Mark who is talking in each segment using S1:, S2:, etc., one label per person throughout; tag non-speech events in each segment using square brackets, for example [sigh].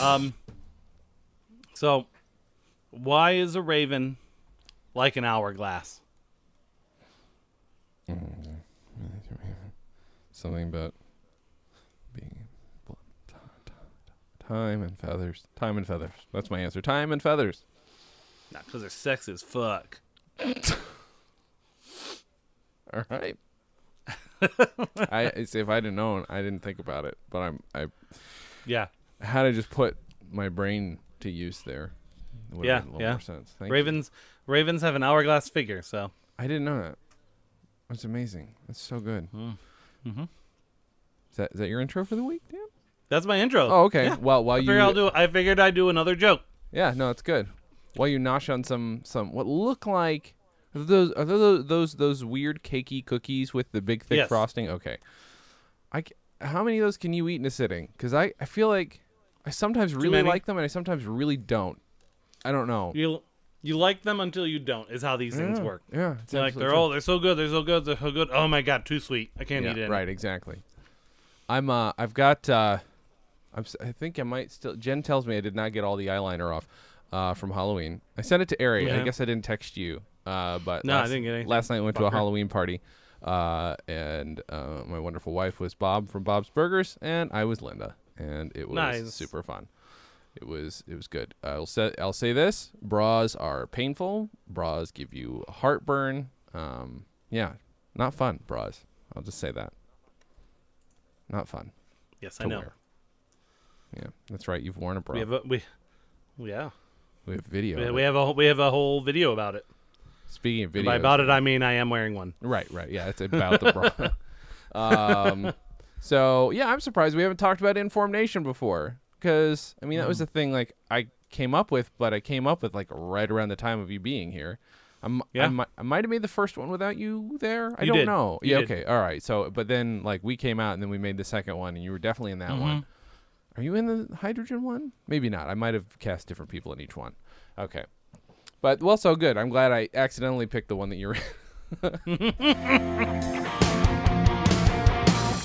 S1: Um, so, why is a raven like an hourglass?
S2: Something about being time and feathers. Time and feathers. That's my answer. Time and feathers.
S1: Not because they're sexy as fuck.
S2: All
S1: [laughs]
S2: right. I it's- if I'd have known, I didn't think about it, but I'm I
S1: Yeah.
S2: had to just put my brain to use there. It would've
S1: Yeah,
S2: made a little
S1: yeah.
S2: more sense. Thank you.
S1: Ravens ravens have an hourglass figure, so
S2: I didn't know that. That's amazing. That's so good.
S1: Hmm.
S2: Mm-hmm. Is that is that your intro for the week, Dan?
S1: that's my intro.
S2: Oh, okay.
S1: Yeah.
S2: Well, while
S1: I
S2: you
S1: figured I'll do I figured I'd do another joke.
S2: yeah, no, it's good. While you nosh on some some what look like are those are those those those weird cakey cookies with the big thick
S1: Yes.
S2: frosting. Okay, I c- how many of those can you eat in a sitting? Because I I feel like I sometimes really
S1: many.
S2: like them and I sometimes really don't. I don't know.
S1: You you like them until you don't is how these things
S2: Yeah,
S1: work.
S2: Yeah, it's
S1: They're like
S2: absolutely
S1: they're
S2: true.
S1: all they're so good, they're so good, they're so good. Oh my god, too sweet. I can't
S2: Yeah,
S1: eat it.
S2: right, exactly. I'm uh I've got uh I'm s- I think I might still Jen tells me I did not get all the eyeliner off uh from Halloween. I sent it to Ari. I
S1: Yeah.
S2: guess I didn't text you. Uh but
S1: No, I
S2: last,
S1: didn't get anything,
S2: last night I went to a
S1: fucker.
S2: Halloween party. Uh and uh my wonderful wife was Bob from Bob's Burgers and I was Linda and it was
S1: Nice.
S2: super fun. It was it was good. I'll say I'll say this: bras are painful. Bras give you heartburn. Um, yeah, not fun. Bras. I'll just say that. Not fun
S1: Yes,
S2: to
S1: I know.
S2: wear. Yeah, that's right. You've worn a bra.
S1: We have a we yeah.
S2: video.
S1: We-
S2: of
S1: We
S2: it.
S1: have a whole- we have a whole video about it.
S2: Speaking of
S1: And
S2: video,
S1: By about it I mean I am wearing one.
S2: Right, right. Yeah, it's about the bra. [laughs] um, so yeah, I'm surprised we haven't talked about Inform Nation before because I mean that was a thing like I came up with, but I came up with like right around the time of you being here. I'm,
S1: Yeah.
S2: I, mi- I might have made the first one without you there. I
S1: You
S2: don't
S1: did.
S2: know.
S1: You
S2: yeah.
S1: did.
S2: Okay. All right. So, but then like we came out and then we made the second one, and you were definitely in that one. Are you in the hydrogen one? Maybe not. I might have cast different people in each one. Okay. But well, so good. I'm glad I accidentally picked the one that you're in.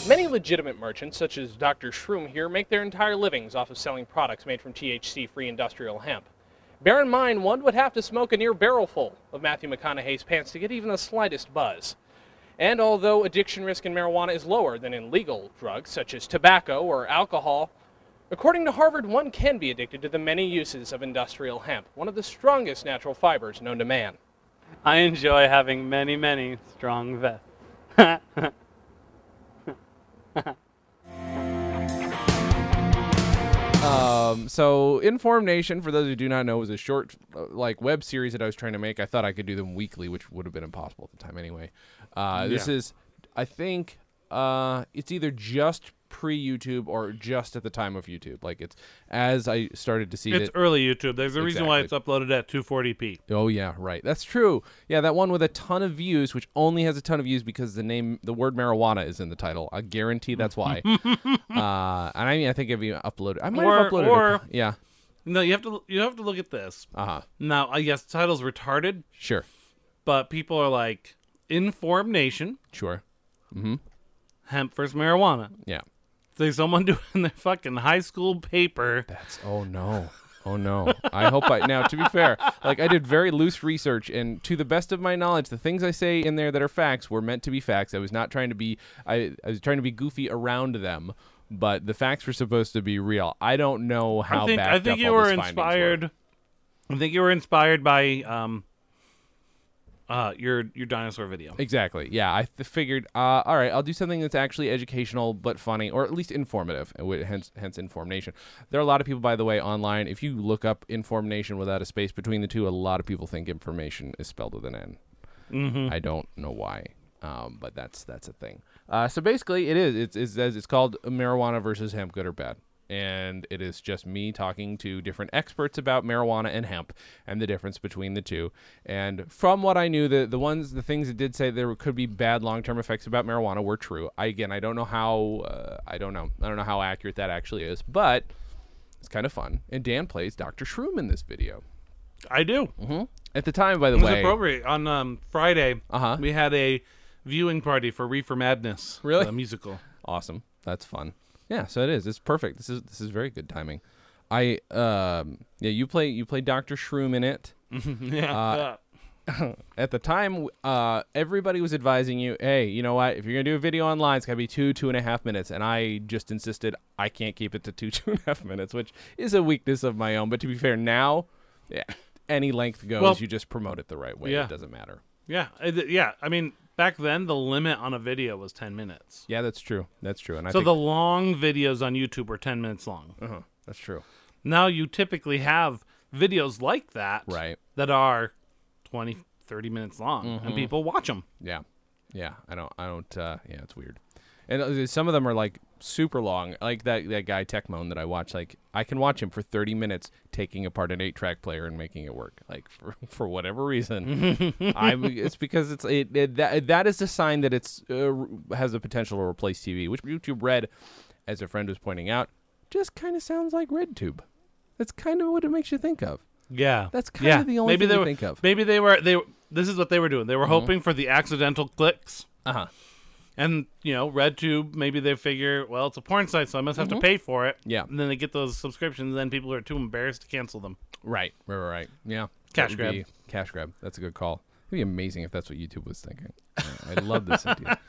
S3: Many legitimate merchants, such as Dr. Shroom here, make their entire livings off of selling products made from THC free industrial hemp. Bear in mind, one would have to smoke a near barrelful of Matthew McConaughey's pants to get even the slightest buzz. And although addiction risk in marijuana is lower than in legal drugs such as tobacco or alcohol, according to Harvard, one can be addicted to the many uses of industrial hemp, one of the strongest natural fibers known to man.
S4: I enjoy having many, many strong vests.
S2: Um, so Inform Nation, for those who do not know, was a short uh, like web series that I was trying to make. I thought I could do them weekly, which would have been impossible at the time anyway. Uh, This
S1: Yeah.
S2: is, I think, uh, it's either just pre YouTube or just at the time of YouTube. Like it's as I started to see
S1: It's
S2: that.
S1: early YouTube. There's a reason why it's
S2: Exactly.
S1: uploaded at 240p.
S2: Oh yeah, right. That's true. Yeah, that one with a ton of views, which only has a ton of views because the name, the word marijuana is in the title. I guarantee that's
S1: [laughs]
S2: why. uh, and I mean, I think I've even uploaded. I might
S1: Or-
S2: have uploaded. a
S1: or-
S2: cou- yeah.
S1: No, you have to you have to look at this.
S2: Uh huh.
S1: Now, I guess the title's retarded,
S2: Sure.
S1: but people are like Inform Nation,
S2: Sure.
S1: hemp versus marijuana.
S2: Yeah.
S1: It's like someone [laughs] doing their fucking high school paper.
S2: That's oh no. Oh no. I hope I now to be fair, like I did very loose research and to the best of my knowledge, the things I say in there that are facts were meant to be facts. I was not trying to be I, I was trying to be goofy around them, but the facts were supposed to be real. I don't know
S1: I
S2: how
S1: think
S2: backed
S1: I think
S2: up
S1: you
S2: all
S1: were
S2: these findings were
S1: inspired. I think you were inspired by um uh your your dinosaur video.
S2: Exactly. Yeah, I th- figured. Uh, all right, I'll do something that's actually educational but funny, or at least informative. and wi- Hence, hence, information. There are a lot of people, by the way, online. If you look up information without a space between the two, a lot of people think information is spelled with an N. I don't know why, um, but that's that's a thing. Uh, so basically, it is. It's it's, it's called marijuana versus hemp, good or bad. And it is just me talking to different experts about marijuana and hemp and the difference between the two. And from what I knew, the the ones the things that did say there could be bad long term effects about marijuana were true. I again, I don't know how uh, I don't know I don't know how accurate that actually is, but it's kind of fun. And Dan plays Dr. Shroom in this video.
S1: I do.
S2: At the time, by the
S1: It was
S2: way,
S1: appropriate on um Friday.
S2: Uh-huh.
S1: We had a viewing party for Reefer Madness.
S2: Really?
S1: The musical.
S2: Awesome. That's fun. Yeah, so it is. It's perfect. This is this is very good timing. I um yeah, you play you play Doctor Shroom in it.
S1: [laughs]
S2: Uh,
S1: yeah.
S2: [laughs] At the time, uh, everybody was advising you, hey, you know what? If you're gonna do a video online, it's gotta be two two and a half minutes. And I just insisted I can't keep it to two [laughs] two and a half minutes, which is a weakness of my own. But to be fair, now, yeah, any length goes.
S1: Well-
S2: you just promote it the right way.
S1: Yeah.
S2: It doesn't matter.
S1: yeah. I- th- Yeah. I mean, back then the limit on a video was 10 minutes.
S2: Yeah, that's true. That's true. And I
S1: So
S2: think Uh-huh.
S1: the long videos on YouTube are 10 minutes long.
S2: that's true.
S1: Now you typically have videos like that
S2: Right. Mm-hmm.
S1: that are 20, 30 minutes long and people watch them.
S2: Yeah, yeah. I don't. I don't. Uh, yeah, it's weird. And uh, some of them are like super long. Like that that guy Techmoan that I watch. Like I can watch him for thirty minutes taking apart an eight track player and making it work. Like for, [laughs] for whatever reason, I it's because it's it, it that that is a sign that it's uh, r- has the potential to replace TV, which YouTube Red, as a friend was pointing out, just kind of sounds like RedTube. That's kind of what it makes you think of.
S1: Yeah,
S2: That's kinda the only
S1: maybe
S2: thing
S1: they
S2: you
S1: were,
S2: think of. Mm-hmm.
S1: Maybe they were they. were- This is what they were doing. They were hoping for the accidental clicks,
S2: Uh huh.
S1: and you know, RedTube. Maybe they figure, well, it's a porn site, so I must have to pay for it.
S2: Mm-hmm. Yeah.
S1: and then they get those subscriptions, and then people are too embarrassed to cancel them.
S2: Right, right, right, right. Yeah.
S1: Cash
S2: That would
S1: grab.
S2: be- Cash grab. That's a good call. It'd be amazing if that's what YouTube was thinking. I- I love this idea. [laughs]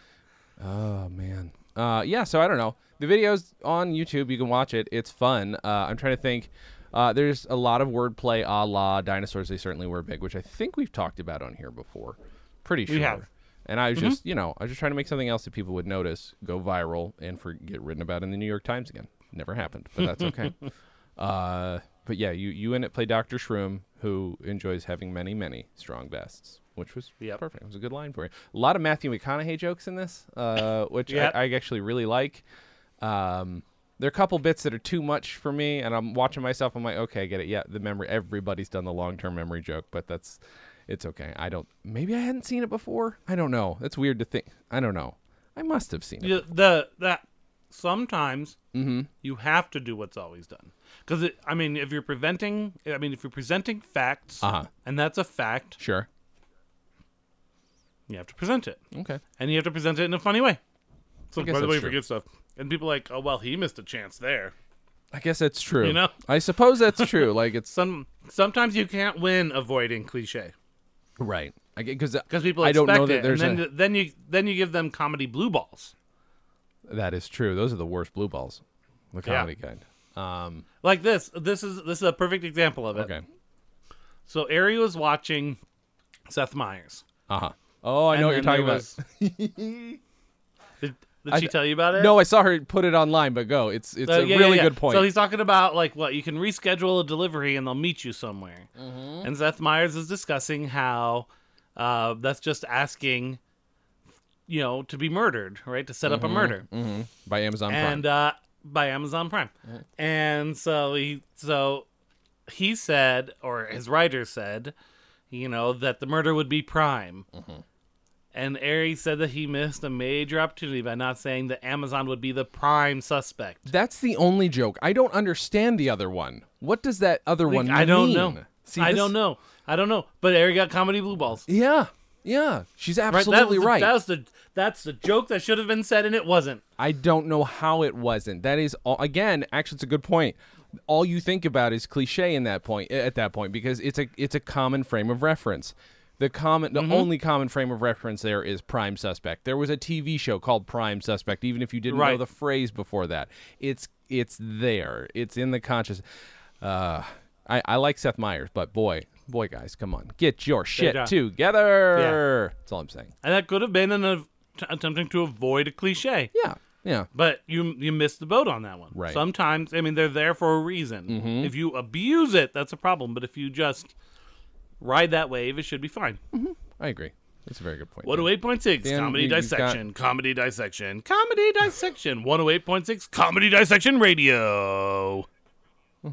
S2: Oh man. Uh, yeah. So I don't know. The videos on YouTube, you can watch it. It's fun. Uh, I'm trying to think. Uh, there's a lot of wordplay a la dinosaurs. They certainly were big, which I think we've talked about on here before. Pretty sure.
S1: have. Mm-hmm.
S2: And I was just, you know, I was just trying to make something else that people would notice, go viral, and for get written about in the New York Times again. Never happened, but that's okay.
S1: [laughs]
S2: uh, but yeah, you you in it play Doctor Shroom, who enjoys having many many strong vests, which was
S1: Yep.
S2: perfect. It was a good line for you. A lot of Matthew McConaughey jokes in this, uh, [laughs] which
S1: Yeah.
S2: I, I actually really like. Um, there are a couple bits that are too much for me, and I'm watching myself. I'm like, okay, I get it. Yeah, the memory. Everybody's done the long term memory joke, but that's it's okay. I don't. Maybe I hadn't seen it before. I don't know. That's weird to think. I don't know. I must have seen it.
S1: You, the that sometimes
S2: Mm-hmm.
S1: you have to do what's always done because I mean, if you're preventing, I mean, if you're presenting facts,
S2: Uh-huh.
S1: and that's a fact,
S2: Sure.
S1: you have to present it.
S2: Okay.
S1: and you have to present it in a funny way. So
S2: guess
S1: by the
S2: that's
S1: way, you
S2: true.
S1: forget stuff, and people are like, oh well, he missed a chance there.
S2: I guess that's true.
S1: You know?
S2: I suppose that's
S1: [laughs]
S2: true. like it's
S1: Some sometimes you can't win avoiding cliche
S2: right. I because
S1: because people
S2: I
S1: expect
S2: don't know that
S1: it,
S2: there's
S1: and
S2: a-
S1: then then you then you give them comedy blue balls.
S2: that is true. Those are the worst blue balls. The
S1: Yeah.
S2: comedy kind. Um.
S1: Like this, this is this is a perfect example of it.
S2: Okay.
S1: So Ari was watching Seth Meyers.
S2: Uh huh. Oh, I know what you're
S1: And
S2: talking
S1: then
S2: about.
S1: there was- [laughs] did did
S2: I-
S1: she tell you about it?
S2: No, I saw her put it online, but go. It's it's
S1: So, Uh,
S2: a
S1: yeah, yeah,
S2: really
S1: yeah.
S2: good point.
S1: So he's talking about like what you can reschedule a delivery and they'll meet you somewhere. And Seth Meyers is discussing how uh, that's just asking, you know, to be murdered, right? To set up a
S2: Mm-hmm.
S1: murder
S2: By Amazon
S1: and
S2: Prime.
S1: uh, by Amazon Prime. And so he so he said, or his writer said, you know, that the murder would be Prime.
S2: Mm-hmm.
S1: And Ari said that he missed a major opportunity by not saying that Amazon would be the prime suspect.
S2: That's the only joke. I don't understand the other one. What does that other one mean?
S1: I don't know.
S2: See,
S1: I
S2: this-
S1: don't know. I don't know. But Eric got comedy blue balls.
S2: Yeah. Yeah. She's
S1: Right?
S2: absolutely
S1: That was the-
S2: right.
S1: That was the that's the joke that should have been said and it wasn't.
S2: I don't know how it wasn't. That is all, again, actually, it's a good point. All you think about is cliche in that point at that point because it's a it's a common frame of reference. The common, the only common frame of reference there is Prime Suspect. There was a TV show called Prime Suspect, even if you didn't know
S1: Right.
S2: the phrase before that. It's it's there. It's in the conscious. Uh, I I like Seth Meyers, but boy, boy, guys, come on, get your shit
S1: Yeah.
S2: together. That's all I'm saying.
S1: And that could have been an av- t- attempting to avoid a cliche.
S2: Yeah, yeah.
S1: But you you missed the boat on that one.
S2: Right. Mm-hmm.
S1: Sometimes I mean they're there for a reason. If you abuse it, that's a problem. But if you just ride that wave, it should be
S2: [laughs]
S1: fine.
S2: I agree. That's a very good point.
S1: One
S2: Dan.
S1: hundred eight point six
S2: Dan,
S1: comedy
S2: you- you've got-
S1: dissection, comedy dissection, comedy
S2: [laughs]
S1: dissection. One hundred eight point six comedy dissection radio.
S2: I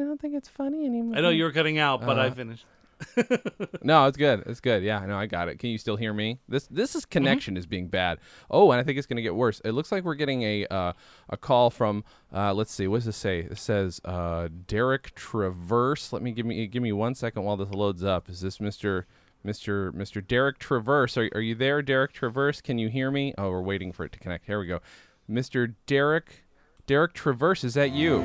S2: don't think it's funny anymore.
S1: I know you were cutting out, but
S2: Uh-huh.
S1: I finished.
S2: No, it's good. It's good. Yeah, no, I got it. Can you still hear me? This this
S1: Mm-hmm.
S2: is connection is being bad. Oh, and I think it's going to get worse. It looks like we're getting a uh, a call from uh, let's see, what does this say? It says uh, Derek Traverse. Let me give me give me one second while this loads up. Is this Mister Mister Mister Derek Traverse? Are are you there, Derek Traverse? Can you hear me? Oh, we're waiting for it to connect. Here we go, Mister Derek. Derek Traverse, is that you?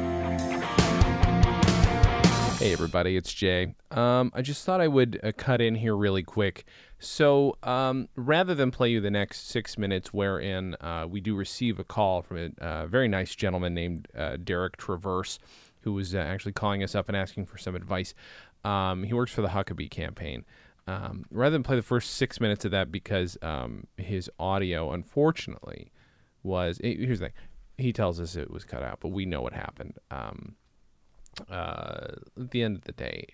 S2: Hey, everybody, it's Jay. Um, I just thought I would uh, cut in here really quick. So, um, rather than play you the next six minutes, wherein uh, we do receive a call from a uh, very nice gentleman named uh, Derek Traverse, who was uh, actually calling us up and asking for some advice, um, he works for the Huckabee campaign. Um, rather than play the first six minutes of that, because um, his audio, unfortunately, was eh, here's the thing. He tells us it was cut out, but we know what happened. Um, uh, at the end of the day,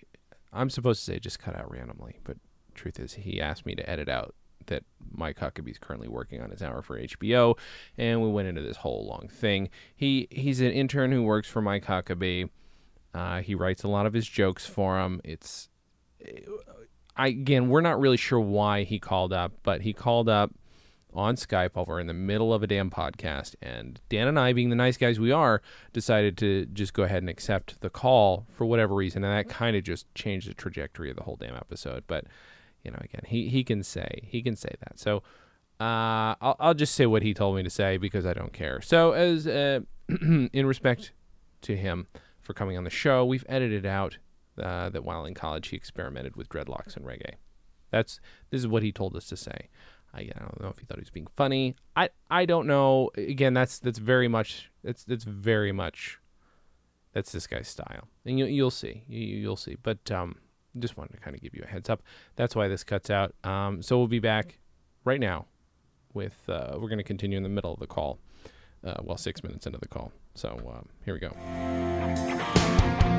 S2: I'm supposed to say just cut out randomly, but truth is, he asked me to edit out that Mike Huckabee's currently working on his hour for HBO, and we went into this whole long thing. He he's an intern who works for Mike Huckabee. Uh, he writes a lot of his jokes for him. It's I again, we're not really sure why he called up, but he called up on Skype while we're in the middle of a damn podcast, and Dan and I, being the nice guys we are, decided to just go ahead and accept the call for whatever reason, and that kind of just changed the trajectory of the whole damn episode. But you know, again, he he can say he can say that. So uh, I'll I'll just say what he told me to say because I don't care. So as uh, [clears throat] in respect to him for coming on the show, we've edited out uh, that while in college he experimented with dreadlocks and reggae. That's this is what he told us to say. I, I don't know if he thought he was being funny. I I don't know. Again, that's that's very much that's that's very much that's this guy's style, and you you'll see you, you- you'll see. But um, just wanted to kind of give you a heads up. That's why this cuts out. Um, so we'll be back right now with uh, we're going to continue in the middle of the call. Uh, well, six minutes into the call. So um, here we go.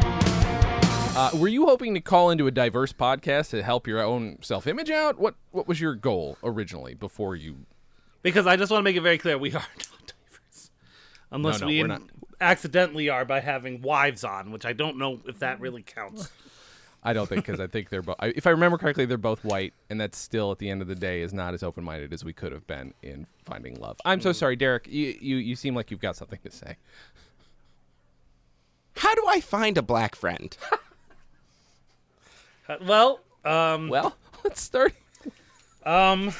S2: Uh, were you hoping to call into a diverse podcast to help your own self image out? What What was your goal originally before you?
S1: Because I just want to make it very clear we [laughs] are not diverse. Unless
S2: No, no,
S1: we
S2: we're
S1: in-
S2: not.
S1: accidentally are by having wives on, which I don't know if that really
S2: [laughs]
S1: counts.
S2: I don't think because I think they're both. If I remember correctly, they're both white, and that's still at the end of the day is not as open minded as we could have been in finding love. I'm
S1: Hmm.
S2: so sorry, Derek. You you, you seem like you've got something to say.
S5: How do I find a black friend?
S1: Uh, well, um,
S2: Well, [laughs] let's start.
S1: um,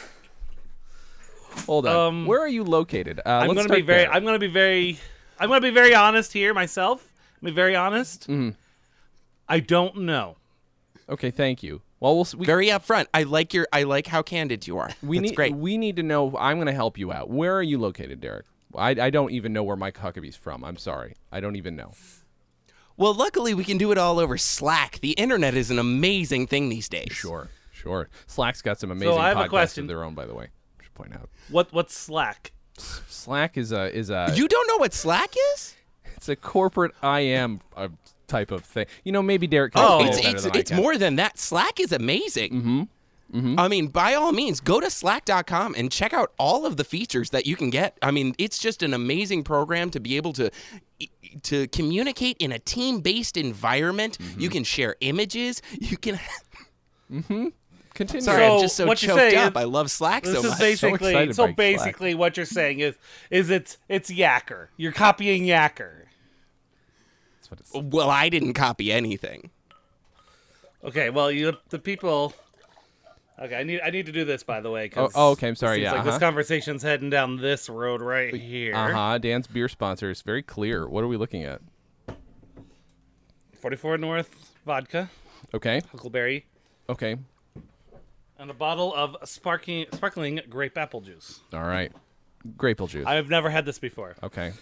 S2: Hold on.
S1: Um,
S2: Where are you located? Uh,
S1: I'm
S2: let's
S1: gonna be
S2: start
S1: very.
S2: there.
S1: I'm gonna be very. I'm gonna be very honest here myself. I'm gonna be very honest.
S2: Mm-hmm.
S1: I don't know.
S2: okay, thank you. Well, we'll s- we,
S5: Very upfront. I like your. I like how candid you are.
S2: we
S5: That's
S2: need
S5: great.
S2: we need to know. I'm going to help you out. Where are you located, Derek? I, I don't even know where Mike Huckabee's from. I'm sorry. I don't even know.
S5: Well, luckily we can do it all over Slack. The internet is an amazing thing these days.
S2: Sure, sure. Slack's got some amazing
S1: I have a
S2: podcasts
S1: question.
S2: of their own, by the way. Should point out.
S1: What what's Slack?
S2: Slack is a is a
S5: You don't know what Slack is?
S2: it's a corporate IM uh, type of thing. You know, maybe Derek. Can
S1: Oh.
S2: explain
S5: it's
S2: it better
S5: it's,
S2: than I
S5: it's
S2: can.
S5: more than that. Slack is amazing. Mm-hmm. I mean, by all means, go to slack.com and check out all of the features that you can get. I mean, it's just an amazing program to be able to e, to communicate in a team-based environment.
S2: Mm-hmm.
S5: You can share images. You can [laughs]
S2: Continue.
S5: Sorry,
S1: So,
S5: I'm just so
S1: what you're
S5: choked
S1: saying
S5: up.
S1: is-
S5: I love Slack
S1: This
S5: so
S1: is
S5: much.
S1: basically so,
S2: excited by Slack.
S1: basically what you're saying is is it's it's Yacker. You're copying Yacker.
S2: That's what it's-
S5: well, I didn't copy anything.
S1: Okay, well you the people Okay, I need I need to do this by the way. 'cause
S2: Oh, oh, okay, I'm
S1: it
S2: sorry,
S1: seems
S2: yeah,
S1: like
S2: uh-huh.
S1: this conversation's heading down this road right here.
S2: Uh-huh. Dan's beer sponsor is very clear. What are we looking at?
S1: 44 North vodka,
S2: Okay.
S1: huckleberry,
S2: Okay.
S1: and a bottle of sparkling sparkling grape apple juice.
S2: All right. Grapefruit juice.
S1: I've never had this before,
S2: okay.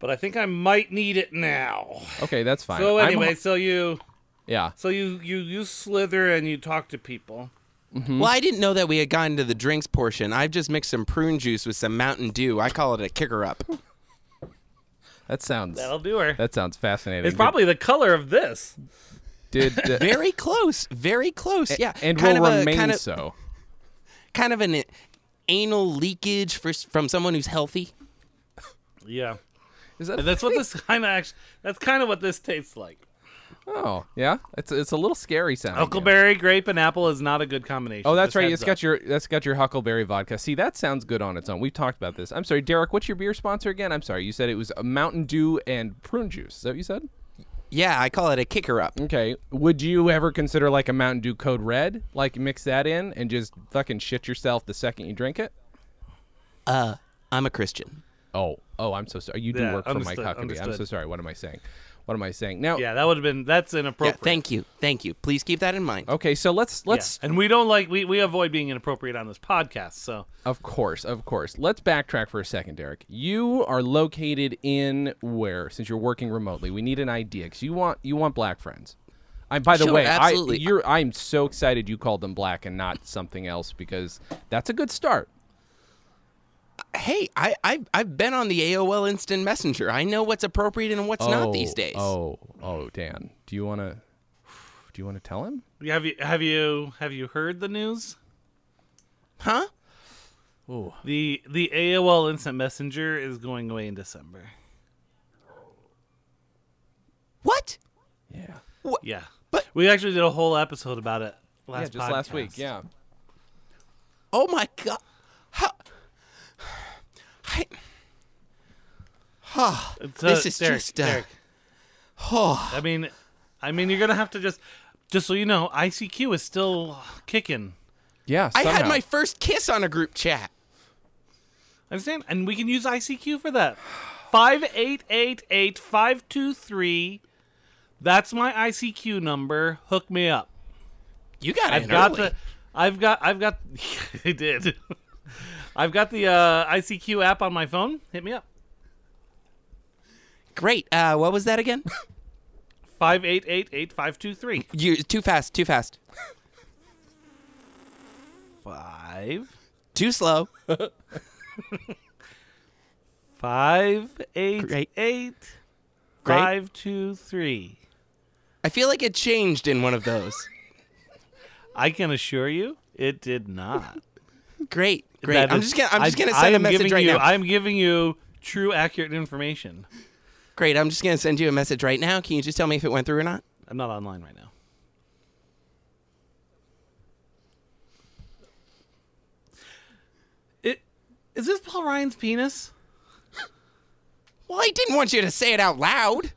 S1: but I think I might need it now.
S2: Okay, that's fine.
S1: So
S2: I'm-
S1: anyway, so you
S2: yeah.
S1: so you you you slither and you talk to people.
S2: Mm-hmm.
S5: Well, I didn't know that we had gotten to the drinks portion. I've just mixed some prune juice with some Mountain Dew. I call it a
S2: [laughs]
S5: kicker up.
S2: That sounds
S1: That'll do her.
S2: that sounds fascinating.
S1: It's probably the color of this.
S2: did, did-
S5: Very close, very close. Yeah,
S2: and
S5: kind
S2: will
S5: of a-
S2: remain
S5: kind of,
S2: so.
S5: Kind of an anal leakage for, s- from someone who's healthy.
S1: Yeah.
S2: Is that
S1: That's what this [laughs] kind of actually. That's kind of what this tastes like.
S2: Oh, yeah. It's it's a little scary sounding.
S1: Huckleberry, grape, and apple is not a good combination.
S2: Oh, that's
S1: Just
S2: right.
S1: heads
S2: It's
S1: up.
S2: got your that's got your huckleberry vodka. See, that sounds good on its own. We've talked about this. I'm sorry, Derek. What's your beer sponsor again? I'm sorry. You said it was a Mountain Dew and prune juice. Is that what you said?
S5: Yeah, I call it a kicker up.
S2: Okay. Would you ever consider like a Mountain Dew Code Red? Like mix that in and just fucking shit yourself the second you drink it?
S5: I'm a Christian.
S2: Oh, oh, I'm so sorry. You do
S1: Yeah,
S2: work for Mike
S1: understood,
S2: Huckabee. I'm so
S1: understood.
S2: sorry. What am I saying? What am I saying? Now,
S1: Yeah, that would have been that's
S5: Yeah,
S1: inappropriate.
S5: thank you, thank you. Please keep that in mind.
S2: okay, so let's
S1: Yeah,
S2: let's
S1: and we don't like we, we avoid being inappropriate on this podcast. So
S2: of course, of course. Let's backtrack for a second, Derek. You are located in where? Since you're working remotely, we need an idea because you want you want black friends. I by the
S5: Sure,
S2: way,
S5: absolutely.
S2: I you're I'm so excited you called them black and not something else because that's a good start.
S5: Hey, I, I I've been on the AOL Instant Messenger. I know what's appropriate and what's not these days.
S2: Oh, oh, Dan, do you want to do you want to tell him?
S1: have you have you have you heard the news?
S5: Huh?
S1: The the AOL Instant Messenger is going away in December.
S5: What?
S2: Yeah.
S1: Yeah,
S5: But-
S1: we actually did a whole episode about it last
S2: yeah, just last
S1: podcast.
S2: week. Yeah.
S5: Oh my god. How? [sighs] I,
S1: It's,
S5: This is just, uh,
S1: Oh. I mean, I mean, you're gonna have to just just so you know, ICQ is still kicking.
S2: Yeah.
S5: I had
S2: somehow.
S5: my first kiss on a group chat.
S1: Understand? And we can use ICQ for that. 5888-523. That's my ICQ number. Hook me up.
S5: You got it
S1: I've
S5: in
S1: got
S5: early.
S1: the I've got I've got [laughs] I did. [laughs] I've got the uh, ICQ app on my phone. Hit me up.
S5: Great. Uh, what was that again? [laughs]
S1: 5888-523.
S5: you too fast. Too fast.
S1: 5
S5: Too slow.
S1: 588 523.
S5: I feel like it changed in one of those.
S1: I can assure you it did not.
S5: Great. [laughs] Great.
S1: That
S5: I'm
S1: is-
S5: just gonna I'm just
S1: I-
S5: gonna
S1: I
S5: send a
S1: am
S5: message
S1: giving
S5: right
S1: you,
S5: now.
S1: I'm giving you true, accurate information.
S5: Great. I'm just gonna send you a message right now. Can you just tell me if it went through or not?
S1: I'm not online right now. It is this Paul Ryan's penis?
S5: Well, I didn't want you to say it out loud.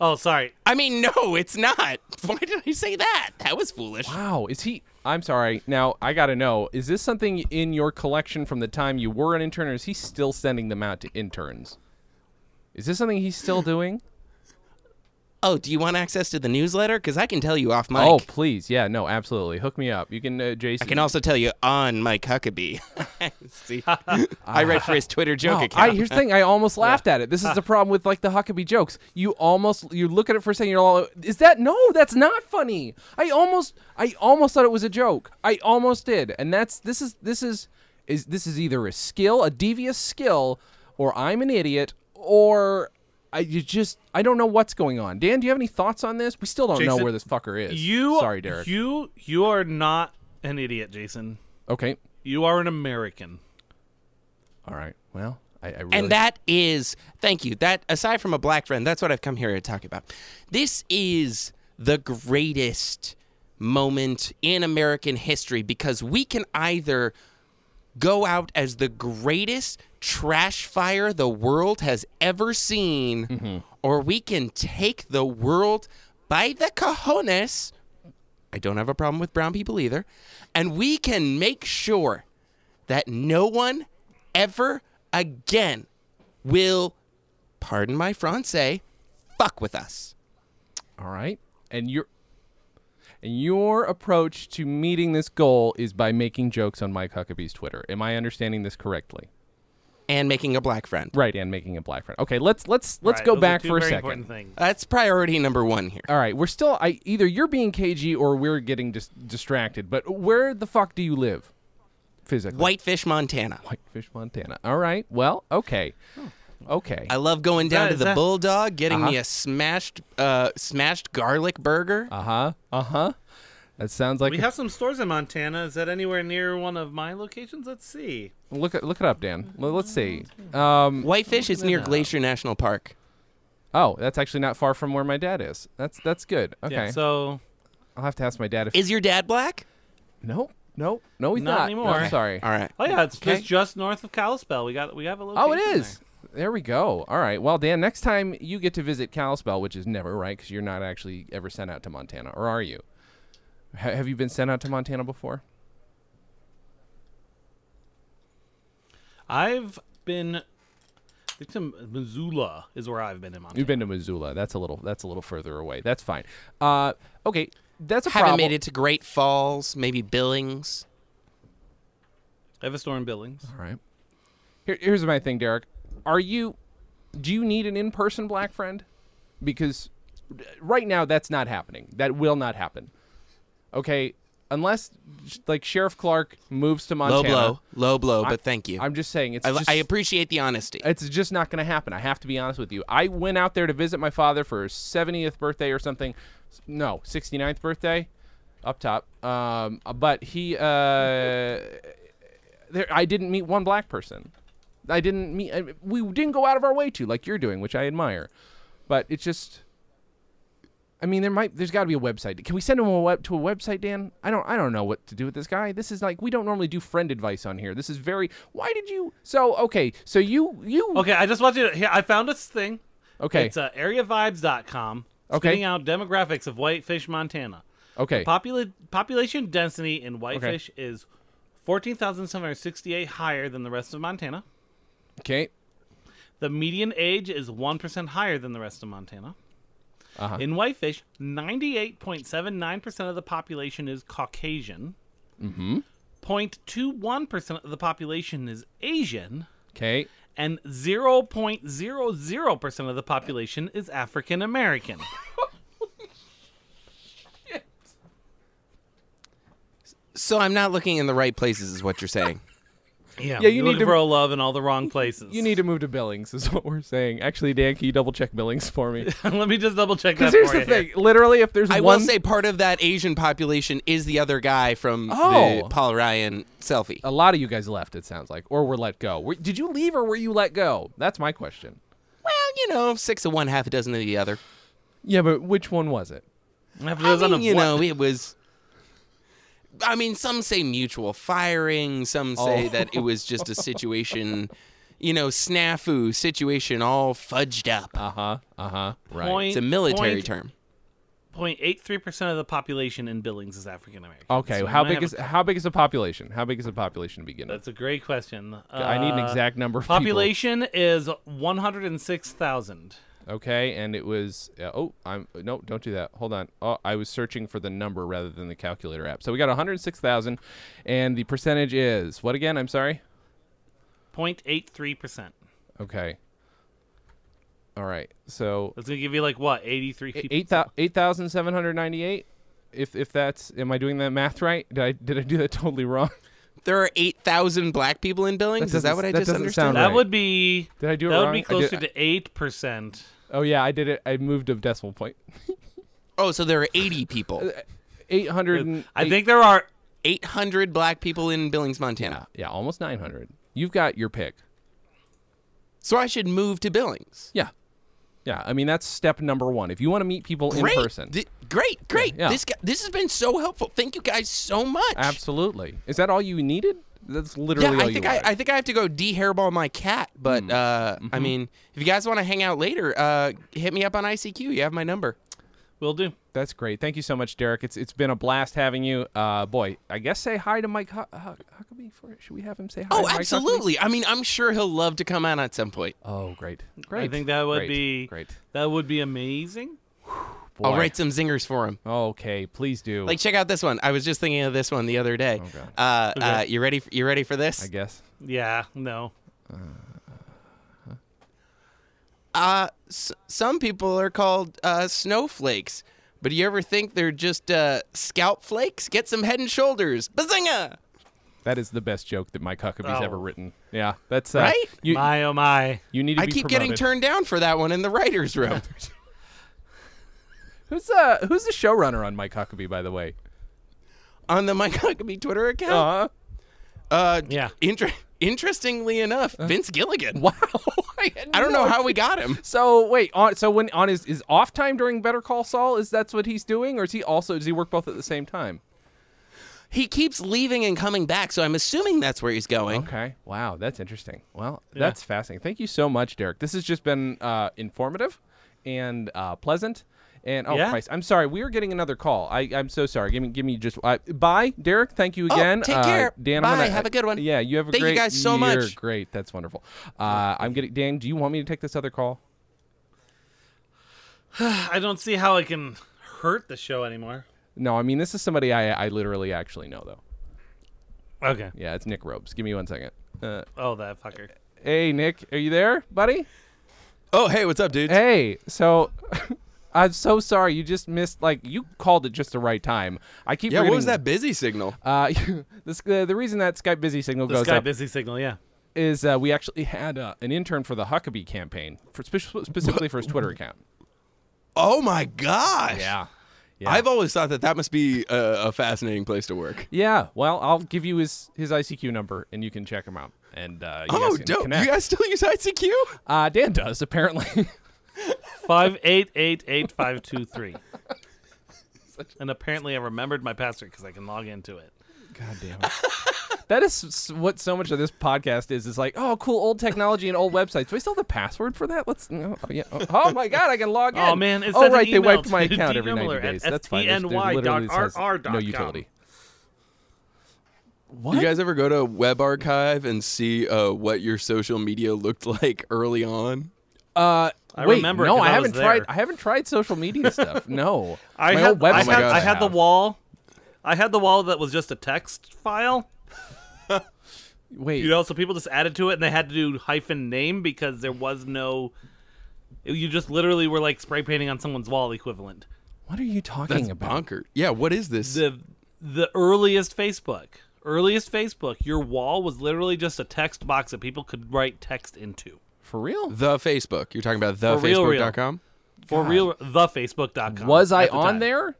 S1: Oh, sorry.
S5: I mean, no, it's not. [laughs] Why did I say that? That was foolish.
S2: Wow, is he? I'm sorry. Now I gotta know: is this something in your collection from the time you were an intern, or is he still sending them out to interns? Is this something he's still doing?
S5: Oh, do you want access to the newsletter? Because I can tell you off mic.
S2: Oh, please, yeah, no, absolutely. Hook me up. You can, uh, Jason.
S5: I can also tell you on Mike Huckabee. [laughs]
S1: [laughs]
S5: See, I read for his Twitter joke
S2: Oh, I,
S5: account.
S2: here's the thing. I almost laughed at it.
S1: [laughs]
S2: This is the problem with like the Huckabee jokes. You almost you look at it for a second. You're all, is that no? That's not funny. I almost I almost thought it was a joke. I almost did. And that's this is this is is this is either a skill, a devious skill, or I'm an idiot, or I you just I don't know what's going on. Dan, do you have any thoughts on this? We still don't know
S1: Jason,
S2: where this fucker is.
S1: You
S2: sorry, Derek.
S1: You you are not an idiot, Jason.
S2: okay,
S1: You are an American.
S2: all right. Well, I, I really
S5: and that is, thank you. That aside from a black friend, that's what I've come here to talk about. This is the greatest moment in American history because we can either go out as the greatest trash fire the world has ever seen, or we can take the world by the cojones. I don't have a problem with brown people either. And we can make sure that no one ever again will, pardon my Francais, fuck with us.
S2: All right. And your and your approach to meeting this goal is by making jokes on Mike Huckabee's Twitter. Am I understanding this correctly?
S5: And making a black friend.
S2: Right, and making a black friend. Okay, let's let's let's
S1: Right,
S2: go
S1: those are
S2: back
S1: two
S2: for a
S1: very
S2: second.
S1: important things.
S5: That's priority number one here.
S2: All right, we're still I either you're being cagey or we're getting dis- distracted. But where the fuck do you live? Physically.
S5: Whitefish, Montana.
S2: Whitefish, Montana. All right. Well, okay.
S1: Oh.
S2: Okay.
S5: I love going down
S1: that-
S5: to the
S1: that-
S5: Bulldog, getting me a smashed, uh, smashed garlic burger.
S2: Uh-huh. Uh-huh. That sounds like
S1: We
S2: a-
S1: have some stores in Montana. Is that anywhere near one of my locations? Let's see.
S2: look it look it up, Dan. Well, let's see. Um
S5: Whitefish is near Glacier National Park.
S2: oh, that's actually not far from where my dad is. That's that's good. Okay.
S1: Yeah. So
S2: I'll have to ask my dad if
S5: Is your dad black?
S2: no, no, no, he's
S1: Not
S2: not,
S1: anymore.
S2: I'm sorry.
S5: All right.
S1: Oh yeah, it's
S2: Okay.
S1: just just north of Kalispell. We got we have a location.
S2: Oh, it is.
S1: there.
S2: There. we go. All right. Well, Dan, next time you get to visit Kalispell, which is never right because you're not actually ever sent out to Montana, or are you? H- have you been sent out to Montana before?
S1: I've been think some Missoula is where I've been in Montana.
S2: You've been to Missoula. That's a little. That's a little further away. That's fine. Uh, okay, that's a
S5: Haven't
S2: problem.
S5: made it to Great Falls, maybe Billings.
S1: I have a store in Billings.
S2: All right. Here, here's my thing, Derek. Are you? Do you need an in-person black friend? Because right now that's not happening. That will not happen. Okay, unless like Sheriff Clark moves to
S5: Low
S2: Montana.
S5: blow, low blow, but thank you.
S2: I'm just saying it's.
S5: I,
S2: just,
S5: I appreciate the honesty.
S2: it's just not going to happen. I have to be honest with you. I went out there to visit my father for his 70th birthday or something. S- No, 69th birthday up top. Um, but he, uh, there, I didn't meet one black person. I didn't meet, I, we didn't go out of our way to like you're doing, which I admire. But it's just, I mean, there might, there's got to be a website. Can we send him a web, to a website, Dan? I don't, I don't know what to do with this guy. This is like, we don't normally do friend advice on here. This is very, why did you, so, okay, so you, you,
S1: Okay, I just want you to. Here, I found this thing.
S2: Okay.
S1: It's uh, areavibes.com.
S2: Okay.
S1: Spitting out demographics of Whitefish, Montana.
S5: uh,
S2: okay.
S1: Popula- population density in Whitefish is 14,768 higher than the rest of Montana.
S2: okay.
S1: The median age is 1% higher than the rest of Montana.
S2: Uh-huh.
S1: In Whitefish, 98.79% of the population is Caucasian. Mm-hmm. 0.21% of the population is Asian.
S2: Okay.
S1: And 0.00% of the population is African American.
S5: so I'm not looking in the right places, is what you're saying.
S2: Yeah, you
S1: you're
S2: need
S1: looking
S2: to-
S1: for a love in all the wrong places.
S2: You need to move to Billings, is what we're saying. Actually, Dan, can you double check Billings for
S5: [laughs]
S2: me?
S1: [laughs] Let me just double check that.
S2: Because here's
S1: for
S2: the
S1: you
S2: thing:
S1: here.
S2: literally, if there's
S5: I
S2: one,
S5: will say part of that Asian population is the other guy from
S2: Oh.
S5: the Paul Ryan selfie.
S2: a lot of you guys left. It sounds like, or were let go. Were, did you leave, or were you let go? That's my question.
S5: Well, you know, six of one, half a dozen of the other.
S2: Yeah, but which one was it?
S1: After
S5: I
S1: those on
S5: mean,
S1: a
S5: you
S1: what-
S5: know, it was. I mean, some say mutual firing. Some say
S2: Oh.
S5: that it was just
S2: [laughs]
S5: a situation, you know, snafu situation, all fudged up.
S2: Uh
S1: Uh-huh,
S2: huh. Uh huh. Right.
S1: Point-
S5: it's a military
S1: point-
S5: term.
S1: 0.83% of the population in Billings is African American.
S2: Okay.
S1: So we
S2: how
S1: might
S2: big
S1: have
S2: is
S1: a-
S2: how big is the population? How big is the population to begin with?
S1: That's a great question. Uh,
S2: I need an exact number. Of people.
S1: Population is 106,000.
S2: Okay, and it was uh, oh I'm no don't do that. Hold on. Oh, I was searching for the number rather than the calculator app. So we got 106,000, and the percentage is what again? I'm sorry.
S1: 0.83%.
S2: Okay. All right. So
S1: That's going to give you like what? 83 people.
S2: eight thou- 8,798. if if that's am I doing that math right? Did I did I do that totally wrong? [laughs]
S5: There are eight thousand black people in Billings.
S2: That
S5: Is that
S2: doesn't-
S5: what I
S2: that
S5: just
S2: doesn't
S5: understood?
S2: sound
S1: that
S2: right.
S1: would be
S2: Did I do it
S1: That would
S2: wrong?
S1: be
S2: I did-
S1: closer to 8%.
S2: Oh yeah, I did it. I moved a decimal point.
S5: Oh, so there are eighty people,
S2: Uh, 800. and
S1: I think there are
S5: eight hundred black people in Billings, Montana.
S2: yeah, almost 900. You've got your pick.
S5: So I should move to Billings.
S2: Yeah. Yeah, I mean that's step number 1. If you want to meet people
S5: Great,
S2: in person.
S5: Th- great, great.
S2: Yeah, yeah.
S5: This guy, this has been so helpful. Thank you guys so much.
S2: Absolutely. Is that all you needed? That's
S5: Yeah,
S2: literally all
S5: I
S2: you Mm-hmm.
S5: think I,
S2: wanted.
S5: I think I have to go de-hairball my cat. But uh, I mean, if you guys want to hang out later, uh, hit me up on ICQ. You have my number.
S1: will do.
S2: That's great. Thank you so much, Derek. It's it's been a blast having you. Uh, boy, I guess say hi to Mike Huck- Huck- Huckabee for it. Should we have him say hi?
S5: Oh,
S2: to Mike Huckabee?
S5: absolutely. I mean, I'm sure he'll love to come out at some point.
S2: Oh, great. Great.
S1: I think that would
S2: Great.
S1: be
S2: great.
S1: That would be amazing.
S2: Boy. Oh.
S5: I'll write some zingers for him.
S2: Okay, please do.
S5: Like, check out this one. I was just thinking of this one the other day.
S2: Oh, God.
S5: Uh, uh, you ready? For, you ready for
S2: I
S5: this?
S2: guess.
S1: Yeah, no.
S5: S- some people are called uh, snowflakes, but do you ever think they're just uh, scalp flakes? Get some head and shoulders. Bazinga!
S2: That is the best joke that Mike Huckabee's
S1: Oh.
S2: ever written. Yeah, that's uh,
S5: Right?
S2: You,
S1: my oh my.
S2: you need to
S5: I
S2: be
S5: keep getting
S2: promoted.
S5: turned down for that one in the writers' room.
S2: Who's uh Who's the showrunner on Mike Huckabee, by the way?
S5: [laughs] on the Mike Huckabee Twitter account.
S2: Uh,
S5: Uh,
S1: Yeah.
S5: inter- interestingly enough,
S2: Uh.
S5: Vince
S2: [laughs]
S5: Gilligan.
S2: wow. I, had
S5: I don't
S2: no
S5: know how we got him.
S2: So wait, on so when on his is off time during Better Call Saul is that's what he's doing, or is he also does he work both at the same time?
S5: He keeps leaving and coming back, so I'm assuming that's where he's going.
S2: Okay, wow, that's interesting. Well, that's fascinating. Thank you so much, Derek. This has just been uh, informative and uh, pleasant. And oh
S1: Yeah.
S2: Christ, I'm sorry. We are getting another call. I I'm so sorry. Give me give me just I bye, Derek. Thank you
S5: Oh,
S2: again.
S5: take
S2: Uh,
S5: care.
S2: Dan.
S5: Bye.
S2: I'm gonna,
S5: Have a good one.
S2: Yeah, you have a
S5: Thank you
S2: great.
S5: guys so
S2: you're
S5: much.
S2: Great. That's wonderful. Uh, I'm getting Dan. Do you want me to take this other call?
S1: I don't see how I can hurt the show anymore.
S2: No, I mean this is somebody I I literally actually know though.
S1: Okay.
S2: Yeah, it's Nick Robes. Give me one second. Uh,
S1: Oh, that fucker.
S2: hey Nick, are you there, buddy?
S5: Oh, hey, what's up, dude?
S2: Hey, so [laughs] I'm so sorry. You just missed like you called at just the right time. I keep
S5: yeah, what was
S2: forgetting-
S5: that busy signal?
S2: [laughs] Uh, this, uh, the reason that Skype busy signal
S1: The
S2: goes
S1: Sky
S2: up
S1: busy signal, yeah.
S2: is uh, we actually had uh, an intern for the Huckabee campaign, for spe- specifically for his Twitter account.
S5: Oh my gosh.
S2: yeah.
S5: I've always thought that that must be a, a fascinating place to work.
S2: yeah. Well, I'll give you his his ICQ number, and you can check him out. And uh, you
S5: oh,
S2: guys can
S5: dope.
S2: connect.
S5: You guys still use ICQ?
S2: uh, Dan does apparently. [laughs]
S1: Five eight eight eight five two three. And apparently, I remembered my password because I can log into it.
S2: God damn it. That is s- what so much of this podcast is. Is like, oh, cool, old technology and old websites. Do I still have the password for that? Let's. No, oh, yeah. Oh, oh my god, I can log in.
S1: Oh, man, it
S2: oh
S1: sent an
S2: right, they
S1: email
S2: wiped my
S1: to
S2: account every ninety
S1: dmiller at
S2: days. That's fine. There's- there's
S1: stny
S2: literally
S1: dot
S2: this has
S1: rr
S2: No
S1: dot
S2: utility. What?
S5: You guys ever go to Web Archive and see uh, what your social media looked [laughs] like early on?
S2: uh,
S1: I
S2: wait,
S1: remember it
S2: No,
S1: 'cause
S2: I
S1: I was
S2: haven't tried.
S1: there.
S2: I haven't tried social
S1: [laughs]
S2: media stuff. No,
S1: I
S2: my old
S1: had, I
S2: website.
S1: had,
S5: gosh.
S1: I had the
S2: have.
S1: wall. I had the wall that was just a text file.
S2: Wait,
S1: You know, so people just added to it, and they had to do hyphen name because there was no. You just literally were like spray painting on someone's wall equivalent.
S2: what are you talking
S5: That's
S2: about?
S5: bonkers. Yeah, what is this?
S1: the the earliest Facebook, earliest Facebook, your wall was literally just a text box that people could write text into.
S2: For real?
S5: the Facebook. You're talking about the
S1: For real, real.
S5: Facebook.com?
S1: For real, thefacebook.com.
S2: Was I
S1: at the
S2: on
S1: time.
S2: there?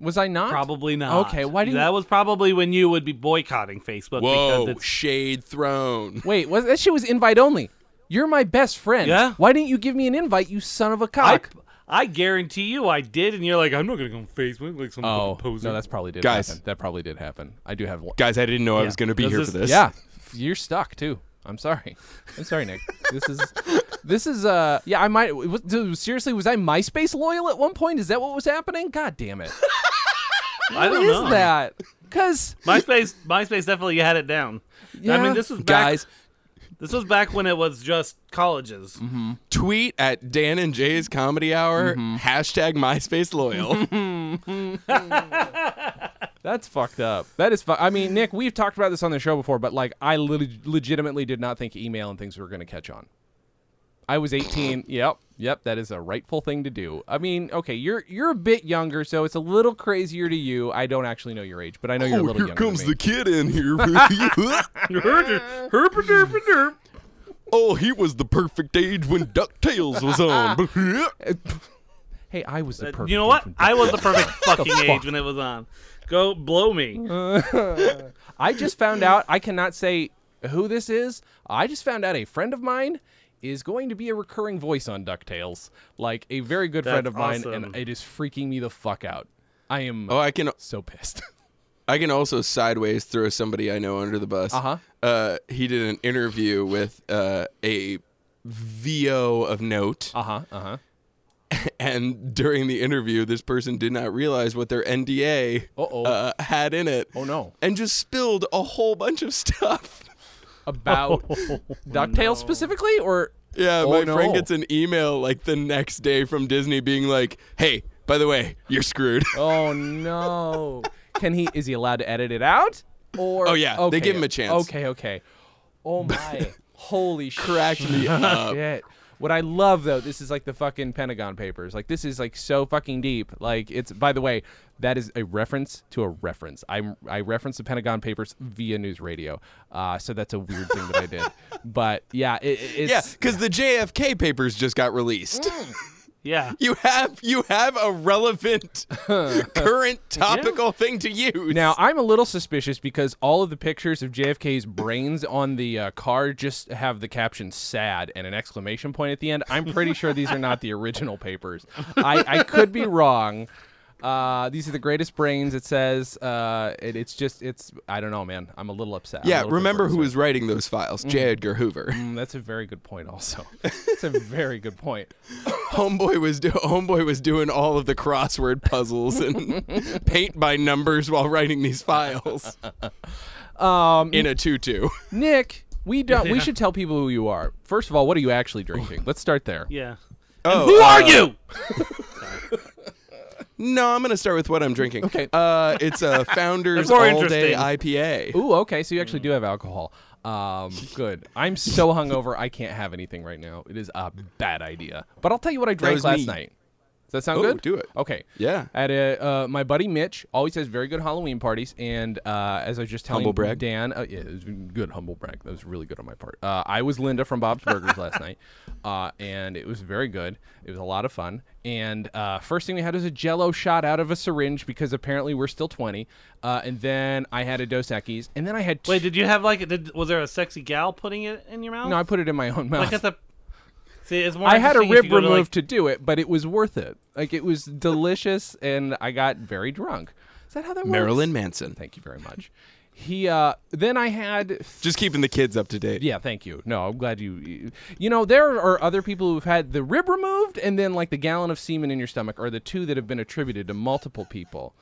S2: Was I not?
S1: Probably not.
S2: Okay, why do you-
S1: That was probably when you would be boycotting Facebook
S5: Whoa,
S1: because it's
S5: shade thrown.
S2: Wait, was that shit was invite only? You're my best friend.
S1: Yeah.
S2: Why didn't you give me an invite, you son of a
S1: I,
S2: cock?
S1: I guarantee you I did and you're like I'm not going to go on Facebook like some
S2: oh,
S1: fucking poser.
S2: no, that's probably did
S5: Guys.
S2: happen. That probably did happen. I do have one.
S5: Guys, I didn't know I
S1: Yeah.
S5: was going to be
S1: Does
S5: here
S1: this-
S5: for this.
S2: Yeah, f- you're stuck too. I'm sorry. I'm sorry, Nick. This is this is uh yeah. I might was, dude, seriously was I MySpace loyal at one point? Is that what was happening? God damn it!
S1: I
S2: What
S1: don't
S2: is
S1: know.
S2: that? Because
S1: MySpace MySpace definitely had it down. I
S2: Yeah.
S1: mean this was back,
S5: Guys,
S1: this was back when it was just colleges. [laughs]
S5: tweet at Dan and Jay's Comedy Hour,
S1: Mm-hmm.
S5: hashtag
S1: [laughs]
S5: MySpace loyal.
S2: That's fucked up. That is fu- I mean, Nick, we've talked about this on the show before, but like, I le- legitimately did not think email and things were going to catch on. I was 18. [coughs] yep, yep. That is a rightful thing to do. I mean, okay, you're you're a bit younger, so it's a little crazier to you. I don't actually know your age, but I know you're a
S5: Oh,
S2: little
S5: here
S2: younger.
S5: comes
S2: than
S5: the
S2: me.
S5: kid in [laughs] here with you.
S1: Herp a derp a derp.
S5: oh, he was the perfect age when DuckTales was
S1: [laughs]
S5: on.
S2: Hey, I was the
S1: Uh,
S2: perfect.
S1: you know what?
S2: infant.
S1: I was the perfect fucking age when it was on. Go blow me.
S2: I just found out. I cannot say who this is. I just found out a friend of mine is going to be a recurring voice on Ducktales, like a very good friend
S1: That's
S2: of mine,
S1: awesome.
S2: and it is freaking me the fuck out. I am
S5: oh, I can
S2: so pissed. [laughs]
S5: I can also sideways throw somebody I know under the bus.
S2: Uh-huh.
S5: Uh, he did an interview with uh, a VO of note,
S2: Uh huh. Uh huh.
S5: and during the interview, this person did not realize what their NDA
S2: Uh-oh.
S5: uh, had in it.
S2: Oh no.
S5: And just spilled a whole bunch of [laughs] stuff. [laughs]
S2: About
S5: Oh,
S2: Ducktales specifically, or
S5: Yeah,
S2: Oh,
S5: my
S2: no.
S5: friend gets an email like the next day from Disney being like, "Hey, by the way, you're screwed." [laughs]
S2: oh no. Can he? Is he allowed to edit it out? Or
S5: Oh, yeah, they give him a chance.
S2: Okay. Okay. [laughs] Oh my. Holy
S5: Cracked me up.
S2: Shit. What I love though, this is like the fucking Pentagon Papers. Like this is like so fucking deep. Like it's by the way, that is a reference to a reference. I I referenced the Pentagon Papers via news radio, uh, so that's a weird thing that I
S5: [laughs]
S2: did. But yeah, it, it-
S5: Yeah,
S2: it's
S5: because the JFK papers just got released.
S1: Yeah.
S5: [laughs] You have you have a
S2: [laughs]
S5: relevant, current, topical thing to use.
S2: Now I'm a little suspicious because all of the pictures of JFK's brains on the uh, car just have the caption "sad" and an exclamation point at the end. I'm pretty sure these are not the original papers. I, I could be wrong. Uh, these are the greatest brains. It says uh, it, it's just it's I don't know, man. I'm a little upset. I'm a
S5: Yeah,
S2: little
S5: remember
S2: perplexed.
S5: who was writing those files?
S2: Mm-hmm.
S5: J. Edgar Hoover.
S2: Mm, that's a very good point. Also, it's a very good point.
S5: Homeboy was do- Homeboy was doing all of the crossword
S2: [laughs]
S5: puzzles and paint by numbers while writing these files
S2: Um,
S5: in a tutu.
S2: [laughs] Nick, we don't. We should tell people who you are. First of all, what are you actually drinking? Let's start there.
S1: Yeah.
S5: Oh,
S1: Who are you?
S5: No, I'm gonna start with what I'm drinking.
S2: Okay.
S5: Uh, it's
S2: [laughs]
S5: a Founders
S1: more
S5: All Day
S1: interesting.
S5: [laughs] IPA.
S2: Ooh, okay. So you actually
S5: Mm.
S2: do have alcohol. Um, good. I'm so hungover. I can't have anything right now. It is a bad idea. But I'll tell you what I drank
S5: was
S2: last
S5: me.
S2: night. Does that sound
S5: Ooh,
S2: good?
S5: do it.
S2: Okay.
S5: Yeah.
S2: At a, uh, my buddy Mitch always has very good Halloween parties, and uh, as I was just telling
S5: Humble brag.
S2: Dan, uh, yeah, it was good humble brag. That was really good on my part. Uh, I was Linda from Bob's
S1: [laughs]
S2: Burgers last night, uh, and it was very good. It was a lot of fun. And uh, first thing we had was a Jello shot out of a syringe because apparently we're still twenty. Uh, and then I had a Dos Equis, and then I had
S1: Wait, did you have like? Did, was there a sexy gal putting it in your mouth?
S2: no, I put it in my own mouth.
S1: Like at the. See, it's more.
S2: I had a
S1: interesting if
S2: rib
S1: you go
S2: removed
S1: to,
S2: to,
S1: like,
S2: do it, but it was worth it. Like it was delicious, and I got very drunk. Is that how that works?
S5: Marilyn Manson.
S2: Thank you very much. He uh, then I had
S5: Just keeping the kids up to date.
S2: yeah, thank you. No, I'm glad you. You know, there are other people who've had the rib removed, and then like the gallon of semen in your stomach are the two that have been attributed to multiple people.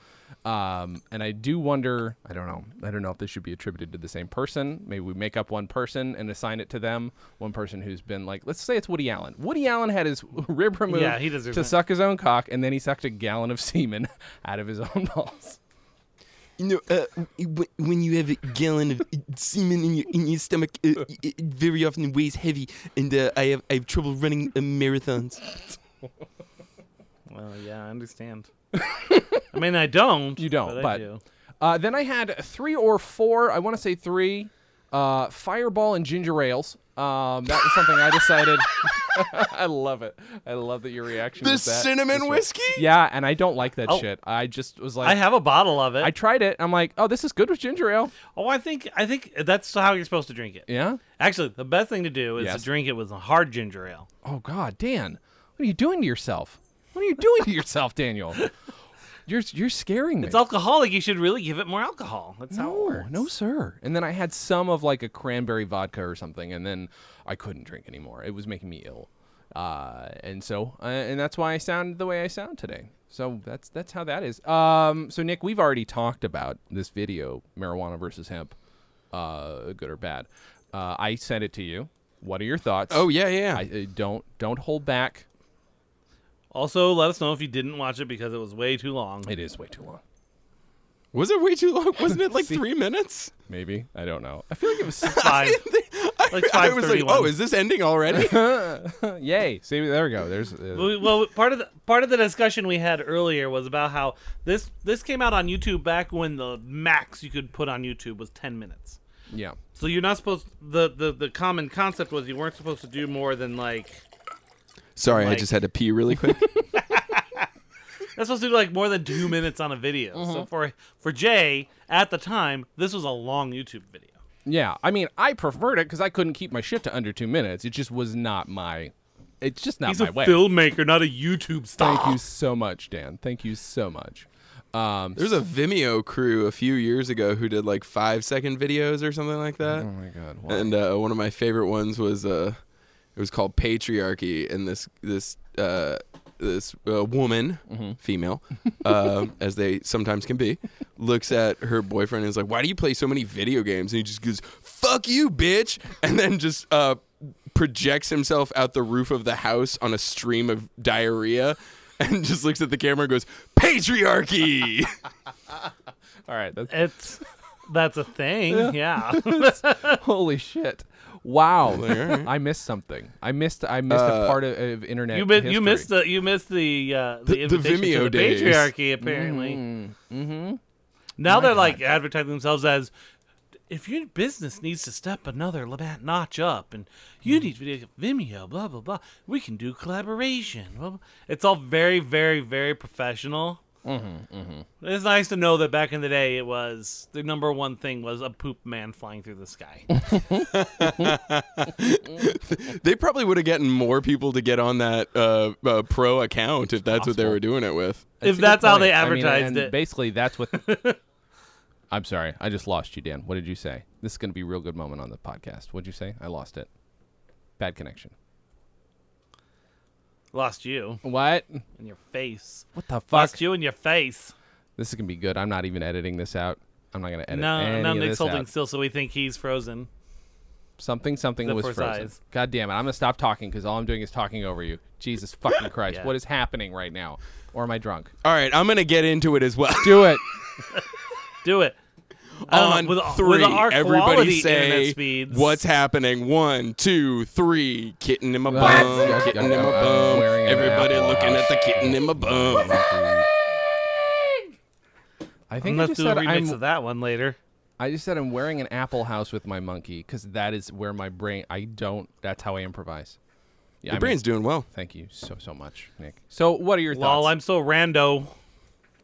S2: Um, and I do wonder. I don't know. I don't know if this should be attributed to the same person. Maybe we make up one person and assign it to them. One person who's been like, let's say it's Woody Allen. Woody Allen had his [laughs] rib removed
S1: Yeah, he deserves
S2: to
S1: it.
S2: suck his own cock, and then he sucked a gallon of [laughs] semen out of his own balls.
S5: You know, uh, w- when you have a gallon of uh, semen in your in your stomach,
S2: [laughs]
S5: uh, it it very often weighs heavy, and uh, I have I have trouble running uh, marathons.
S1: Well, yeah, I understand. I mean, I don't.
S2: You don't,
S1: I
S2: but,
S1: do.
S2: Uh, then I had three or four. I want to say three. Uh, Fireball and ginger ales. Um, that was something I decided. [laughs] I love it. I love that your reaction.
S5: The
S2: was that.
S5: cinnamon
S2: Just-
S5: whiskey?
S2: Yeah, and I don't like that
S1: Oh.
S2: shit. I just was
S1: I
S2: like, I,
S1: have a bottle of it.
S2: tried it. I'm like, oh, this is good with ginger ale.
S1: oh, I think I think that's how you're supposed to drink it.
S2: Yeah.
S1: Actually, the best thing to do is
S2: Yes.
S1: to drink it with a hard ginger ale.
S2: Oh God, Dan, what are you doing to yourself? What are you doing to yourself, Daniel? You're you're scaring me.
S1: It's alcoholic. You should really give it more alcohol. That's how it
S2: No,
S1: works.
S2: no, sir. And then I had some of like a cranberry vodka or something, and then I couldn't drink anymore. It was making me ill, uh, and so uh, and that's why I sound the way I sound today. So that's that's how that is. Um, so Nick, we've already talked about this video, marijuana versus hemp, uh, good or bad. Uh, I sent it to you. What are your thoughts?
S5: Oh yeah, yeah.
S2: I, uh, don't don't hold back.
S1: Also, let us know if you didn't watch it because it was way too long.
S2: It is way too long.
S5: Was it way too long? Wasn't it like three minutes?
S2: Maybe I don't know. I feel like it was
S1: [laughs]
S2: [laughs]
S5: [laughs]
S1: Five.
S5: I,
S1: Like
S5: I was like,
S1: 5:31.
S5: oh, is this ending already?
S1: [laughs]
S2: yay. See, there we go. There's uh,
S1: Well, we- well, part of the part of the discussion we had earlier was about how this this came out on YouTube back when the max you could put on YouTube was ten minutes.
S2: yeah.
S1: So you're not supposed the the the common concept was you weren't supposed to do more than like
S5: Sorry, I
S1: Like-
S5: just had to pee really quick.
S1: that's supposed to do like more than
S2: [laughs]
S1: two minutes on a video.
S2: Mm-hmm.
S1: So for for Jay at the time, this was a long YouTube video.
S2: Yeah, I mean, I preferred it because I couldn't keep my shit to under two minutes. It just was not my. It's just not
S1: He's
S2: my
S1: a
S2: way.
S1: filmmaker, not a YouTube star.
S2: Thank you so much, Dan. Thank you so much. Um,
S5: There's a Vimeo crew a few years ago who did like five second videos or something like that.
S2: oh my god. Well,
S5: and uh, one of my favorite ones was uh, it was called Patriarchy, and this this uh, this uh, woman,
S2: Mm-hmm.
S5: female,
S2: [laughs]
S5: um, as they sometimes can be, looks at her boyfriend and is like, "Why do you play so many video games?" And he just goes, "Fuck you, bitch!" And then just uh, projects himself out the roof of the house on a stream of diarrhea. And [laughs] just looks at the camera and goes,
S2: [laughs]
S5: Patriarchy!
S2: all right. That's,
S1: It's that's a thing. Yeah.
S2: [laughs] holy shit. Wow.
S5: alright.
S2: [laughs] I missed something. I missed. I missed a part of, of internet.
S1: you missed you
S2: history.
S1: missed the you missed the uh, the,
S5: the
S1: invitation
S5: Vimeo
S1: to the
S5: days.
S1: patriarchy apparently. Mm-hmm. Now they're like advertising themselves as if your business needs to step another la- that notch up and
S2: Mm-hmm.
S1: you need video Vimeo blah blah blah we can do collaboration. Blah, blah. It's all very very very professional.
S2: Mm-hmm.
S1: It's nice to know that back in the day, it was the number one thing was a poop man flying through the
S2: [laughs]
S1: sky.
S5: They probably would have gotten more people to get on that uh, uh, pro account if that's what they were doing it with.
S1: if
S2: a good
S1: that's how they
S2: point. I mean,
S1: advertised
S2: and
S1: it,
S2: Basically,
S1: [laughs]
S2: that's what. I'm sorry, I just lost you, Dan. What did you say? This is going to be a real good moment on the podcast. What'd you say? I lost it. Bad connection.
S1: lost you
S2: What?
S1: in your face.
S2: What the fuck?
S1: Lost you in your face.
S2: This is going to be good. I'm not even editing this out. I'm not going to edit
S1: No,
S2: any
S1: no,
S2: of
S1: Nick's
S2: this out.
S1: holding still, so we think he's frozen.
S2: Something, something
S1: Except
S2: was
S1: for his
S2: frozen.
S1: eyes.
S2: God damn it! I'm gonna stop talking because all I'm doing is talking over you.
S1: [laughs]
S2: Jesus fucking Christ!
S1: Yeah.
S2: What is happening right now? Or am I drunk?
S5: All right, I'm gonna get into it as well.
S2: Do it.
S1: Do it. [laughs] I don't know,
S5: on
S1: with, with
S5: three,
S1: our
S5: everybody
S1: quality internet
S5: say
S1: speeds,
S5: what's happening. One, two, three. Kitten in my bum.
S2: it?
S5: Kitten in my
S2: I'm
S5: bum.
S2: wearing an
S5: Everybody
S2: Apple
S5: looking at the kitten in my bum.
S2: I think I
S1: Let's
S2: just
S1: do a
S2: said
S1: remix
S2: I'm.
S1: of that one later.
S2: I just said I'm wearing an apple house with my monkey because that is where my brain. I don't. That's how I improvise. Yeah, I
S5: Your
S2: mean,
S5: brain's doing well.
S2: Thank you so so much, Nick. So what are your
S1: Lol,
S2: thoughts?
S1: I'm so rando.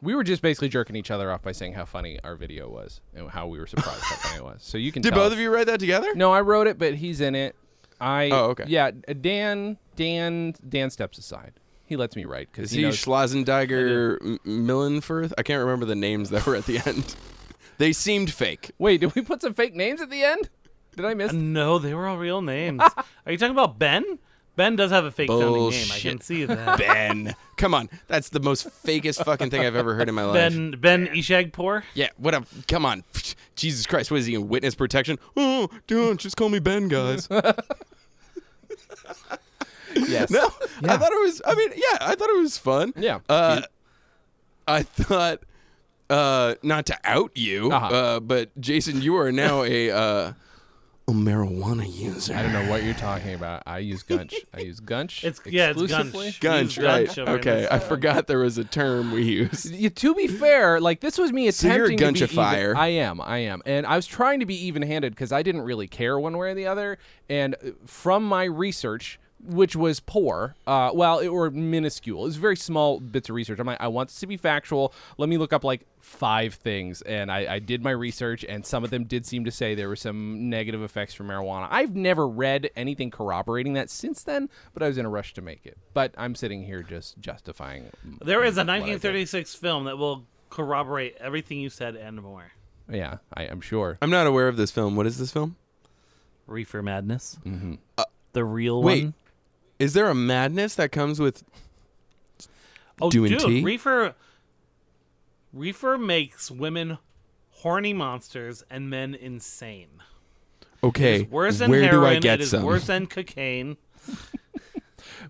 S2: we were just basically jerking each other off by saying how funny our video was and how we were surprised how funny it was. So you can.
S5: Did
S2: tell
S5: both
S2: us-
S5: of you write that together?
S2: No, I wrote it, but he's in it. I
S5: Oh, okay.
S2: Yeah, uh, Dan Dan Dan steps aside. He lets me write because
S5: Is
S2: he,
S5: he
S2: knows-
S5: Schlosendeiger M- Millenfirth? I can't remember the names that were at the end. [laughs] They seemed fake.
S2: Wait, did we put some fake names at the end? Did I miss?
S1: No, they were all real
S2: [laughs]
S1: names. Are you talking about Ben? Ben does have a fake sounding name. I can
S5: Bullshit.
S1: see that.
S5: Ben. Come on. That's the most fakest fucking thing I've ever heard in my life.
S1: ben Ben Ishagpour.
S5: Yeah, what a come on. Jesus Christ, what is he in witness protection? Oh, don't just call me Ben, guys. no,
S2: yes.
S5: I thought it was I mean, yeah, I thought it was fun.
S2: Yeah.
S5: Uh, I thought uh not to out you, uh
S2: Uh-huh.
S5: but Jason, you are now a uh a marijuana user.
S2: I don't know what you're talking about. I use Gunch. I use Gunch.
S1: It's yeah, it's
S2: exclusively.
S1: Gunch.
S5: Gunch,
S1: He's
S5: right?
S1: Gunch over in
S5: okay,
S1: this
S5: I
S1: one.
S5: forgot there was a term we use.
S2: Yeah, to be fair, like this was me
S5: So you're a
S2: attempting to be
S5: Gunchifier.
S2: even- I am, I am, and I was trying to be even-handed because I didn't really care one way or the other. And uh, from my research, which was poor, uh, well, it, or minuscule, it was very small bits of research. I'm like, I want this to be factual. Let me look up like five things, and I, I did my research, and some of them did seem to say there were some negative effects from marijuana. I've never read anything corroborating that since then, but I was in a rush to make it. But I'm sitting here just justifying.
S1: There is a
S2: what I did.
S1: 1936 film that will corroborate everything you said and more.
S2: Yeah, I, I'm sure.
S5: I'm not aware of this film. What is this film?
S1: Reefer Madness. Mm-hmm. the real
S5: wait.
S1: one.
S5: Is there a madness that comes with
S1: Oh,
S5: doing
S1: dude,
S5: tea?
S1: Reefer. Reefer makes women horny monsters and men insane.
S5: okay?
S1: Worse than
S5: where
S1: heroin.
S5: do I get
S1: it is
S5: some?
S1: worse than cocaine.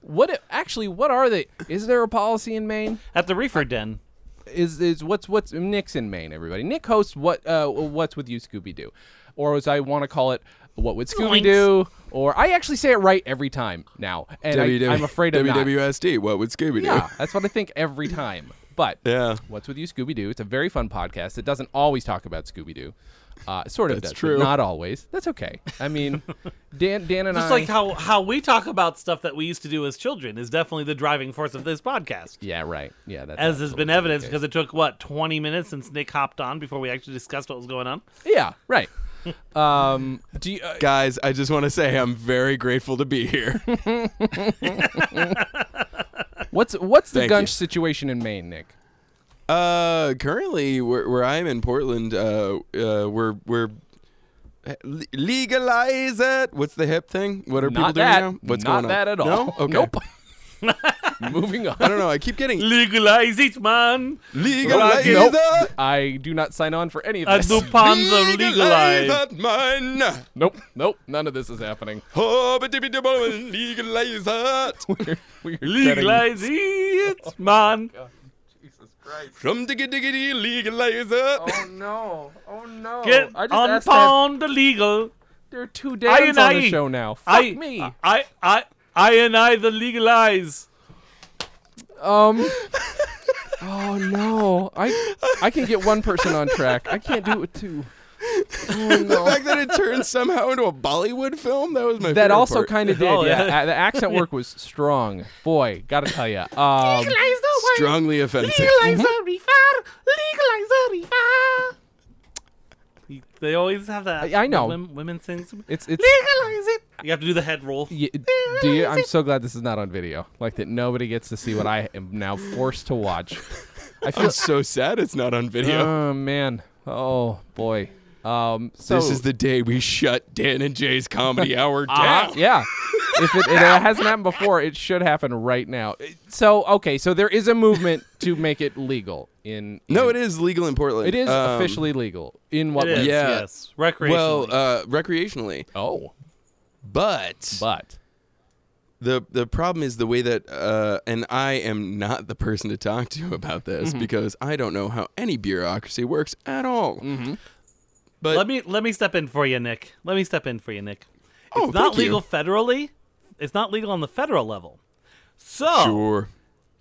S2: What actually? What are they? Is there a policy in Maine?
S1: At the Reefer Den.
S2: Is is what's what's Nick's in Maine? Everybody, Nick hosts what? Uh, what's with you, Scooby Doo, or as I want to call it, what would Scooby Doo? Or I actually say it right every time now, and I,
S5: WW-
S2: am afraid of not.
S5: WWSD. What would Scooby do?
S2: Yeah, that's what I think every time. But
S5: Yeah.
S2: what's with you, Scooby Doo? It's a very fun podcast. It doesn't always talk about Scooby Doo. Uh, it sort of
S5: That's
S2: does, but
S5: true.
S2: not always. That's okay. I mean, Dan, Dan, and
S1: Just
S2: I.
S1: like how, how we talk about stuff that we used to do as children is definitely the driving force of this podcast.
S2: yeah, right. Yeah, that's
S1: As has been
S2: absolutely the
S1: evidenced
S2: case.
S1: because it took, what, 20 minutes since Nick hopped on before we actually discussed what was going on?
S2: Yeah, right. Um, do you, uh,
S5: [laughs] Guys, I just want to say I'm very grateful to be
S2: [laughs]
S5: here.
S2: What's what's the
S5: Thank
S2: Gunch
S5: you.
S2: situation in Maine, Nick?
S5: uh, currently, where, where I'm in Portland, uh, uh, we're we're le- legalize it. What's the hip thing? What are people
S2: Not
S5: doing
S2: that.
S5: now? What's
S2: not
S5: going on?
S2: that at all.
S5: No. Okay.
S2: Nope. [laughs] Moving
S5: [laughs] I
S2: on.
S5: don't know. I
S2: [laughs]
S5: keep getting
S1: Legalize it, man.
S5: legalize
S2: Nope.
S5: it.
S2: I do not sign on for any of
S1: A
S2: this.
S1: Dupanzo legalize.
S5: it, man.
S2: [laughs] Nope. Nope. None of this is happening.
S5: Oh, but dippy double and legalize it.
S2: [laughs] We're, we're setting-
S1: Legalize it, man.
S2: Oh,
S5: From diggy diggity, legalize it.
S2: Oh, no. Oh no.
S1: Get
S2: I just
S1: on
S2: asked to have-
S1: pound the legal.
S2: there are two days on the
S1: I-
S2: show now. Fuck
S1: I,
S2: me.
S1: I, I, I, and I the legalize.
S5: [laughs]
S2: um. Oh no. I I can get one person on track. I can't do it with
S5: [laughs]
S2: two. Oh
S5: The
S2: no.
S5: fact that it turned somehow into a Bollywood film, that was my
S2: That
S5: favorite
S2: also
S5: part. [laughs]
S2: kind of did,
S1: Oh,
S2: yeah.
S1: yeah.
S2: Uh, The accent work was strong. Boy, gotta tell you. Um, Mm-hmm.
S1: Legalize the
S5: Strongly offensive.
S1: They always have that.
S2: I- I know.
S1: Women, women sings.
S2: It's it's.
S1: Legalize it. You have to do the head roll.
S2: y- do you, I'm so glad this is not on video. Like that nobody gets to see what I am now forced to
S5: [laughs]
S2: watch. I feel
S5: [laughs] I'm so sad it's not on video.
S2: Oh man. Oh boy. Um. So
S5: this is the day we shut Dan and Jay's
S2: [laughs]
S5: comedy hour down.
S1: Ah,
S2: Uh-huh, yeah. If it, it hasn't happened before, it should happen right now. So okay. So there is a movement to make it legal in.
S5: No,
S2: in-
S5: it is legal in Portland.
S2: It is
S5: Um,
S2: officially legal in what?
S1: It is.
S2: way?
S5: Yeah.
S1: Yes. Recreationally.
S5: well uh, recreationally,
S2: Oh,
S5: but,
S2: but
S5: the the problem is the way that uh, and I am not the person to talk to about this
S2: Mm-hmm.
S5: because I don't know how any bureaucracy works at all.
S2: Mm-hmm.
S5: But
S1: let me let me step in for you, Nick. Let me step in for you, Nick.
S5: Oh,
S1: it's not
S5: thank you.
S1: legal federally. It's not legal on the federal level. So
S5: sure,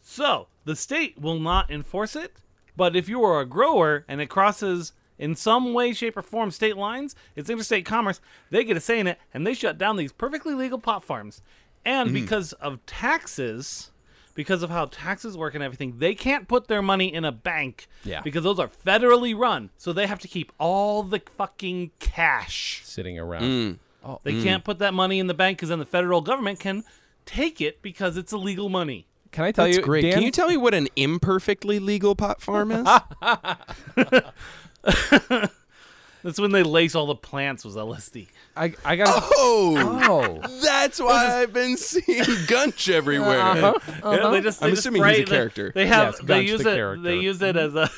S1: So the state will not enforce it, but if you are a grower and it crosses in some way, shape, or form state lines, it's interstate commerce, they get a say in it and they shut down these perfectly legal pot farms. And because of taxes, because of how taxes work and everything, they can't put their money in a bank
S2: Yeah.
S1: because those are federally run. So they have to keep all the fucking cash.
S2: sitting around.
S5: Mm.
S1: They can't put that money in the bank because then the federal government can take it because it's illegal money.
S2: Can I tell
S5: that's
S2: you?
S5: great.
S2: Dan,
S5: Can you tell me what an imperfectly legal pot
S2: [laughs]
S5: farm is?
S1: That's when they lace all the plants was
S2: [laughs]
S1: LSD.
S2: I I got.
S5: [laughs] oh,
S2: Oh.
S5: that's why I've been seeing Gunch everywhere.
S1: Yeah, they just,
S5: I'm
S1: they just
S5: assuming he's a
S1: spray- they-
S5: character.
S1: They, have
S2: Uh-huh. Yes,
S1: they
S2: Gunch
S1: use it
S2: the character. Mm-hmm.
S1: they use it as a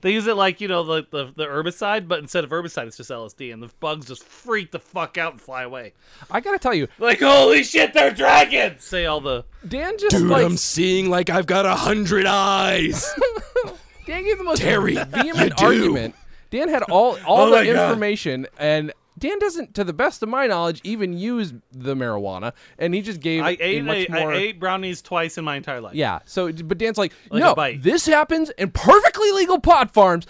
S1: they use it like you know the, the the herbicide, but instead of herbicide, it's just LSD, and the bugs just freak the fuck out and fly away.
S2: I gotta tell you,
S1: Like holy shit, they're dragons! Say all the
S2: Dan just
S5: Dude,
S2: like
S5: I'm seeing like I've got a hundred eyes.
S2: Dan gave the most
S5: Terry,
S2: [laughs]
S5: you
S2: vehement
S5: do.
S2: argument. Dan had all all
S5: Oh
S2: the
S5: my God.
S2: information, and Dan doesn't, to the best of my knowledge, even use the marijuana, and he just gave
S1: I
S2: a
S1: ate
S2: much
S1: a,
S2: more.
S1: I ate brownies twice in my entire life.
S2: Yeah. So, but Dan's like,
S1: Like
S2: no,
S1: a bite."
S2: this happens in perfectly legal pot farms.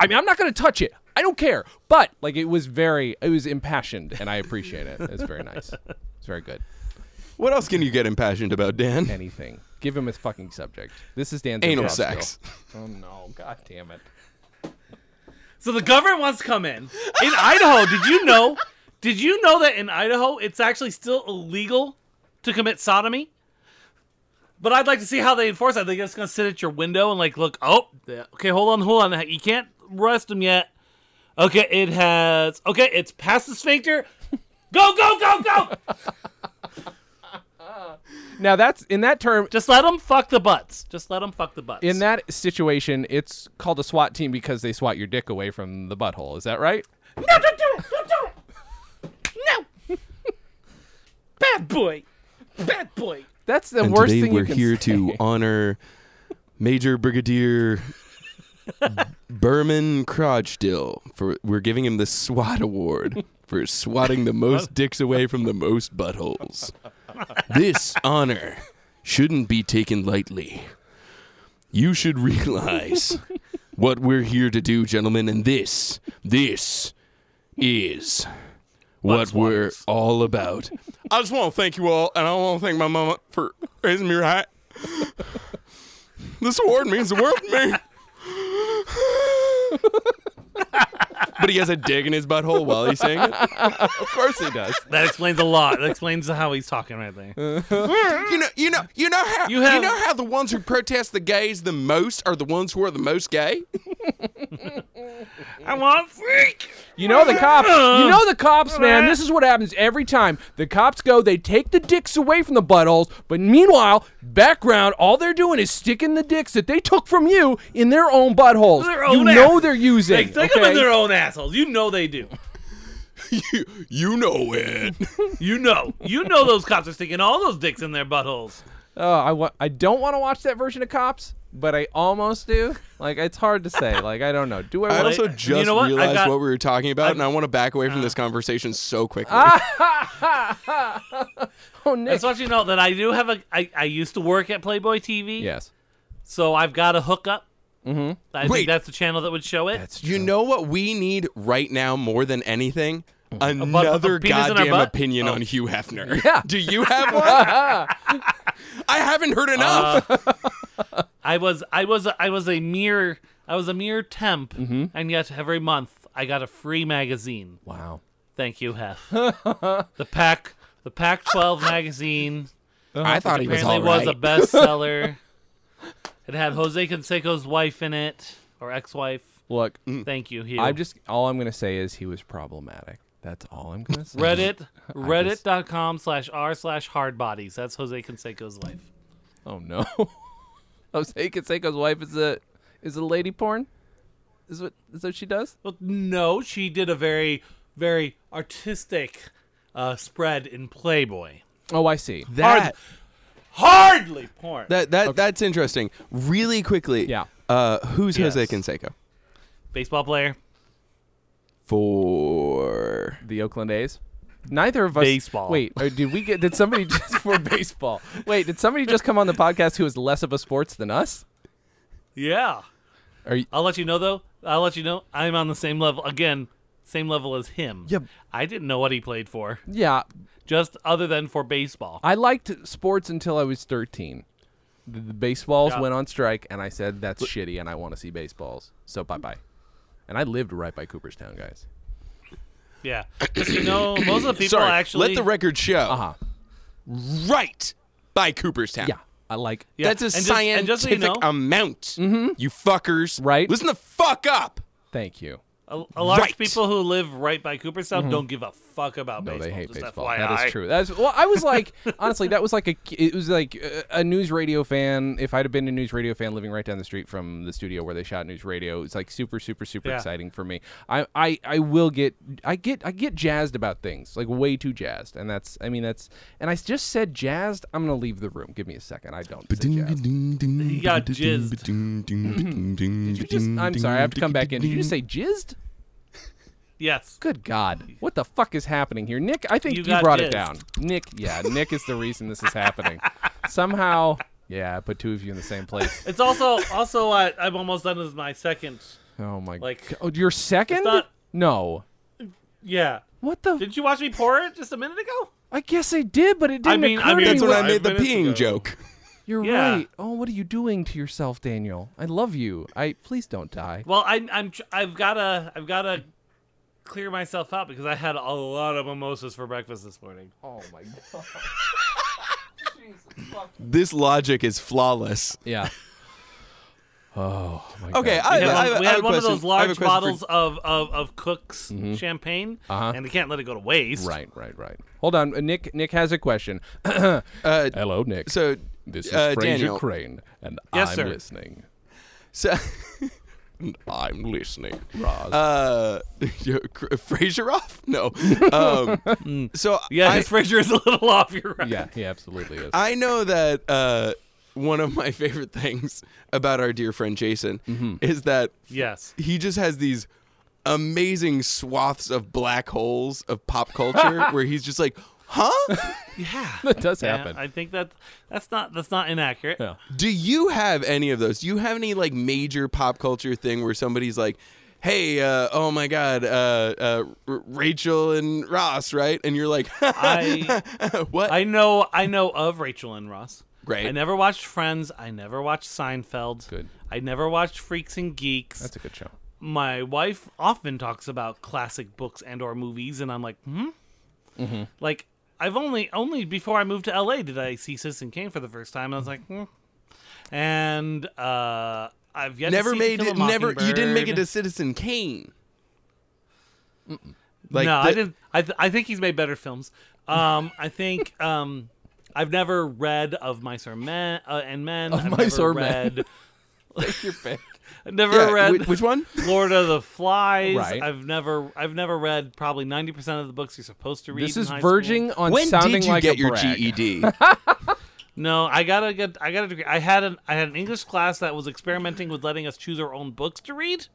S2: I mean, I'm not going to touch it. I don't care. But like, it was very, it was impassioned, and I appreciate it. It's very nice. It's very good.
S5: [laughs] what else can you get impassioned about, Dan?
S2: Anything. Give him his fucking subject. This is Dan's
S5: [laughs] Anal
S2: improv skill.
S5: sex.
S2: Oh no! God damn it!
S1: So the government wants to come in in Idaho. Did you know? Did you know that in Idaho it's actually still illegal to commit sodomy? But I'd like to see how they enforce that. They're just gonna sit at your window and like look. Oh, yeah, okay, hold on, hold on. You can't arrest them yet. Okay, it has. Okay, it's past the sphincter. Go, go, go, go!
S2: Now that's in that term.
S1: Just let them fuck the butts. Just let them fuck the butts.
S2: In that situation, it's called a SWAT team because they swat your dick away from the butthole. Is that right?
S1: no, don't do it! Don't do it! No, bad boy, bad boy.
S2: That's the
S5: and
S2: worst
S5: today
S2: thing
S5: we're
S2: you can
S5: here
S2: say.
S5: to honor Major Brigadier Berman Crotchdill for we're giving him the
S2: [laughs]
S5: SWAT award for swatting the most dicks away from the most buttholes. This honor shouldn't be taken lightly. You
S1: [laughs]
S5: should realize what we're here to do, gentlemen, and this this is what we're
S1: swatters.
S5: all about. I just want to thank you all, and I want to thank my mama for raising me right. This award means the world to me. but he has a dig in his butthole while he's saying it.
S2: Of course he does.
S1: That explains a lot. That explains how he's talking right
S2: Uh.
S1: there.
S5: You know, you know, you know how
S1: You have-
S5: you know how the ones who protest the gays the most are the ones who are the most gay. [laughs]
S1: I want freak.
S2: You know the cops. You know the cops, man. This is what happens every time. The cops go, they take the dicks away from the buttholes, but meanwhile, background, all they're doing is sticking the dicks that they took from you in their own buttholes.
S1: Their
S2: you
S1: own
S2: know
S1: ass.
S2: they're using.
S1: They stick them
S2: okay?
S1: in their own assholes. You know they do.
S5: you, you know it.
S1: You know. You know those cops are sticking all those dicks in their buttholes.
S2: Oh, I wa- I don't want to watch that version of Cops, but I almost do. Like it's hard to say. Like I don't know. Do I?
S5: I
S2: want
S5: also
S1: you
S5: just
S1: know what? I
S5: realized
S1: got- Uh.
S5: what we were talking about, and I want to back away from this conversation so quickly.
S1: Ah!
S2: oh, Nick.
S1: That's what you know that I do have a. I, I used to work at Playboy TV.
S2: Yes.
S1: So I've got a hookup. Mm-hmm. I
S5: Wait.
S1: think that's the channel that would show it.
S2: That's
S5: you know what we need right now more than anything?
S1: butt- a
S5: Another
S1: penis in our
S5: goddamn
S1: butt?
S5: opinion on
S1: [laughs]
S5: Hugh Hefner.
S2: Yeah.
S1: Uh,
S5: Do you have one? I haven't heard enough.
S1: I was I was I was a mere I was a mere temp,
S2: Mm-hmm.
S1: and yet every month I got a free magazine.
S2: Wow.
S1: Thank you, Hef. [laughs] the pack the Pac-12 magazine
S5: I thought he was
S1: uh, apparently
S5: all right.
S1: was a bestseller. it had Jose Canseco's wife in it or ex-wife.
S2: Look,
S1: Thank you, Hugh.
S2: I'm just all I'm gonna say is he was problematic. That's all I'm gonna say.
S1: Reddit, reddit.com slash r slash hardbodies. That's Jose Canseco's life.
S2: Oh no. [laughs] Jose Canseco's wife is a is a lady porn. Is what is what she does?
S1: Well, no, she did a very, very artistic uh, spread in Playboy.
S2: Oh, I see.
S5: that,
S1: Hardly porn.
S5: that that that's interesting. Really quickly.
S2: Yeah.
S5: Uh, who's Jose
S1: Yes.
S5: Canseco?
S1: Baseball player.
S5: For
S2: The Oakland A's. Neither of us.
S1: Baseball.
S2: Wait, or did we get? Did somebody just for baseball? Wait, did somebody just come on the podcast who is less of a sports than us?
S1: Yeah.
S2: Are you,
S1: I'll let you know though. I'll let you know. I'm on the same level again. Same level as him.
S2: Yep.
S1: I didn't know what he played for,
S2: yeah,
S1: just other than for baseball.
S2: I liked sports until I was thirteen. The, the baseballs
S1: Yeah.
S2: went on strike, and I said that's shitty, and I want to see baseballs. So bye bye. And I lived right by Cooperstown, guys.
S1: Yeah. 'Cause, you
S5: [coughs]
S1: know, most of the people
S5: sorry,
S1: actually
S5: let the record show.
S2: Uh-huh.
S5: Right by Cooperstown.
S2: Yeah, I like.
S1: Yeah.
S5: That's a
S1: and just-
S5: scientific
S1: and just so you know, Mm-hmm.
S5: amount. You fuckers.
S2: Right.
S5: Listen the fuck up.
S2: Thank you.
S1: A, a lot
S5: Right. Mm-hmm.
S1: of people who live right by Cooperstown don't give a fuck about
S2: No,
S1: baseball.
S2: they hate
S1: just
S2: baseball.
S1: FYI.
S2: That is true. That's well. I was like, [laughs] honestly, that was like a. It was like uh, a news radio fan. If I'd have been a news radio fan living right down the street from the studio where they shot news radio, it's like super, super, super
S1: Yeah.
S2: exciting for me. I, I, I will get. I get. I get jazzed about things. Like way too jazzed. And that's. I mean, that's. And I just said jazzed. I'm gonna leave the room. Give me a second. I don't. Say jazzed.
S1: He got jizzed. [clears throat]
S2: You just, I'm sorry. I have to come back in. Did you just say jizzed?
S1: Yes.
S2: Good God. What the fuck is happening here? Nick, I think
S1: You
S2: you,
S1: got
S2: brought it
S1: jizzed.
S2: down. Nick, yeah, Nick is the reason this is happening. Somehow, yeah, I put two of you in the same place.
S1: It's also also I, I'm almost done with my second.
S2: Oh my
S1: Like-
S2: g- Oh, your second?
S1: not-
S2: No.
S1: Yeah.
S2: What the?
S1: Didn't you watch me pour it just a minute ago?
S2: I guess I did, but it didn't
S1: mean-
S2: occur
S1: I mean-
S2: to
S5: That's
S2: me.
S5: when I
S1: Five
S5: made the
S1: minutes
S5: peeing
S1: ago.
S5: joke.
S2: You're
S1: Yeah.
S2: right. Oh, what are you doing to yourself, Daniel? I love you. I please don't die.
S1: Well, I, I'm tr- I've gotta I've gotta clear myself out because I had a lot of mimosas for breakfast this morning.
S2: Oh my god.
S5: This logic is flawless.
S2: [laughs] Yeah. Oh my god.
S5: Okay, I,
S1: We had
S5: I,
S1: one,
S5: I,
S1: we
S5: I
S1: had
S5: have a
S1: one of
S5: question.
S1: those
S5: I have
S1: large
S5: a question for- Mm-hmm.
S1: bottles of, of of Cook's champagne,
S2: Uh-huh.
S1: and they can't let it go to waste.
S2: Right, right, right. Hold on. Uh, Nick Nick has a question. [coughs]
S5: uh,
S2: Hello, Nick.
S5: so,
S2: This is
S5: uh,
S2: Fraser
S5: Daniel.
S2: Crane, and
S1: Yes,
S2: I'm
S1: sir.
S2: listening.
S5: so [laughs] I'm listening.
S2: Roz.
S5: Uh, [laughs] Fraseroff? No.
S1: [laughs]
S5: Um, so
S1: Mm. Yeah, [laughs]
S5: I-
S1: his fridge is a little off. You're right.
S2: yeah, he absolutely is.
S5: [laughs] I know that uh, one of my favorite things about our dear friend Jason
S1: Mm-hmm.
S5: is that
S1: Yes.
S5: he just has these amazing swaths of black holes of pop
S1: [laughs]
S5: culture where he's just like, huh?
S1: Yeah.
S2: that does
S1: Yeah,
S2: happen.
S1: I think that that's not that's not inaccurate.
S2: Yeah.
S5: Do you have any of those? Do you have any like major pop culture thing where somebody's like, hey, uh, oh my God, uh, uh, R- Rachel and Ross, right? And
S1: [laughs]
S5: you're like,
S1: I
S5: [laughs] what?
S1: I know I know of Rachel and Ross.
S5: Great.
S1: I never watched Friends. I never watched Seinfeld.
S2: Good.
S1: I never watched Freaks and Geeks.
S2: That's a good show.
S1: my wife often talks about classic books and or movies and i'm like hmm
S5: Mm-hmm.
S1: like i've only only before i moved to la did i see citizen kane for the first time and i was like hmm. and uh i've yet
S5: never
S1: to see
S5: made
S1: To Kill
S5: it.
S1: a
S5: Never, you didn't make it to
S1: Mockingbird.
S5: Citizen Kane.
S1: no i
S5: the-
S1: didn't I, th- I think he's made better films um i think um i've never read of mice or men uh, and men
S2: Of
S1: I've
S2: Mice
S1: never
S2: or Men.
S1: read
S2: Your pick.
S1: I've never
S5: Yeah,
S1: read
S5: whi- which [laughs] one?
S1: Lord of the Flies.
S2: Right.
S1: I've never I've never read probably ninety percent of the books you're supposed to read.
S2: This
S1: in
S2: is
S1: high
S2: verging
S1: school.
S2: on
S5: when
S2: sounding
S5: did you
S2: like
S5: get
S2: a
S5: your E
S2: brag.
S5: [laughs] GED?
S1: No, I gotta get I got a degree. I had an I had an English class that was experimenting with letting us choose our own books to read.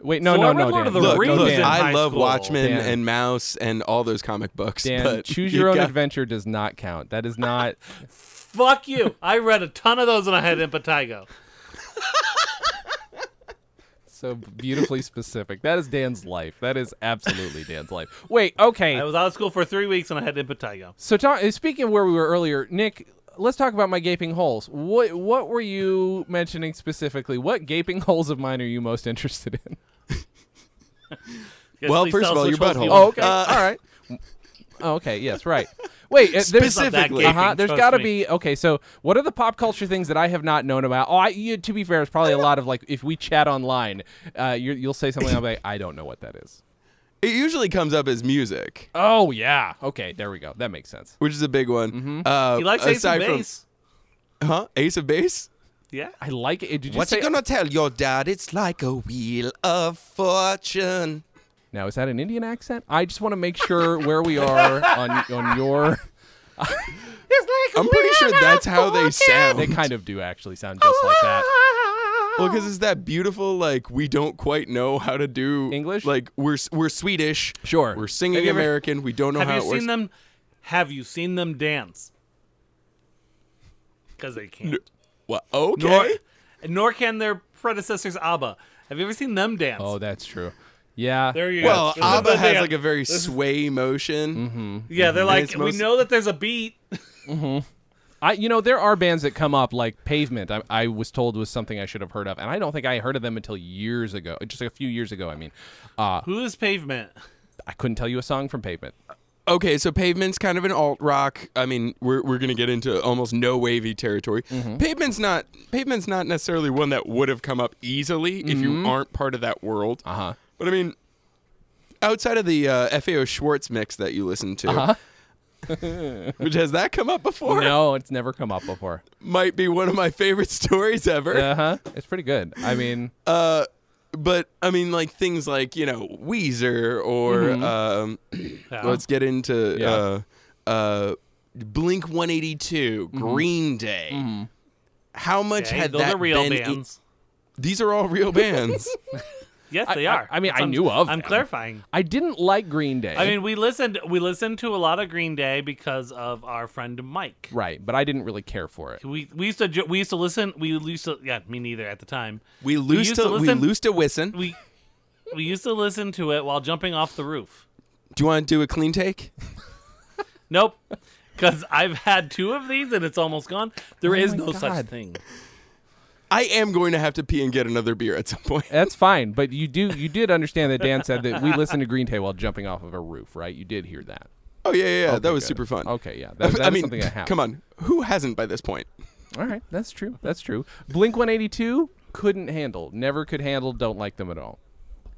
S2: Wait, no,
S1: So I
S2: no,
S1: read
S2: no,
S1: Lord
S2: Dan.
S1: of the
S2: no,
S5: look,
S1: Rings
S5: look
S1: in
S2: Dan.
S5: I
S1: high
S5: love
S1: school.
S5: Watchmen
S2: Dan.
S5: and Mouse and all those comic books.
S2: Dan,
S5: but
S2: choose
S5: you
S2: your own
S5: got-
S2: adventure does not count. That is not.
S1: Fuck
S5: [laughs]
S1: you! I read a ton of those when I had impetigo.
S2: So
S5: [laughs]
S2: beautifully specific. That is Dan's life. That is absolutely Dan's life. Wait, okay.
S1: I was out of school for three weeks and I had impetigo.
S2: So, ta- uh, speaking of where we were earlier, Nick, let's talk about my gaping holes. What what were you mentioning specifically? What gaping [laughs] holes of mine are you most interested in?
S1: Yes,
S5: Well,
S1: please
S5: first
S1: tell
S5: of
S1: us
S5: all,
S1: which
S5: your
S1: ones you
S5: butthole.
S1: want.
S5: [laughs]
S2: Oh, okay. All right. Oh, okay. Yes. Right. Wait. uh, There's,
S1: not that
S5: Specifically.
S1: gaping,
S2: uh-huh, there's
S1: trust
S2: got to
S1: me.
S2: be okay. So, what are the pop culture things that I have not known about? Oh, I, you, to be fair, it's probably a lot of like if we chat online, uh, you, you'll say something. I'll be like, I don't know what that is.
S5: It usually comes up as music,
S2: Oh yeah. Okay. There we go. That makes sense.
S5: which is a big one.
S2: Mm-hmm.
S5: Uh,
S1: He likes Ace of
S5: aside from-
S1: Base.
S5: Huh? Ace of Base?
S1: Yeah.
S2: I like it. Did you
S5: What's
S2: say?
S5: he gonna tell your dad? It's like a wheel of fortune.
S2: Now is that an Indian accent? I just want to make sure where we
S5: [laughs]
S2: are on on your. [laughs]
S5: I'm pretty sure that's how they sound.
S2: They kind of do actually sound just like that.
S5: Well, because it's that beautiful, like we don't quite know how to do
S2: English?
S5: Like we're s- we're Swedish,
S2: Sure.
S5: We're singing
S1: Have you ever-
S5: American. we don't know
S1: Have
S5: how
S1: you
S5: it
S1: seen
S5: works.
S1: them? Have you seen them dance? Because they can't.
S5: What? Okay.
S1: Nor, nor can their predecessors ABBA. Have you ever seen them dance?
S2: Oh, that's true. Yeah.
S1: there you
S5: [laughs] well,
S1: go. This is
S5: ABBA
S1: the
S5: has
S1: dance.
S5: like a very sway motion.
S2: Mm-hmm.
S1: yeah. They're like
S5: it's
S1: we
S5: most-
S1: know that there's a beat.
S2: I, you know, there are bands that come up like Pavement. I, I was told was something I should have heard of, and I don't think I heard of them until years ago, just a few years ago. I mean, uh,
S1: Who is Pavement?
S2: I couldn't tell you a song from Pavement.
S5: Okay, so Pavement's kind of an alt rock. I mean, we're we're gonna get into almost no wavy territory.
S2: Mm-hmm.
S5: Pavement's not Pavement's not necessarily one that would have come up easily if you aren't part of that world. Uh
S2: Mm-hmm. Uh-huh.
S5: But I mean, outside of the uh, FAO Schwartz mix that you listen to, [laughs] which has that come up before?
S2: Uh-huh. No, it's never come up before.
S5: might be one of my favorite [laughs] stories ever.
S2: Uh huh. It's pretty good. I mean,
S5: Uh, but I mean, like things like you know Weezer or um, [clears throat] let's get into
S2: Yeah.
S5: uh, uh, Blink One Eighty Green Day. How much
S1: Okay,
S5: had
S1: those
S5: that
S1: are real
S5: been? in-
S1: bands.
S5: These are all real bands.
S1: yes, they
S2: I-
S1: are.
S2: I mean,
S1: That's
S2: I
S1: what
S2: knew
S1: I'm,
S2: of
S1: I'm
S2: them.
S1: clarifying.
S2: I didn't like Green Day.
S1: I mean, we listened. We listened to a lot of Green Day because of our friend Mike.
S2: right, but I didn't really care for it.
S1: We we used to ju- we used to listen. We used to yeah, me neither at the time.
S5: we lose
S1: used
S5: to,
S1: to
S5: we
S1: listen-
S5: lose to Whisson.
S1: We we used to listen to it while jumping off the roof.
S5: Do you want to do a clean take?
S1: Nope. Because I've had two of these and it's almost gone. There is
S2: my
S1: no such
S2: God.
S1: thing.
S5: I am going to have to pee and get another beer at some point.
S2: That's fine, but you do you did understand that Dan said that we listened to Green Day while jumping off of a roof, right? You did hear that.
S5: Oh yeah, yeah, yeah. that was
S2: good.
S5: super fun.
S2: Okay, yeah, that, that
S5: I
S2: is
S5: mean,
S2: something that happened.
S5: come on, who hasn't by this point?
S2: All right, that's true. That's true. Blink 182 couldn't handle, never could handle, don't like them at all.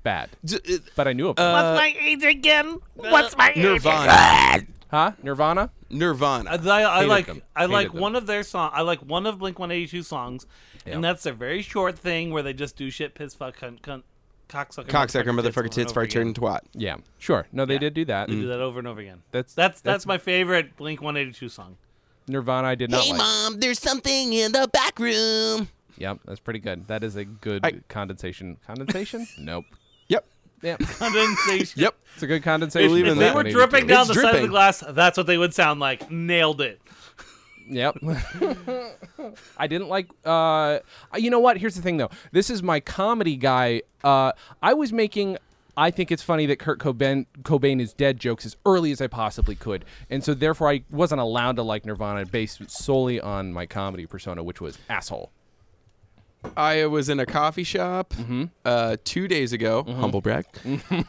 S2: Bad.
S5: D- uh,
S2: But I knew of them.
S6: my age again? What's my age?
S5: Nirvana.
S2: huh? Nirvana?
S5: Nirvana.
S1: I, I- I
S2: Hated
S1: like
S2: them.
S1: I
S2: Hated
S1: like
S2: them.
S1: one of their song. I like one of Blink One Eighty Two songs, and that's a very short thing where they just do shit, piss, fuck, cunt, cunt cocksucker,
S5: Cocksucker, motherfucker,
S1: over
S5: tits,
S1: and over
S5: fart, turd,
S1: again.
S5: and twat.
S2: Yeah, sure. No, they did do that.
S1: Do that over and over again.
S2: That's-
S1: that's
S2: that's-
S1: that's my favorite Blink One Eighty Two song. [laughs]
S2: Nirvana, I did not like.
S5: mom, there's something in the back room.
S2: Yep, that's pretty good. That is a good
S5: I-
S2: condensation. Condensation? nope.
S5: Yep.
S1: [laughs]
S2: Yep.
S1: Condensation.
S5: Yep.
S2: It's a good condensation.
S5: Believe
S2: of
S5: in
S1: They
S5: that.
S1: were
S2: 182.
S1: dripping down
S5: It's
S1: the side of the
S5: dripping.
S1: glass. That's what they would sound like. Nailed it.
S2: Yep. [laughs] I didn't like. Uh, you know what? Here's the thing, though. This is my comedy guy. Uh, I was making. I think it's funny that Kurt Cobain, Cobain is dead jokes as early as I possibly could, and so therefore I wasn't allowed to like Nirvana based solely on my comedy persona, which was asshole.
S5: I was in a coffee shop
S2: Mm-hmm.
S5: uh, two days ago,
S2: [laughs]
S5: humble brag,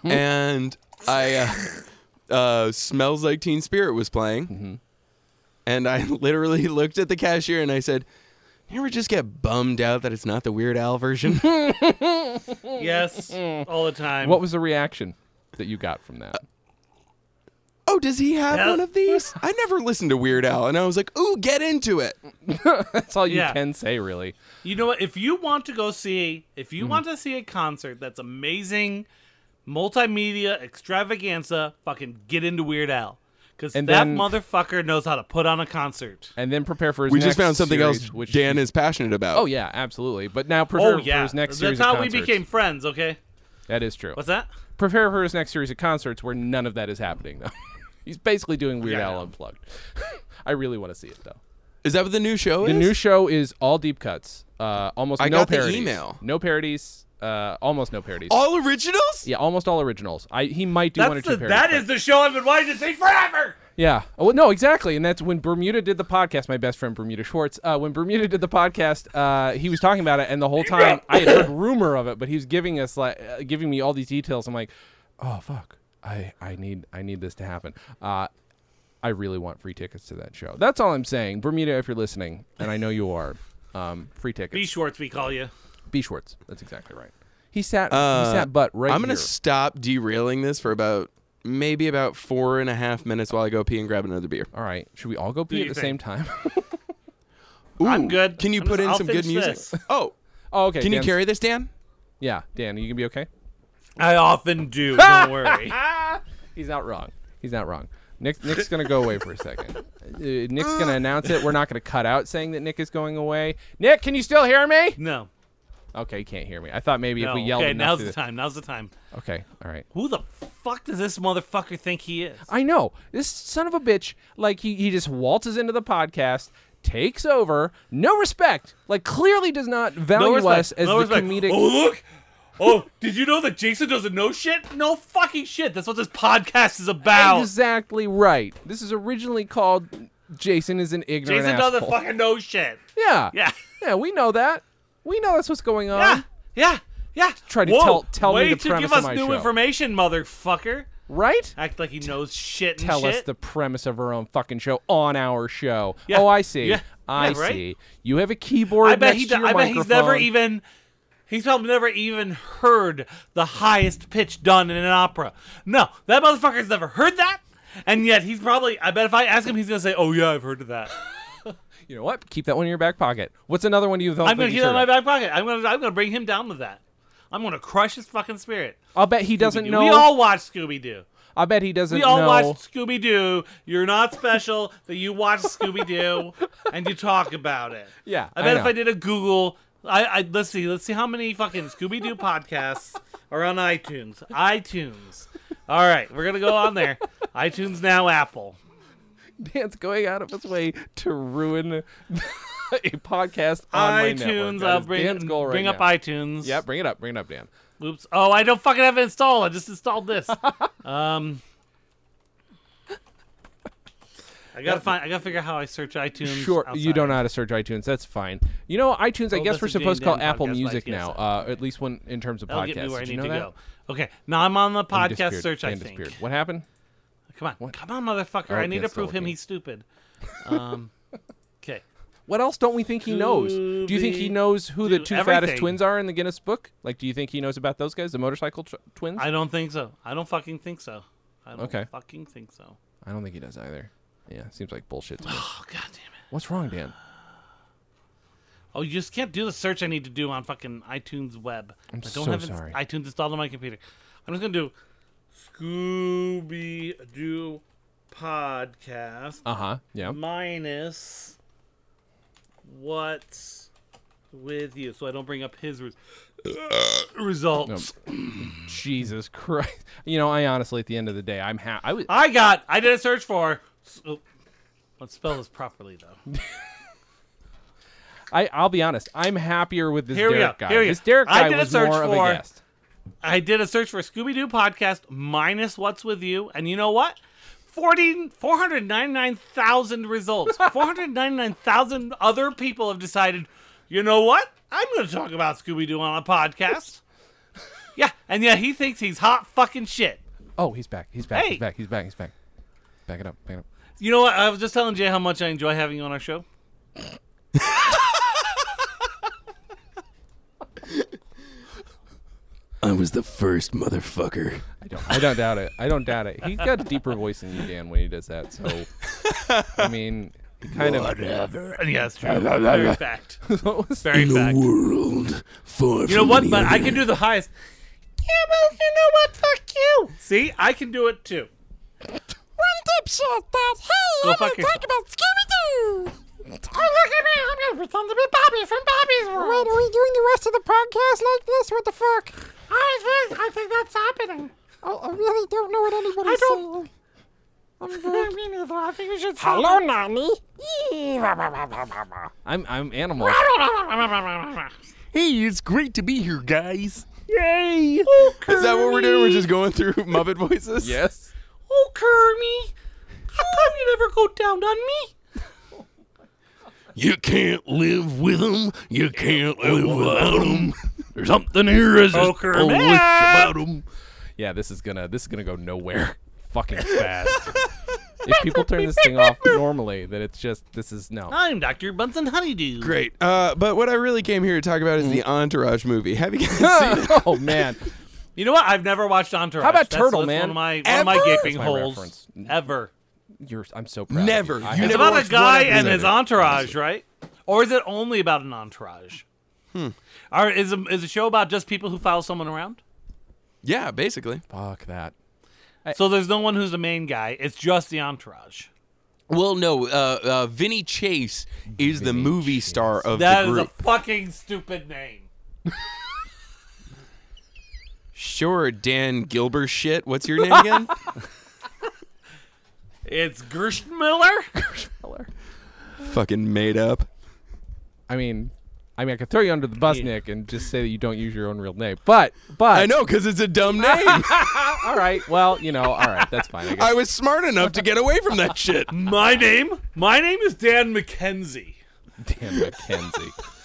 S5: and I uh, uh, smells like Teen Spirit was playing,
S2: Mm-hmm.
S5: and I [laughs] literally looked at the cashier and I said, "You ever just get bummed out that it's not the Weird
S2: [laughs]
S5: Al version?"
S1: Yes, all the time.
S2: What was the reaction that you got from that?
S5: oh, does he have
S1: Yeah.
S5: one of these? I never listened to Weird Al, and I was like, "Ooh, get into it."
S2: That's all you
S1: Yeah.
S2: can say, really.
S1: You know what? If you want to go see, if
S2: Mm-hmm.
S1: you want to see a concert that's amazing, multimedia extravaganza, fucking get into Weird Al, because that
S2: And then-
S1: motherfucker knows how to put on a concert.
S2: And then prepare for his.
S5: We
S2: next
S5: just found something
S2: series,
S5: else
S2: which
S5: Dan is passionate about.
S2: Oh yeah, absolutely. But now prepare
S1: Oh
S2: for
S1: yeah,
S2: his next
S1: that's
S2: series.
S1: how
S2: of
S1: we
S2: concerts.
S1: became friends. Okay,
S2: That is true.
S1: what's that?
S2: prepare for his next series of concerts where none of that is happening though. [laughs] He's basically doing Weird
S1: Yeah, I
S2: Al
S1: know.
S2: unplugged. [laughs] I really want to see it though.
S5: Is that what the new show
S2: The
S5: is?
S2: new show is all deep cuts. Uh, almost
S5: I
S2: no
S5: got the
S2: parodies.
S5: email.
S2: No parodies. Uh, almost no parodies.
S5: all originals?
S2: yeah, almost all originals. I he might do one or
S1: That's
S2: two
S1: the,
S2: parodies.
S1: that is the show I've been wanting to see forever.
S2: but- Yeah. Oh, well, no, exactly. And that's when Bermuda did the podcast. My best friend Bermuda Schwartz. Uh, when Bermuda did the podcast, uh, he was talking about it, and the whole time I had heard rumor of it, but he was giving us like uh, giving me all these details. I'm like, oh fuck, I I need I need this to happen. Uh, I really want free tickets to that show. That's all I'm saying, Bermuda. If you're listening, and I know you are, um, free tickets.
S1: B Schwartz, we call you.
S2: B Schwartz. That's exactly right. He sat. he sat butt right.
S5: Uh, I'm gonna
S2: here.
S5: stop derailing this for about maybe about four and a half minutes while I go pee and grab another beer.
S2: all right. Should we all go pee
S1: you
S2: at the
S1: think?
S2: same time? [laughs]
S5: Ooh,
S1: I'm good.
S5: Can you
S1: I'm
S5: put
S1: just-
S5: in
S1: I'll
S5: some good
S1: finish
S5: music?
S1: this.
S5: Oh,
S2: oh, okay.
S5: can you
S2: Dan's-
S5: carry this, Dan?
S2: Yeah, Dan. Are you gonna be okay?
S1: I often
S5: [laughs]
S1: do. Don't worry.
S2: He's not wrong. He's not wrong. Nick, Nick's gonna go away for a second. Uh, Nick's gonna announce it. We're not gonna cut out saying that Nick is going away. Nick, can you still hear me?
S1: No.
S2: Okay, you can't hear me. I thought maybe
S1: no.
S2: if we yelled
S1: okay,
S2: enough.
S1: now's
S2: through
S1: the
S2: the-
S1: time. Now's the time.
S2: Okay, all right.
S1: Who the fuck does this motherfucker think he is?
S2: I know this son of a bitch. Like he, he just waltzes into the podcast, takes over, no respect. Like clearly does not value us as the comedic.
S1: Oh look. Oh, did you know that Jason doesn't know shit? No fucking shit. That's what this podcast is about.
S2: Exactly right. This is originally called Jason is an ignorant
S1: Jason
S2: asshole.
S1: doesn't fucking know shit.
S2: Yeah.
S1: Yeah.
S2: Yeah, we know that. We know that's what's going on.
S1: Yeah. Yeah. Yeah.
S2: Try to
S1: Whoa,
S2: tell- tell me
S1: way
S2: the
S1: to give
S2: premise of
S1: us
S2: my
S1: new
S2: show.
S1: information, motherfucker.
S2: Right?
S1: Act like he knows shit and
S2: Tell
S1: shit.
S2: us the premise of our own fucking show on our show.
S1: Yeah.
S2: Oh, I see.
S1: Yeah.
S2: I
S1: Yeah, right?
S2: see. You have a keyboard
S1: I bet
S2: next
S1: he.
S2: to
S1: d-
S2: your
S1: I bet
S2: microphone.
S1: he's never even. He's probably never even heard the highest pitch done in an opera. No, that motherfucker's never heard that, and yet he's probably. I bet if I ask him, he's gonna say, "Oh yeah, I've heard of that."
S2: You know what? Keep that one in your back pocket. What's another one you don't
S1: I'm
S2: think
S1: gonna
S2: you
S1: keep that in
S2: should
S1: my
S2: have?
S1: back pocket. I'm gonna. I'm gonna bring him down with that. I'm gonna crush his fucking spirit.
S2: I'll bet he doesn't know.
S1: We all watched Scooby Doo.
S2: I bet he doesn't
S1: We all
S2: know. [laughs]
S1: watched Scooby Doo. You're not special that you watch Scooby
S2: [laughs]
S1: Doo and you talk about it.
S2: Yeah,
S1: I
S2: I
S1: bet if
S2: know.
S1: I did a Google, I, I let's see, let's see how many fucking Scooby Doo podcasts are on iTunes. iTunes. All right, we're gonna go on
S2: [laughs]
S1: there. iTunes now, Apple.
S2: Dan's going out of his way to ruin [laughs] a podcast on my network.
S1: iTunes.
S2: That
S1: I'll
S2: is
S1: bring
S2: Dan's goal right
S1: bring up
S2: now.
S1: iTunes.
S2: Yeah, bring it up. Bring it up, Dan.
S1: Oops. Oh, I don't fucking have it installed. I just installed
S2: [laughs]
S1: this. um. I gotta find. I gotta figure out how I search iTunes.
S2: Sure, you
S1: outside.
S2: don't know how to search iTunes. That's fine. You know, iTunes. I
S1: Oh,
S2: guess
S1: that's
S2: we're
S1: a
S2: supposed to
S1: Jane
S2: call
S1: Dan
S2: Apple
S1: podcast,
S2: Music
S1: yes,
S2: now,
S1: I-
S2: uh, at least when in terms of
S1: That'll
S2: podcasts.
S1: get me where I
S2: Did
S1: need
S2: you know
S1: to
S2: that?
S1: go. Okay, now I'm on the
S2: Dan
S1: podcast
S2: disappeared.
S1: search. I
S2: Dan
S1: think.
S2: disappeared. What happened?
S1: Come on, come on, motherfucker!
S2: Oh,
S1: I need to
S2: Dan's still
S1: prove him
S2: looking.
S1: he's
S2: [laughs]
S1: stupid. Um, okay.
S2: What else don't we think he knows? Do you think he
S1: Scooby-
S2: knows who the
S1: Doo,
S2: two
S1: everything.
S2: fattest twins are in the Guinness Book? Like, do you think he knows about those guys, the motorcycle tr- twins?
S1: I don't think so. I don't fucking think so. I don't
S2: Okay.
S1: fucking think so.
S2: I don't think he does either. Yeah, seems like bullshit to me.
S1: Oh god damn it!
S2: [gasps] What's wrong, Dan?
S1: Oh, you just can't do the search I need to do on fucking iTunes web. I'm I don't
S2: so
S1: have ins-
S2: sorry.
S1: iTunes installed on my computer. I'm just gonna do Scooby Doo podcast.
S2: Uh huh. Yeah.
S1: minus what's with you so i don't bring up his res- results
S2: [laughs] Jesus Christ. [laughs] You know, I honestly, at the end of the day, I'm ha- I was
S1: i got i did a search for oh, let's spell this properly though
S2: I I'll be honest. I'm happier with this
S1: Here we
S2: Derek
S1: go,
S2: guy.
S1: here we go.
S2: this Derek
S1: I
S2: guy
S1: did a
S2: was
S1: search
S2: more of
S1: for-
S2: a guest.
S1: i did a search for scooby-doo podcast minus what's with you and you know what 40 499,000 results 499,000 other people have decided you know what i'm going to talk about scooby-doo on a podcast yeah and yeah he thinks he's hot fucking shit
S2: Oh, he's back. He's back.
S1: Hey.
S2: He's back. He's back. He's back. Back it up. Back it up.
S1: You know what? I was just telling Jay how much I enjoy having you on our show.
S5: I was the first motherfucker.
S2: I don't. I don't doubt it. I don't doubt it. He's got a deeper voice than you, Dan, when he does that. So, I mean, he kind
S1: And yeah, it's true. [laughs] Very fact.
S2: of. What was
S1: Very fact.
S5: World for
S1: You know what? But I can do the highest. Yeah, well, you know what? Fuck you. See, I can do it too.
S6: dipshit that, hey,
S1: Go
S6: I'm gonna
S1: fuck yourself.
S6: talk about Scooby-Doo. Oh, look at me. I'm gonna pretend to be Bobby from Bobby's World. Wait, are we doing the rest of the podcast like this? What the fuck? Oh, I think, I think that's happening.
S7: I, I really don't know what anybody's
S6: don't-
S7: saying.
S6: [laughs] me neither. I think we should stop.
S7: Hello, Nani.
S2: I'm. I'm animal.
S5: Hey, it's great to be here, guys. Yay! [laughs] Is that what we're doing? We're just going through Muppet voices.
S2: Yes.
S1: Oh, Kermie. How come you never go down on me?
S5: You can't live with them. You can't live without [laughs] them. There's something here as a
S1: Poker a witch man.
S2: Yeah, this is gonna this is gonna go nowhere [laughs] fucking fast. if people turn this thing off normally, then it's just this is no.
S1: I'm Dr. Bunsen Honeydew.
S5: Great. Uh, but what I really came here to talk about is the Entourage movie. Have you [laughs] guys seen it?
S2: oh man.
S1: You know what? I've never watched Entourage.
S2: How about
S1: That's-
S2: Turtle
S1: that's
S2: Man?
S1: One of my, one of my
S5: Ever?
S1: gaping
S2: That's my
S1: holes.
S2: reference.
S1: Ever.
S2: You're I'm so proud. of you. I
S5: Never. You
S2: have-
S1: It's
S5: never
S1: about
S5: watched
S1: a
S5: one
S1: guy
S5: episode
S1: and
S5: of
S1: his
S5: it.
S1: entourage, right? Or is it only about an entourage? Hmm. Or is a, is a show about just people who follow someone around?
S5: Yeah, basically.
S2: Fuck that.
S1: So there's no one who's the main guy. It's just the entourage.
S5: Well, no. Uh, uh, Vinny Chase is the movie star of
S1: That
S5: the
S1: is a
S5: group.
S1: fucking stupid name.
S5: Sure, Dan Gilbert shit.
S1: [laughs]
S5: What's your name again?
S1: It's Gerstmiller.
S5: Fucking made up.
S2: I mean, I mean, I could throw you under the bus, Nick, and just say that you don't use your own real name. But, but
S5: I know, because it's
S1: [laughs]
S5: a dumb name.
S2: All right. Well, you know, all right. That's fine.
S5: [laughs]
S2: I guess.
S5: I was smart enough to get away from that
S1: [laughs]
S5: shit.
S1: my name. My name is Dan McKenzie.
S2: Dan McKenzie.
S5: [laughs]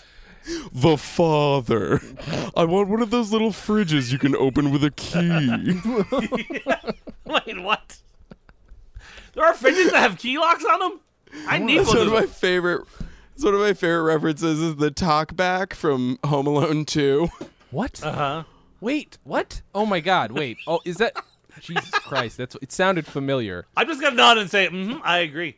S5: The father. I want one of those little fridges you can open with a key.
S1: Wait, what? There are fridges that have key locks on them. I need
S5: That's
S1: one.
S5: one
S1: of
S5: of my
S1: those.
S5: favorite. It's one of my favorite references is the talk back from Home Alone 2.
S2: What? Uh huh. Wait. What? Oh my God. Wait. Oh, is that? [laughs] Jesus Christ. That's. It sounded familiar.
S1: I'm just gonna nod and say, mm-hmm, I agree.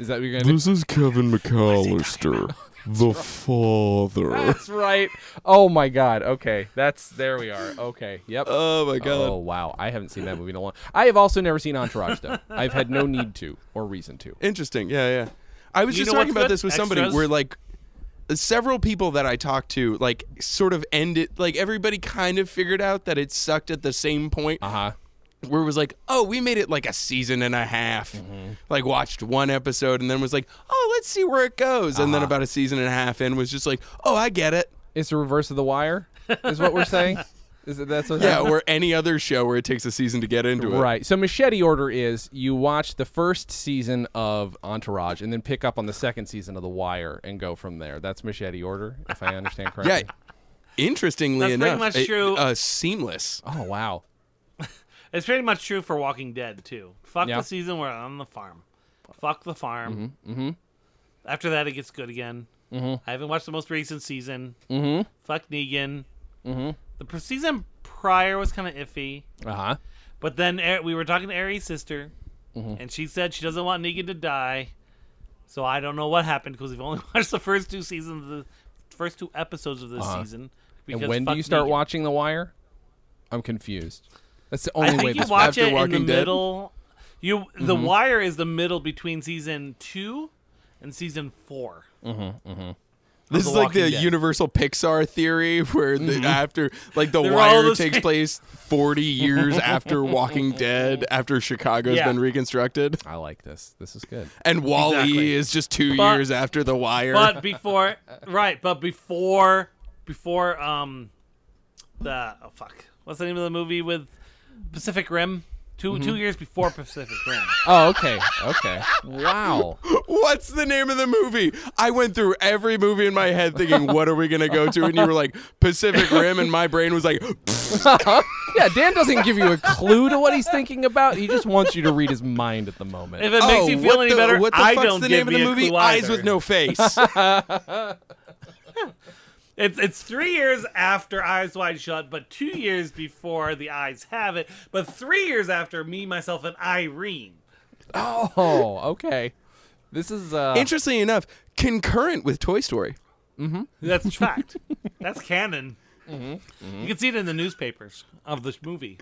S2: Is that what you're gonna do?
S5: is Kevin McAllister, the father.
S2: That's right. Oh my God. Okay. That's. There we are. Okay. Yep.
S5: [laughs] Oh my god.
S2: Oh wow. I haven't seen that movie in a long. I have also never seen Entourage though. I've had no need to or reason to.
S5: Interesting. Yeah, yeah. I was
S1: You
S5: just
S1: know
S5: talking
S1: what's
S5: about
S1: good?
S5: this with somebody
S1: Extras.
S5: where like several people that I talked to like sort of ended like everybody kind of figured out that it sucked at the same point
S2: Uh huh.
S5: where it was like, oh, we made it like a season and a half.
S1: Mm-hmm.
S5: Like watched one episode and then was like, oh, let's see where it goes. And
S1: Uh-huh.
S5: then about a season and a half in was just like, oh, I get it.
S2: It's the reverse of The Wire. Is what we're saying. Is it that's what
S5: Yeah, or any other show where it takes a season to get into it.
S2: Right. So machete order is you watch the first season of Entourage and then pick up on the second season of The Wire and go from there. That's machete order, if I
S5: [laughs]
S2: understand
S5: Yeah.
S2: correctly.
S5: Interestingly
S1: That's pretty
S5: enough,
S1: much
S5: it-
S1: true.
S5: Uh, seamless.
S2: Oh wow.
S1: It's pretty much true for Walking Dead too. Fuck
S2: Yeah.
S1: the season where on the farm. Fuck the farm. Mm-hmm. After that, it gets good again. Mm-hmm. I haven't watched the most recent season. Mm-hmm. Fuck Negan. Mm-hmm. The pr- season prior was kind of iffy,
S2: Uh
S5: Uh-huh.
S2: huh.
S1: but then Ar- we were talking to Ari's sister,
S2: Mm-hmm.
S1: and she said she doesn't want Negan to die. So I don't know what happened because we've only [laughs] watched the first two seasons, of the first two episodes of this season.
S2: Uh-huh. And
S1: Because
S2: when do
S1: fuck
S2: you start
S1: Negan.
S2: watching The Wire? I'm confused. That's the
S1: I
S2: only way
S1: think [laughs] you
S2: this
S1: watch
S5: after
S1: it in the
S5: Walking Dead?
S1: middle. You the
S2: Mm-hmm.
S1: Wire is the middle between season two and season
S2: [laughs]
S1: four.
S5: This
S1: The
S5: is like
S1: Walking
S5: the
S1: Dead. Mm-hmm.
S5: Universal Pixar theory where the, after like The
S1: They're all
S5: Wire
S1: the
S5: takes
S1: same.
S5: place
S1: [laughs]
S5: 40 years after Walking Dead after Chicago's
S1: Yeah.
S5: been reconstructed
S2: [laughs] I like this. This is good.
S5: and Wally
S1: Exactly.
S5: is just 2
S1: But-
S5: years after The Wire.
S1: But before right, but before before um the oh fuck. What's the name of the movie with Pacific Rim? 2 two
S2: Mm-hmm.
S1: years before Pacific Rim.
S2: Oh, okay. Okay. Wow.
S5: What's the name of the movie? I went through every movie in my head
S1: [laughs]
S5: thinking, what are we going to go to? And you were like, Pacific Rim. And my brain was like,
S2: Yeah, Dan doesn't give you a clue to what he's thinking about. He just wants you to read his mind at the moment.
S1: If it
S5: oh,
S1: makes you feel
S5: what
S1: any
S5: the,
S1: better,
S5: what the
S1: I
S5: fuck's
S1: don't
S5: the
S1: give
S5: name of
S1: me
S5: the
S1: a
S5: movie?
S1: clue
S5: Eyes
S1: either.
S5: with No Face.
S1: [laughs] It's it's three years after Eyes Wide Shut, but two years before the Eyes Have It, but three years after Me, Myself, and Irene.
S2: oh, okay. This is uh
S5: Interestingly enough, concurrent with Toy Story.
S1: That's
S5: [laughs]
S1: fact. That's canon.
S5: Mm-hmm,
S1: You can see it in the newspapers of this movie.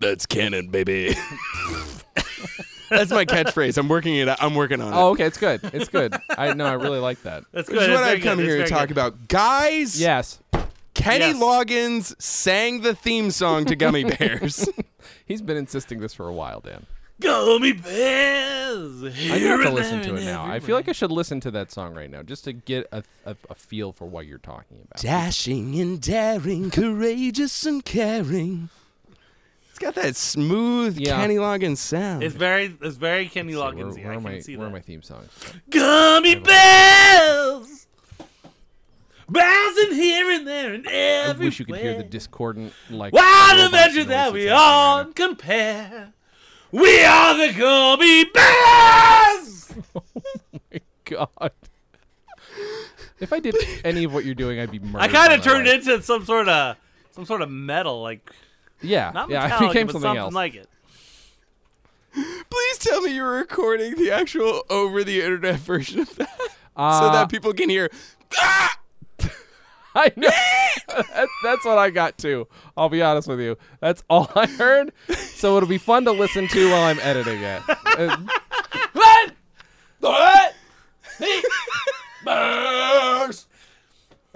S5: That's canon, baby. That's my catchphrase. I'm working it. Out. I'm working on it.
S2: Oh, okay, it's good. It's good. I know. I really like that.
S1: That's good.
S5: This is
S1: That's
S5: what
S1: very
S5: I've come
S1: good.
S5: here to
S1: That's very
S5: talk
S1: good.
S5: about. Guys,
S2: Yes,
S5: Kenny
S1: Yes.
S5: Loggins sang the theme song
S1: [laughs]
S5: to Gummy Bears.
S2: he's been insisting this for a while, Dan.
S1: Gummy bears.
S2: I
S1: here
S2: have to
S1: and
S2: listen
S1: there
S2: to it
S1: and
S2: now. I feel like I should listen to that song right now just to get a, a, a feel for what you're talking about.
S5: Dashing and daring, courageous and caring. It's got that smooth
S2: Yeah.
S5: Kenny Loggins sound.
S1: It's very, it's very Kenny
S2: Where,
S1: Loggins.
S2: where
S1: I
S2: are
S1: can
S2: my,
S1: see
S2: where are
S1: that.
S2: my theme songs?
S1: Gummy bells, rising here and there and
S2: I
S1: everywhere.
S2: wish you could hear the discordant like.
S1: Wild
S2: robot
S1: adventure that
S2: noises
S1: we
S2: happening right
S1: all compare. We are the Gummy Bears. [laughs]
S2: now. God. If I did any of what you're doing, I'd be murdered.
S1: I kind
S2: by
S1: of
S2: my
S1: turned
S2: wife.
S1: into some sort of, some sort of metal, like
S2: Yeah,
S1: not
S2: yeah.
S1: metallic,
S2: I became
S1: but
S2: something,
S1: something
S2: else.
S1: like it.
S5: Please tell me you're recording the actual over the internet [laughs] version of that so
S2: Uh,
S5: that people can hear. "Ah!"
S2: [laughs] I know. That- that's what I got too. I'll be honest with you. That's all I heard. So it'll be fun to listen to while I'm editing
S1: [laughs]
S2: it. Uh, that's-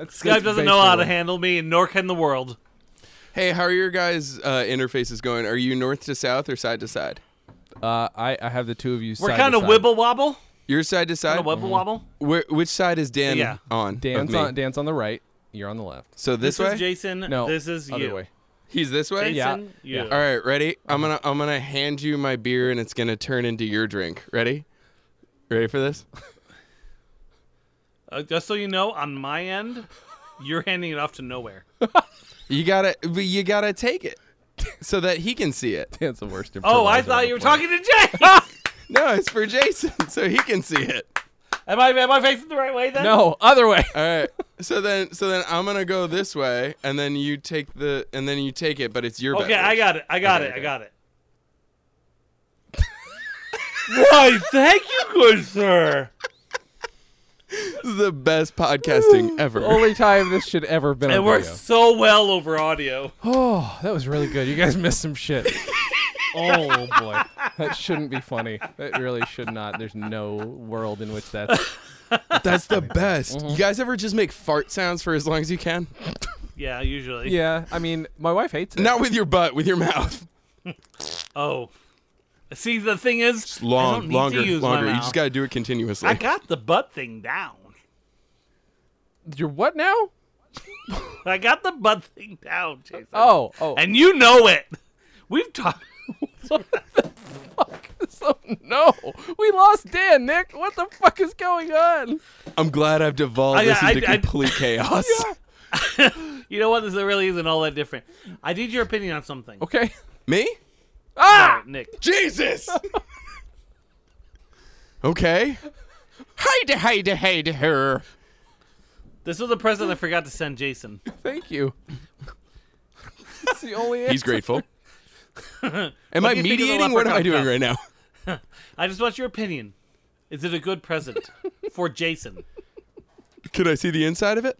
S1: Skype
S2: that's
S1: doesn't know how to
S2: basically-
S1: handle me, and nor can the world.
S5: Hey, how are your guys' uh, interfaces going? Are you north to south or side to side?
S2: Uh, I, I have the two of you.
S1: We're
S2: kind of
S1: wibble wobble,
S5: Your side to side.
S1: kind of wibble wobble.
S5: Where, which side is Dan
S1: Yeah.
S5: on? of
S2: Dan's
S5: me?
S2: on, Dan's on the right. You're on the left.
S5: So this,
S1: This,
S5: way.
S1: is Jason.
S2: No,
S1: this is
S2: other
S1: you.
S2: way.
S5: He's this way.
S1: Jason,
S2: Yeah.
S1: you.
S5: All right, ready? I'm gonna I'm gonna hand you my beer and it's gonna turn into your drink. Ready? Ready for this?
S1: Uh, just so you know, on my end, you're handing it off to nowhere.
S5: You gotta but you gotta take it [laughs] so that he can see
S1: [laughs]
S5: it.
S2: Dan's the worst.
S1: Oh, I
S2: improviser on
S1: thought
S2: the
S1: you were
S2: planet.
S1: talking to Jay. [laughs]
S5: No, it's for Jason [laughs] so he can see it.
S1: am I am I facing the right way then?
S2: No, other way. [laughs]
S5: All right. So then so then I'm gonna go this way and then you take the and then you take it, but it's your
S1: Okay,
S5: beverage.
S1: I got it. I got
S5: Okay,
S1: it.
S5: okay.
S1: I got it. [laughs] Why? Thank you, good sir.
S5: This is the best podcasting ever.
S1: Oh,
S2: Only time this should ever been
S1: It
S2: on
S1: works
S2: video.
S1: so well over audio.
S2: Oh, that was really good. You guys [laughs] missed some shit. oh boy, that shouldn't be funny. That really should not. There's no world in which that's
S5: [laughs] That's the best.
S1: Mm-hmm.
S5: You guys ever just make fart sounds for as long as you can?
S1: Yeah, usually.
S2: [laughs] Yeah, I mean, my wife hates it.
S5: Not with your butt, with your mouth.
S1: Oh. See, the thing is, I don't
S5: Long,
S1: need
S5: longer,
S1: to use
S5: longer.
S1: My
S5: You
S1: mouth.
S5: just gotta do it continuously.
S1: I got the butt thing down.
S2: You're what now?
S1: I got the butt thing down, Jason.
S2: Oh, [laughs] oh,
S1: and you know it. We've talked.
S2: so, no, we lost Dan. Nick, what the fuck is going on?
S5: I'm glad I've devolved
S1: I-
S5: this
S1: I-
S5: into
S1: I- [laughs]
S5: complete chaos.
S1: You know what? This really isn't all that different. I need your opinion on something.
S2: Okay, Ah!
S5: Me?
S1: All right, Nick. [laughs]
S5: Jesus! okay. Hide, hide, hide her.
S1: This was a present I forgot to send Jason.
S2: thank [laughs] you. That's the only.
S5: He's [laughs] grateful. Am I
S1: do you think of the
S5: mediating? What am I
S1: leprechaun
S5: doing
S1: cup?
S5: right now?
S1: I just want your opinion. Is it a good
S5: [laughs]
S1: present for Jason?
S5: [laughs] Can I see the inside of it?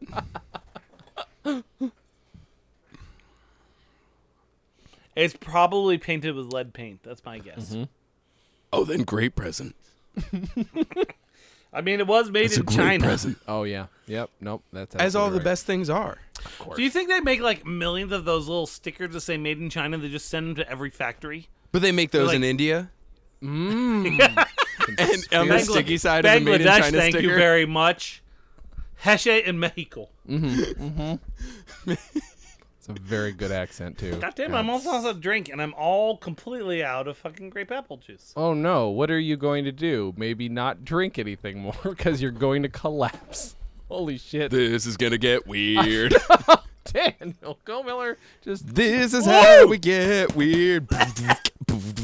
S1: It's probably painted with lead paint. That's my guess.
S5: [laughs] Mm-hmm. Oh, then great present.
S1: I mean, it was made
S5: It's a
S1: in
S5: great
S1: China.
S5: present.
S2: Oh yeah. Yep. Nope. That's
S5: As all the
S2: absolutely right.
S5: best things are.
S1: Do you think they make like millions of those little stickers that say "Made in China"? They just send them to every factory.
S5: But they make those
S1: like-
S5: in India. Mm. [laughs]
S2: Conspiracy.
S5: And on the
S1: Uh, Bangla-
S5: sticky side of the made in
S1: Bangladesh,
S5: China
S1: thank
S5: sticker. Mm,
S1: you very much. Heshe in Mexico.
S2: It's a very good accent too.
S1: God damn, I'm almost out of drink, and I'm all completely out of fucking grape apple juice.
S2: Oh no, what are you going to do? Maybe not drink anything more [laughs] because you're going to collapse. [laughs] Holy shit.
S5: [laughs] this is gonna get [laughs] weird.
S2: Daniel Go Miller just
S5: This is how we get weird. [laughs]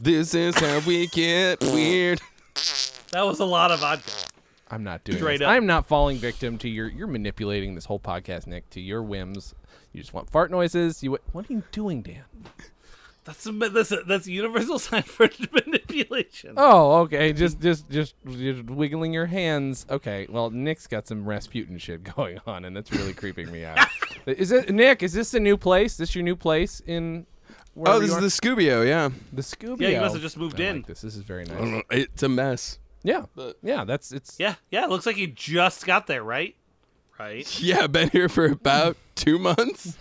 S5: this is how we get weird.
S1: That was a lot of vodka.
S2: I'm not doing
S1: Straight
S2: this.
S1: up.
S2: I'm not falling victim to your you're manipulating this whole podcast, Nick, to your whims. You just want fart noises. You wa- what are you doing, Dan?
S1: That's a, that's a, that's a universal [laughs] sign for manipulation.
S2: Oh, okay. Just just just just wiggling your hands. Okay. Well, Nick's got some Rasputin shit [laughs] going on and that's really creeping me out. [laughs] Is it Nick, is this the new place? This your new place in
S5: Oh,
S2: wherever
S5: this
S2: you
S5: is
S2: are?
S5: the Scubio, yeah.
S2: The Scooby.
S1: you must have just moved in.
S2: Like this. this is very
S5: I don't
S2: nice.
S5: know, Uh, It's a mess.
S2: Yeah, yeah. That's it's.
S1: Yeah, yeah. It looks like you just got there, right? Right.
S5: [laughs] Yeah, I've been here for about two months.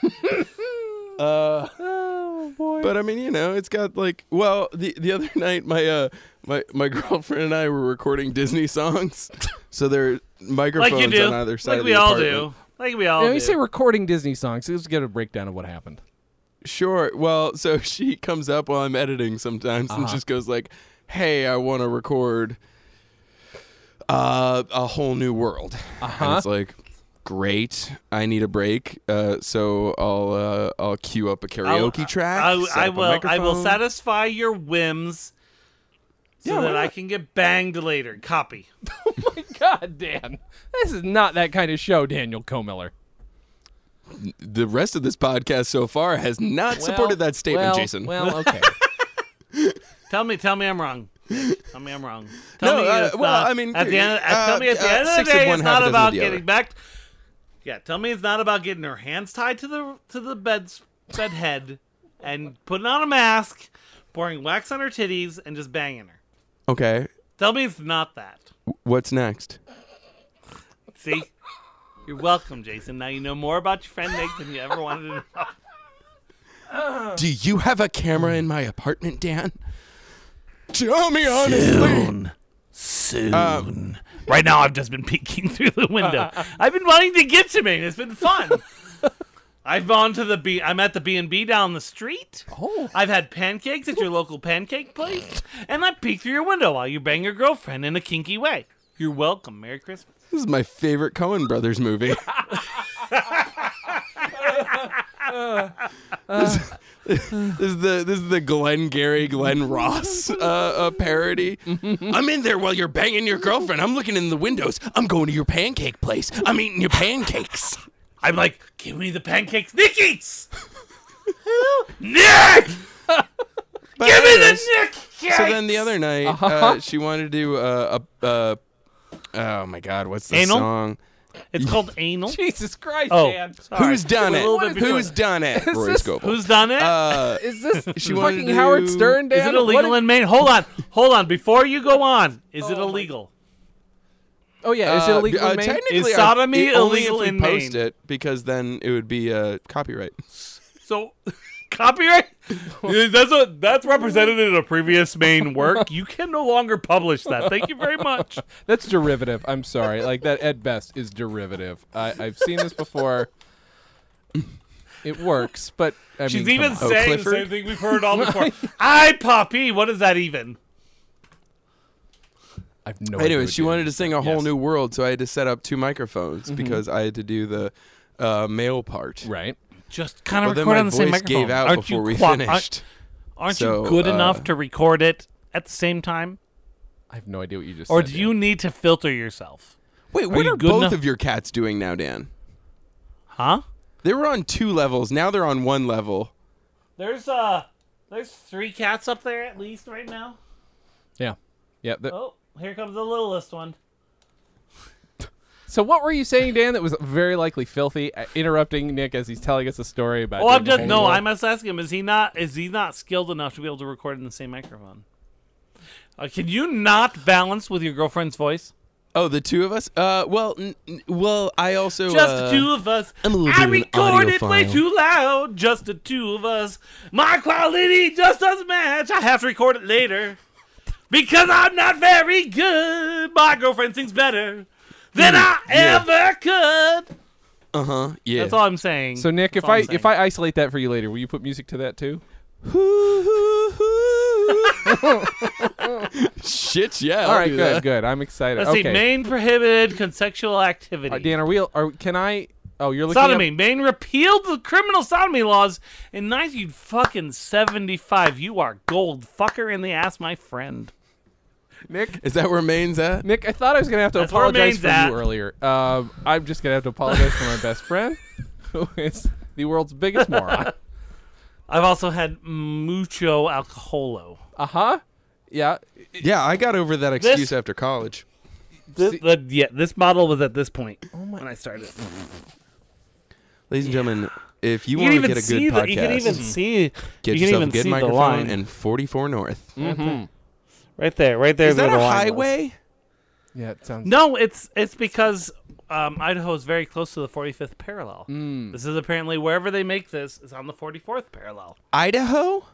S5: [laughs] uh,
S2: Oh boy.
S5: but I mean, you know, it's got like well, the the other [laughs] night my uh my my girlfriend and I were recording Disney songs. [laughs] So there are microphones
S1: Like you do.
S5: on either side
S1: Like
S5: of
S1: we
S5: the
S1: all
S5: apartment.
S1: do. Like we all
S2: When
S1: do.
S2: you say recording Disney songs, let's get a breakdown of what happened.
S5: Sure. Well, so [laughs] she comes up while I'm editing sometimes and
S1: Uh-huh.
S5: just goes like, "Hey, I want to record uh, a whole new world."
S1: Uh-huh.
S5: And it's like, "Great, I need a break." Uh, so I'll uh, I'll cue up a karaoke track.
S1: I,
S5: set
S1: I
S5: up a
S1: will. I will
S5: microphone.
S1: satisfy your whims, so
S5: Yeah, why
S1: that I
S5: not?
S1: can get banged later. Copy.
S2: [laughs] God damn. This is not that kind of show, Daniel Comiller.
S5: The rest of this podcast so far has not supported that statement,
S2: well, [laughs]
S5: Jason.
S2: Well, okay.
S1: Tell me. Tell me I'm wrong. Tell me I'm wrong. Tell
S5: No,
S1: me
S5: uh,
S1: it's
S5: well,
S1: not-
S5: I mean,
S1: at the end,
S5: uh,
S1: tell me at the
S5: uh,
S1: end of the
S5: six of
S1: day,
S5: one,
S1: it's
S5: half
S1: not
S5: a dozen of
S1: about
S5: the
S1: getting
S5: other.
S1: back. Yeah, tell me it's not about getting her hands tied to the to the bed's bed head, and putting on a mask, pouring wax on her titties, and just banging her.
S5: okay,
S1: Tell me it's not that.
S5: what's next?
S1: See, you're welcome, Jason. Now you know more about your friend Nick than you ever wanted to know.
S5: Do you have a camera in my apartment, Dan? Tell me honestly. Uh,
S1: soon. right now, I've just been peeking [laughs] through the window.
S5: [laughs]
S1: I've been wanting to get to Maine. It's been fun. I've gone to the B. I'm at the B and B down the street. Oh. I've had pancakes at your local pancake place, and I peek through your window while you bang your girlfriend in a kinky way. You're welcome. Merry Christmas.
S5: This is my favorite Cohen Brothers [laughs] movie. this, this is the this is the Glenn Gary Glenn Ross uh, uh, [laughs] parody. I'm in there while you're banging your girlfriend. I'm looking in the windows. I'm going to your pancake place. I'm eating your pancakes.
S1: I'm like, give me the pancakes, Nick eats. [laughs] Nick,
S5: But
S1: give me the
S5: anyways,
S1: Nick.
S5: So then the other night, uh, she wanted to do uh, a. Uh, oh my God! What's the
S1: Anal?
S5: song?
S1: it's called
S5: [laughs]
S1: anal.
S2: Jesus Christ,
S1: Oh,
S2: Dan.
S1: sorry.
S5: Who's done
S1: A little
S5: it?
S1: bit before
S5: Who's
S1: that. [laughs]
S5: done it? Roy
S2: this-
S5: Scoble.
S1: Who's done it?
S5: Uh,
S2: Is this
S5: She wanted
S2: fucking
S5: to
S2: Howard
S5: do-
S2: Stern, Dan?
S1: Is it illegal
S2: What-
S1: in Maine? Hold on, hold on. Before you go on, is it illegal?
S2: Oh, yeah. Is it
S5: Uh,
S2: illegal
S5: uh,
S2: in Maine?
S5: Technically,
S1: Is
S5: I-
S1: sodomy
S5: it- only if
S1: illegal
S5: we
S1: in Maine?
S5: post it because then it would be uh, copyright.
S1: So, [laughs] copyright. that's a, that's represented in a previous Maine work. You can no longer publish that. Thank you very much.
S2: That's derivative. I'm sorry. Like, that at best is derivative. I, I've seen this before. It works, but I
S1: She's
S2: mean, come
S1: even
S2: on.
S1: saying
S5: Oh, Clifford?
S1: the same thing we've heard [laughs] all before. I poppy. What is that even?
S2: I've no idea
S5: Anyway,
S2: what
S5: she
S2: you're
S5: wanted to sing a whole
S2: Yes. Mm-hmm.
S5: new world, so I had to set up two microphones because I had to do the uh, male part.
S2: Right.
S1: Just kind
S5: Well,
S1: of
S5: then
S1: record
S5: my
S1: on the same
S5: voice
S1: microphone.
S5: gave out
S1: aren't
S5: before
S1: you
S5: we
S1: qua- aren't-
S5: finished.
S1: Aren't
S5: So,
S1: you good
S5: uh,
S1: enough to record it at the same time,
S2: I have no idea what you just
S1: or
S2: said.
S1: do you need to filter yourself?
S5: Wait, what
S1: you
S5: are
S1: good
S5: both
S1: enough?
S5: of your cats doing now, Dan?
S1: Huh?
S5: They were on two levels. Now they're on one level.
S1: There's uh, there's three cats up there at least right now.
S2: Yeah. Yeah. the-
S1: Oh, here comes the littlest one.
S2: So what were you saying, Dan? That was very likely filthy, uh, interrupting Nick as he's telling us a story about.
S1: Oh, I'm
S2: doing
S1: just
S2: the
S1: no.
S2: whole-
S1: I must ask him. Is he not? Is he not skilled enough to be able to record in the same microphone? Uh, can you not balance with your girlfriend's voice?
S5: Oh, the two of us. Uh, well, n- n- well, I also
S1: Just
S5: uh,
S1: the two of us.
S5: I'm a little
S1: I
S5: bit of an
S1: recorded way
S5: audiophile.
S1: too loud. Just the two of us. My quality just doesn't match. I have to record it later because I'm not very good. My girlfriend sings better than
S5: Hmm.
S1: I ever could.
S5: Uh huh. Yeah.
S1: That's all I'm saying.
S2: So Nick,
S1: That's
S2: if
S1: all
S2: I
S1: I'm saying.
S2: if I isolate that for you later, will you put music to that too?
S5: Shit. Yeah.
S2: All
S5: I'll
S2: right,
S5: do
S2: good,
S5: that.
S2: good. I'm excited.
S1: Let's
S2: okay,
S1: see. Maine prohibited consensual activity.
S5: Uh,
S2: All right, Dan, are we? Are can I? Oh, you're looking.
S1: Sodomy. Maine repealed the criminal sodomy laws in 1975. You are gold fucker in the ass, my friend.
S2: Up, Nick.
S5: Is that where Maine's at?
S2: Nick, I thought I was gonna have to
S1: That's where
S2: apologize
S1: Maine's
S2: for
S1: at.
S2: you earlier. Um, I'm just gonna have to apologize for my best friend, [laughs] who is the world's
S1: [laughs]
S2: biggest moron.
S1: I've also had mucho alcoholo.
S2: Uh huh. Yeah.
S5: Yeah, I got over that excuse after college.
S1: This, the, yeah, this model was at this point
S5: Oh
S1: when I started.
S5: Ladies and gentlemen, if you
S1: You can
S5: want to
S1: even
S5: get a good
S1: see the,
S5: podcast,
S1: you can even see
S5: get
S1: you can
S5: yourself
S1: even
S5: a good
S1: see the
S5: microphone
S1: line
S5: and 44 North.
S1: right there, right there.
S5: Is that
S1: where
S5: a
S1: the line was.
S5: highway?
S2: Yeah. It sounds.
S1: No, it's it's because um, Idaho is very close to the 45th parallel.
S5: Hmm.
S1: This is apparently wherever they make this is on the 44th parallel.
S5: Idaho?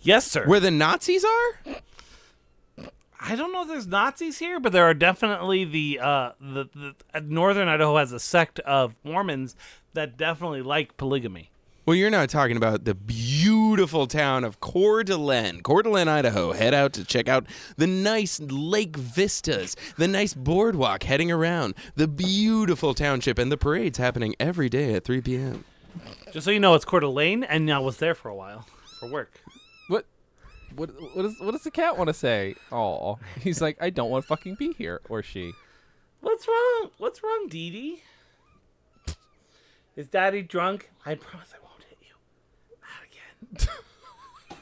S1: Yes, sir.
S5: Where the Nazis are?
S1: I don't know if there's Nazis here, but there are definitely the uh, the, the uh, northern Idaho has a sect of Mormons that definitely like polygamy.
S5: Well, you're not talking about the beautiful town of Coeur d'Alene, Coeur d'Alene, Idaho. Head out to check out the nice lake vistas, the nice boardwalk heading around, the beautiful township, and the parades happening every day at 3 p.m.
S1: Just so you know, it's Coeur d'Alene, and I was there for a while for work.
S2: What? What? What, is, what does the cat want to say? Oh, he's like, I don't want to fucking be here, or she.
S1: What's wrong? What's wrong, Dee Dee? Is Daddy drunk? I promise I won't hit you. Not again.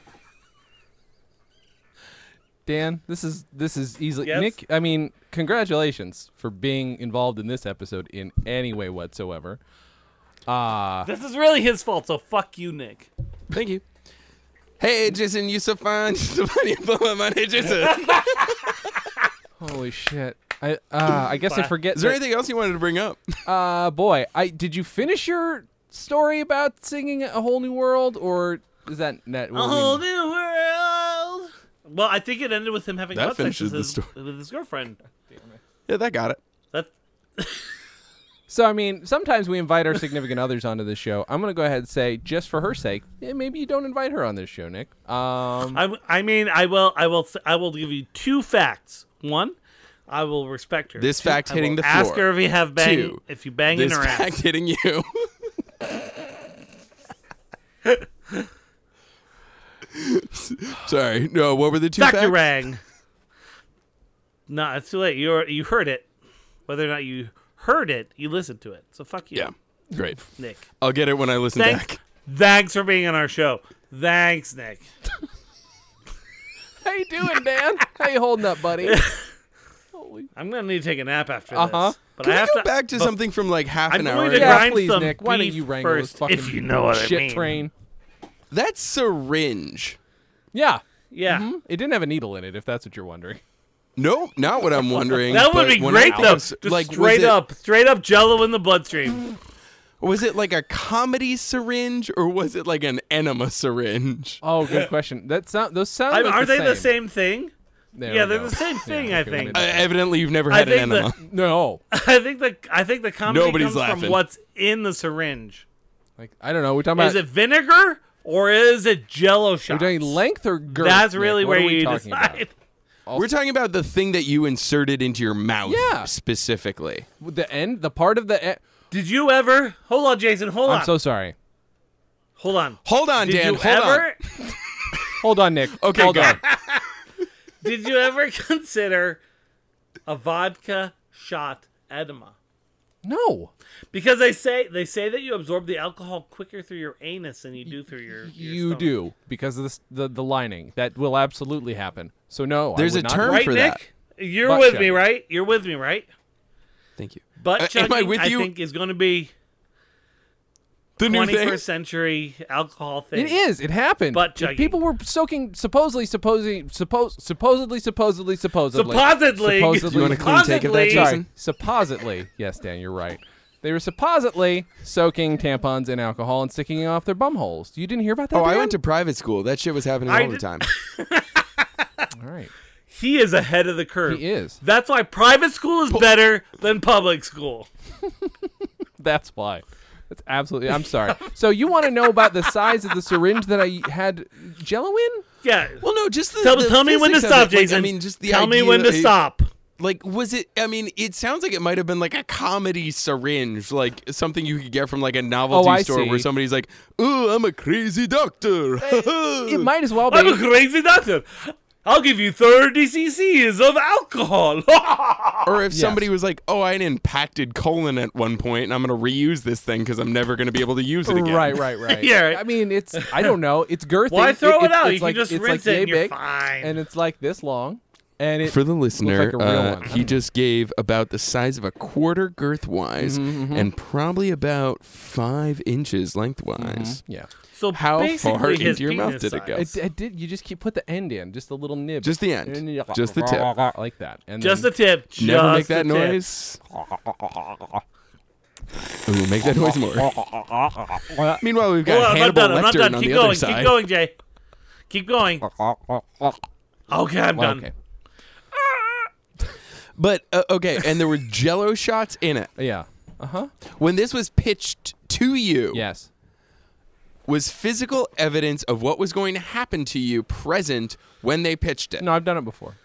S2: Dan, this is this is easily
S1: Yes?
S2: Nick. I mean, congratulations for being involved in this episode in any way whatsoever.
S5: Uh.
S1: This is really his fault, so fuck you, Nick.
S5: Thank you. Hey, Jason, you so [laughs] fine. So funny, but my money, Jason.
S2: Holy shit! I uh, I guess I forget.
S5: Is there
S2: that-
S5: anything else you wanted to bring up? [laughs]
S2: Uh, boy, I did you finish your story about singing a whole new world, or is that not?
S1: A
S5: Uh-huh.
S1: whole new world. Well, I think it ended with him having
S5: That
S1: butt sex
S5: finishes
S1: with
S5: the
S1: his,
S5: story.
S1: with his girlfriend.
S5: Yeah, that got it.
S1: That
S2: So I mean, sometimes we invite our significant [laughs] others onto this show. I'm gonna go ahead and say, just for her sake, eh, maybe you don't invite her on this show, Nick. Um,
S1: I, w- I mean, I will, I will, s- I will give you two facts. One, I will respect her.
S5: This
S1: Two,
S5: fact
S1: I
S5: hitting
S1: will
S5: the
S1: ask
S5: floor.
S1: her if you have bang,
S5: Two,
S1: if you bang in
S5: this
S1: her
S5: fact
S1: ass.
S5: hitting you. [laughs] Sorry. No, what were the two facts?
S1: Doctorang. No, it's too late. You are- you heard it. Whether or not you heard it, you listened to it. So fuck you,
S5: Yeah. Great.
S1: Nick.
S5: I'll get it when I listen
S1: Thanks,
S5: back.
S1: thanks for being on our show. Thanks, Nick.
S2: how you doing, Dan? how you holding
S1: [laughs]
S2: up, buddy?
S1: I'm gonna need to take a nap after
S2: Uh-huh.
S1: this. But
S5: Can
S1: I
S5: we
S1: have
S5: go
S1: to
S5: back to
S1: but
S5: something from like half
S1: I'm
S5: an
S1: going
S5: hour
S1: to
S5: ago?
S2: Yeah,
S1: grind
S2: please,
S1: some
S2: Nick, why don't
S1: beef
S2: you wrangle this
S1: first,
S2: fucking
S1: if you know what I
S2: Shit
S1: mean.
S2: train.
S5: That's syringe.
S2: Yeah,
S1: Yeah.
S5: Mm-hmm.
S2: it didn't have a needle in it, if that's what you're wondering.
S5: Nope, not what I'm wondering.
S1: That would
S5: but
S1: be
S5: when
S1: great
S5: I think
S1: though.
S5: of s-
S1: Just
S5: like was
S1: straight
S5: it-
S1: up, straight up Jello in the bloodstream.
S5: was it like a comedy syringe or was it like an enema syringe?
S1: [laughs]
S2: Oh, good question. That sound those sound
S1: I
S2: like
S1: are
S2: the
S1: they
S2: same.
S1: the same thing?
S2: There
S1: Yeah,
S2: we
S1: they're
S2: go.
S1: the same thing,
S2: Yeah,
S1: I
S2: okay, we
S1: think.
S2: did
S5: Uh,
S2: that.
S5: evidently, you've never
S1: I
S5: had
S1: think
S5: an
S1: that-
S5: enema.
S2: no,
S1: [laughs] I think the I think the comedy
S5: Nobody's
S1: comes
S5: laughing.
S1: from what's in the syringe.
S2: like I don't know. We're talking about
S1: is it vinegar or is it Jello
S2: We're
S1: shots?
S2: doing length or girth.
S1: That's really
S2: Nick? What
S1: where
S2: are we
S1: you
S2: talking
S1: decide.
S5: We're talking about the thing that you inserted into your mouth
S2: Yeah.
S5: specifically.
S2: about. [laughs] The end, the part of the. E-
S1: Did you ever? Hold on, Jason. Hold
S2: I'm
S1: on.
S2: so sorry.
S1: hold
S2: [laughs]
S1: on.
S5: Hold on,
S1: Did
S5: Dan.
S1: you
S5: hold
S1: ever?
S5: on.
S2: Hold on, Nick.
S5: Okay,
S2: hold
S5: go.
S2: on.
S1: [laughs] Did you ever consider a vodka shot edema?
S2: No,
S1: Because they say they say that you absorb the alcohol quicker through your anus than you do through your. your
S2: you
S1: stomach.
S2: do because of this, the the lining that will absolutely happen. So no, I
S5: There's
S2: would
S5: a
S2: not-
S5: term
S1: right,
S5: for that.
S1: Nick? You're
S2: Butt
S1: with me,
S2: chugging.
S1: right? You're with me, right?
S5: Thank you.
S1: Butt
S5: Uh, am I
S1: chugging, I,
S5: with you?
S1: think, is going to be
S5: The new thing.
S1: 21st century alcohol thing.
S2: It is. It happened.
S1: Butt
S2: The
S1: chugging.
S2: People were soaking, supposedly, supposing, suppose, supposedly, supposedly, supposedly,
S1: Supposedly.
S2: supposedly.
S5: You want a clean take of
S1: Supposedly-
S5: that,
S2: Sorry,
S5: Jason?
S2: supposedly. Yes, Dan, you're right. They were supposedly soaking tampons in alcohol and sticking it off their bum holes. You didn't hear about that?
S5: Oh, I
S2: Dan?
S5: went to private school. That shit was happening
S1: I
S5: all the
S1: did-
S5: time.
S2: All right.
S1: He is ahead of the curve.
S2: He is.
S1: That's why private school is better than public school.
S2: That's why. That's absolutely. I'm
S5: [laughs]
S2: sorry. so you want to know about the size of the syringe that I had Jello in?
S1: Yeah.
S5: Well, no, just the,
S1: tell
S5: the
S1: tell me when to
S5: physics of
S1: stop,
S5: it. Like,
S1: Jason.
S5: I mean, just the
S1: tell me
S5: idea
S1: when to
S5: that it-
S1: stop.
S5: Like, was it? I mean, it sounds like it might have been like a comedy syringe, like something you could get from like a novelty
S2: Oh, I
S5: store
S2: see.
S5: where somebody's like, "Ooh, I'm a crazy doctor." [laughs]
S2: It might as well be.
S1: I'm a crazy doctor. I'll give you 30 cc's of alcohol. [laughs]
S5: or if somebody was like, "Oh, I had an impacted colon at one point, and I'm going to reuse this thing because I'm never going to be able to use it again."
S2: Right, right,
S1: [laughs]
S2: right.
S1: Yeah.
S2: I mean, it's. I don't know. It's girthy.
S1: Why throw it,
S2: it's-
S1: out?
S2: it's
S1: you
S2: like-
S1: can just
S2: it's
S1: rinse it
S2: like yay
S1: and you're
S2: big,
S1: fine.
S2: And it's like this long, and it
S5: For the listener,
S2: like a real
S5: uh,
S2: one. I
S5: he
S2: don't
S5: just gave about the size of a quarter girth wise
S1: Mm-hmm,
S5: and probably about five inches lengthwise.
S1: Mm-hmm.
S2: yeah.
S1: so
S5: How
S1: basically
S5: far
S1: his
S5: into your mouth
S1: penis
S5: did it
S1: size.
S5: go?
S2: It, it did. You just keep put the end in, just the little nib,
S5: Just the end.
S2: And you-
S5: Just the
S2: [laughs]
S5: tip.
S2: like that. And
S1: Just the
S2: then,
S1: tip. Just
S5: Never make that
S1: the tip.
S5: noise. Ooh, make that noise more.
S1: [laughs]
S5: Meanwhile, we've
S1: Hold on, I'm not
S5: got Hannibal
S1: done. I'm not
S5: Lecter
S1: done.
S5: on
S1: Keep
S5: the
S1: going.
S5: other side.
S1: Keep going, Jay. Keep going. Okay, I'm done.
S2: okay.
S5: But uh, okay, and there were
S1: [laughs]
S5: Jello shots in it.
S2: Yeah. Uh huh.
S5: When this was pitched to you,
S2: Yes.
S5: was physical evidence of what was going to happen to you present when they pitched it.
S2: No, I've done it before.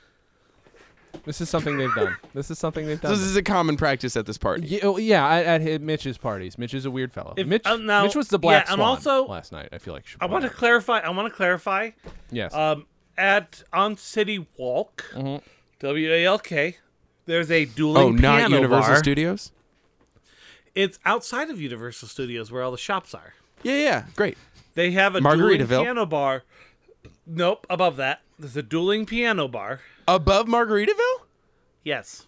S2: This is something they've done. This is something they've done.
S5: This is a common practice at this party.
S2: yeah, oh, yeah at, at hi- Mitch's parties. Mitch is a weird fellow.
S1: If-
S2: Mitch,
S1: uh, now-
S2: Mitch was the black
S1: yeah, and
S2: swan
S1: also-
S2: last night. I feel like I should
S1: I
S2: point
S1: want to
S2: out.
S1: clarify. I want to clarify.
S2: Yes.
S1: Um, at on City Walk, W A L K. There's a dueling
S5: Mm-hmm. Oh, not
S1: piano
S5: Universal
S1: bar.
S5: Studios?
S1: It's outside of Universal Studios where all the shops are.
S5: Yeah, yeah, great.
S1: They have a
S5: Margaritaville?
S1: dueling piano bar. Nope, above that. There's a dueling piano bar.
S5: Above Margaritaville?
S1: Yes.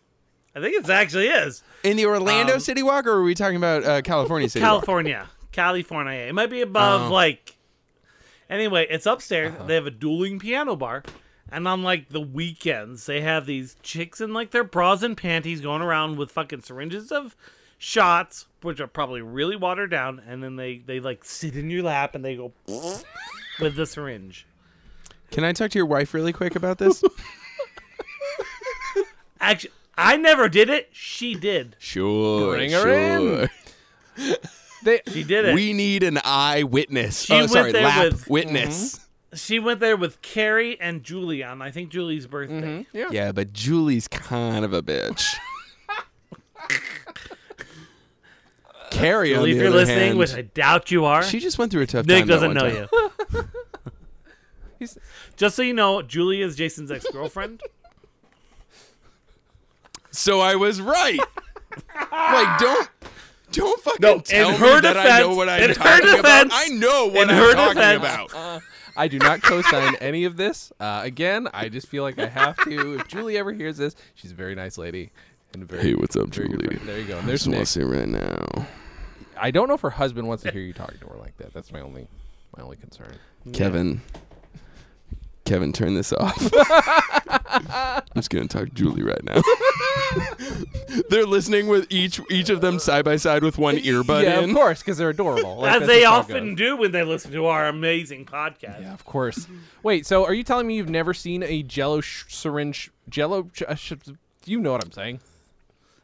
S1: I think it actually is.
S5: In the
S1: Um,
S5: Orlando City Walk, or are we talking about uh, California City Walk? Uh-huh.
S1: California. California. It might be above like Anyway, it's upstairs. They have a dueling piano bar. And on like the weekends, they have these chicks in like their bras and panties going around with fucking syringes of shots, which are probably really watered down, and then they they like sit in your lap and they go [laughs] with the syringe.
S5: Can I talk to your wife really quick
S1: [laughs]
S5: about this?
S1: Actually, I never did it. She did.
S5: sure.
S2: Bring her in. they,
S1: She did it.
S5: We need an eyewitness.
S1: She
S5: oh,
S1: went
S5: sorry,
S1: there
S5: lap
S1: with- Mm-hmm.
S5: witness.
S1: she went there with Carrie and Julie on I think Julie's birthday.
S5: Yeah, but Julie's kind of a
S1: [laughs]
S5: bitch. Carrie, on
S1: Julie, if
S5: the
S1: you're
S5: other
S1: listening,
S5: hand,
S1: which I doubt you are,
S5: she just went through a tough
S1: Nick
S5: time. that
S1: doesn't
S5: one
S1: know
S5: time.
S1: you. [laughs] Just so you know, Julie is Jason's ex
S5: [laughs]
S1: girlfriend.
S5: So I was [laughs] right. like, don't. Don't fucking
S1: No, in
S5: tell me
S1: her
S5: that I know
S1: defense-
S5: what I'm
S1: in her
S5: talking about.
S1: defense-
S5: I know what
S1: in
S5: I'm
S1: her
S5: talking
S1: defense-
S5: about.
S2: I
S1: [laughs]
S2: do not co-sign any of this. Uh, again, I just feel like I have to. If Julie ever hears this, she's a very nice lady. And a very,
S5: Hey, what's up,
S2: very good
S5: Julie?
S2: friend. There you go. And there's
S5: Just want
S2: Nick.
S5: to see right now.
S2: I don't know if her husband wants to hear you talking to her like that. That's my only, my only concern.
S5: Kevin. Kevin, turn this
S1: [laughs]
S5: off. I'm just gonna talk to Julie right now. [laughs] They're listening with each each of them side by side with one earbud
S2: yeah,
S5: in.
S2: of course, because they're adorable. Like,
S1: As
S2: that's
S1: they
S2: just how it
S1: often
S2: goes.
S1: do when they listen to our amazing podcast.
S2: Yeah, of course. Wait, so are you telling me you've never seen a Jello sh- syringe? Jello? Sh- uh, sh- you know what I'm saying?
S1: [laughs]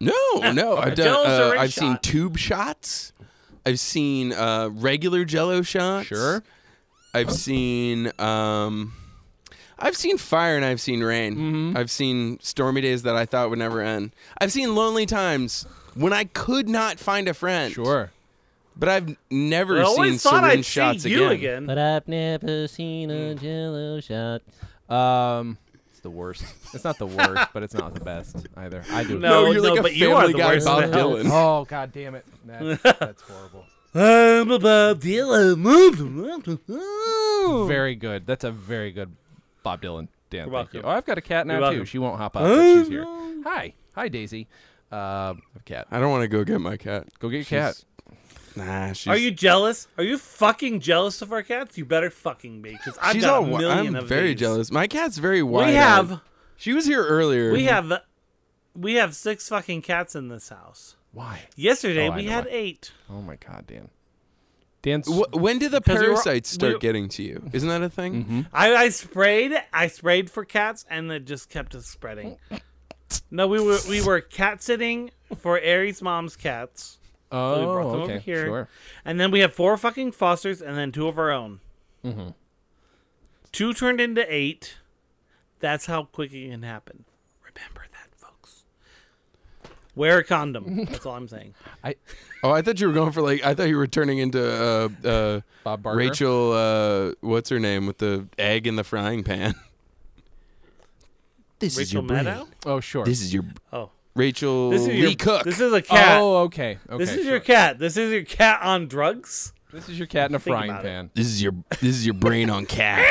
S5: No, no, I've done.
S1: Jello's
S5: uh,
S1: syringe
S5: I've seen
S1: shot.
S5: tube shots. I've seen uh, regular Jello shots.
S2: Sure.
S1: Oh.
S5: I've seen. Um, I've seen fire and I've seen rain.
S1: Mm-hmm.
S5: I've seen stormy days that I thought would never end. I've seen lonely times when I could not find a friend.
S2: Sure.
S5: But I've never
S1: I
S5: seen
S1: always thought
S5: syringe
S1: I'd
S5: shots
S1: see you
S5: again.
S1: again.
S8: But I've never seen
S5: Mm.
S8: a jello shot.
S2: Um, it's the worst. It's not the worst, but it's not the best either. I do.
S1: No,
S5: you're like a
S1: but you are
S5: Family
S1: the
S5: Guy
S1: worst.
S5: Bob
S1: in the
S5: Dylan.
S1: [laughs]
S2: Oh God damn it! That's, that's horrible.
S1: house. I'm a Bob Dylan.
S2: Very good. That's a very good Bob Dylan.
S1: You're
S2: Dan, thank you.
S1: welcome.
S2: Oh, I've got a cat now
S1: You're
S2: too.
S1: welcome. Oh,
S2: She won't hop up, but she's here. Hi, hi Daisy. Um, I have a cat.
S5: I don't want to go get my cat.
S2: Go get your cat.
S5: She's- Nah, she's.
S1: Are you jealous? Are you fucking jealous of our cats? You better fucking be, because I've
S5: She's
S1: got
S5: all.
S1: a
S5: wi-
S1: million
S5: I'm
S1: of
S5: very
S1: these.
S5: jealous. My cat's very wide.
S1: We have,
S5: She was here earlier.
S1: we have, we have six fucking cats in this house.
S2: Why?
S1: Yesterday
S2: Oh, I
S1: we
S2: know
S1: had
S2: why.
S1: eight.
S2: Oh my God, Dan. Dan's
S5: Wh- when did the
S1: 'Cause we were-
S5: parasites
S1: we- Mm-hmm.
S5: start getting to you? Isn't that a thing?
S1: I, I sprayed, I sprayed for cats, and it just kept us spreading. No, we were we were cat sitting for Aries' mom's cats,
S2: Oh,
S1: we brought them over
S2: okay,
S1: here.
S2: sure.
S1: and then we have four fucking fosters, and then two of our own. Two turned into eight. That's how quick it can happen. Remember that, folks. Wear a condom. That's all I'm
S2: [laughs]
S1: saying.
S5: Oh, I thought you were going for like. I thought you were turning into uh, uh,
S2: Bob Barker.
S5: Rachel. Uh, what's her name with the egg in the frying pan? This
S1: Rachel
S5: brain.
S1: Maddow.
S2: Oh, sure.
S5: This is your
S1: Oh,
S5: Rachel
S1: this is
S5: Lee
S1: your
S5: Cook.
S1: This is a cat.
S2: oh, okay. Okay.
S1: this is
S2: sure.
S1: your cat. This is your cat on drugs.
S2: This is your cat in a
S1: Think
S2: frying
S1: about it.
S2: pan.
S5: this is your this is your brain on cats.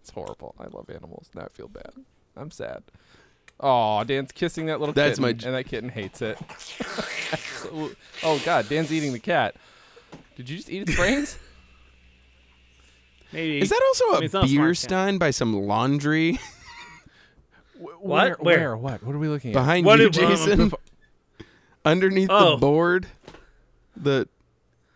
S2: It's horrible. I love animals. Now I feel bad. I'm sad. Oh, Dan's kissing that little
S5: That's
S2: kitten,
S5: my j-
S2: and that kitten hates it. [laughs] Absolute- oh God, Dan's eating the cat. Did you just eat its brains?
S1: [laughs] Maybe
S5: [laughs] Is that also a
S1: It's not a smart
S5: beer
S1: cat.
S5: stein by some laundry
S2: Where,
S1: What?
S2: where?
S1: Where?
S2: What? What are we looking at?
S5: [laughs] behind
S1: What
S5: you,
S1: did- um,
S5: [laughs] Jason? Underneath
S1: Oh.
S5: the board, the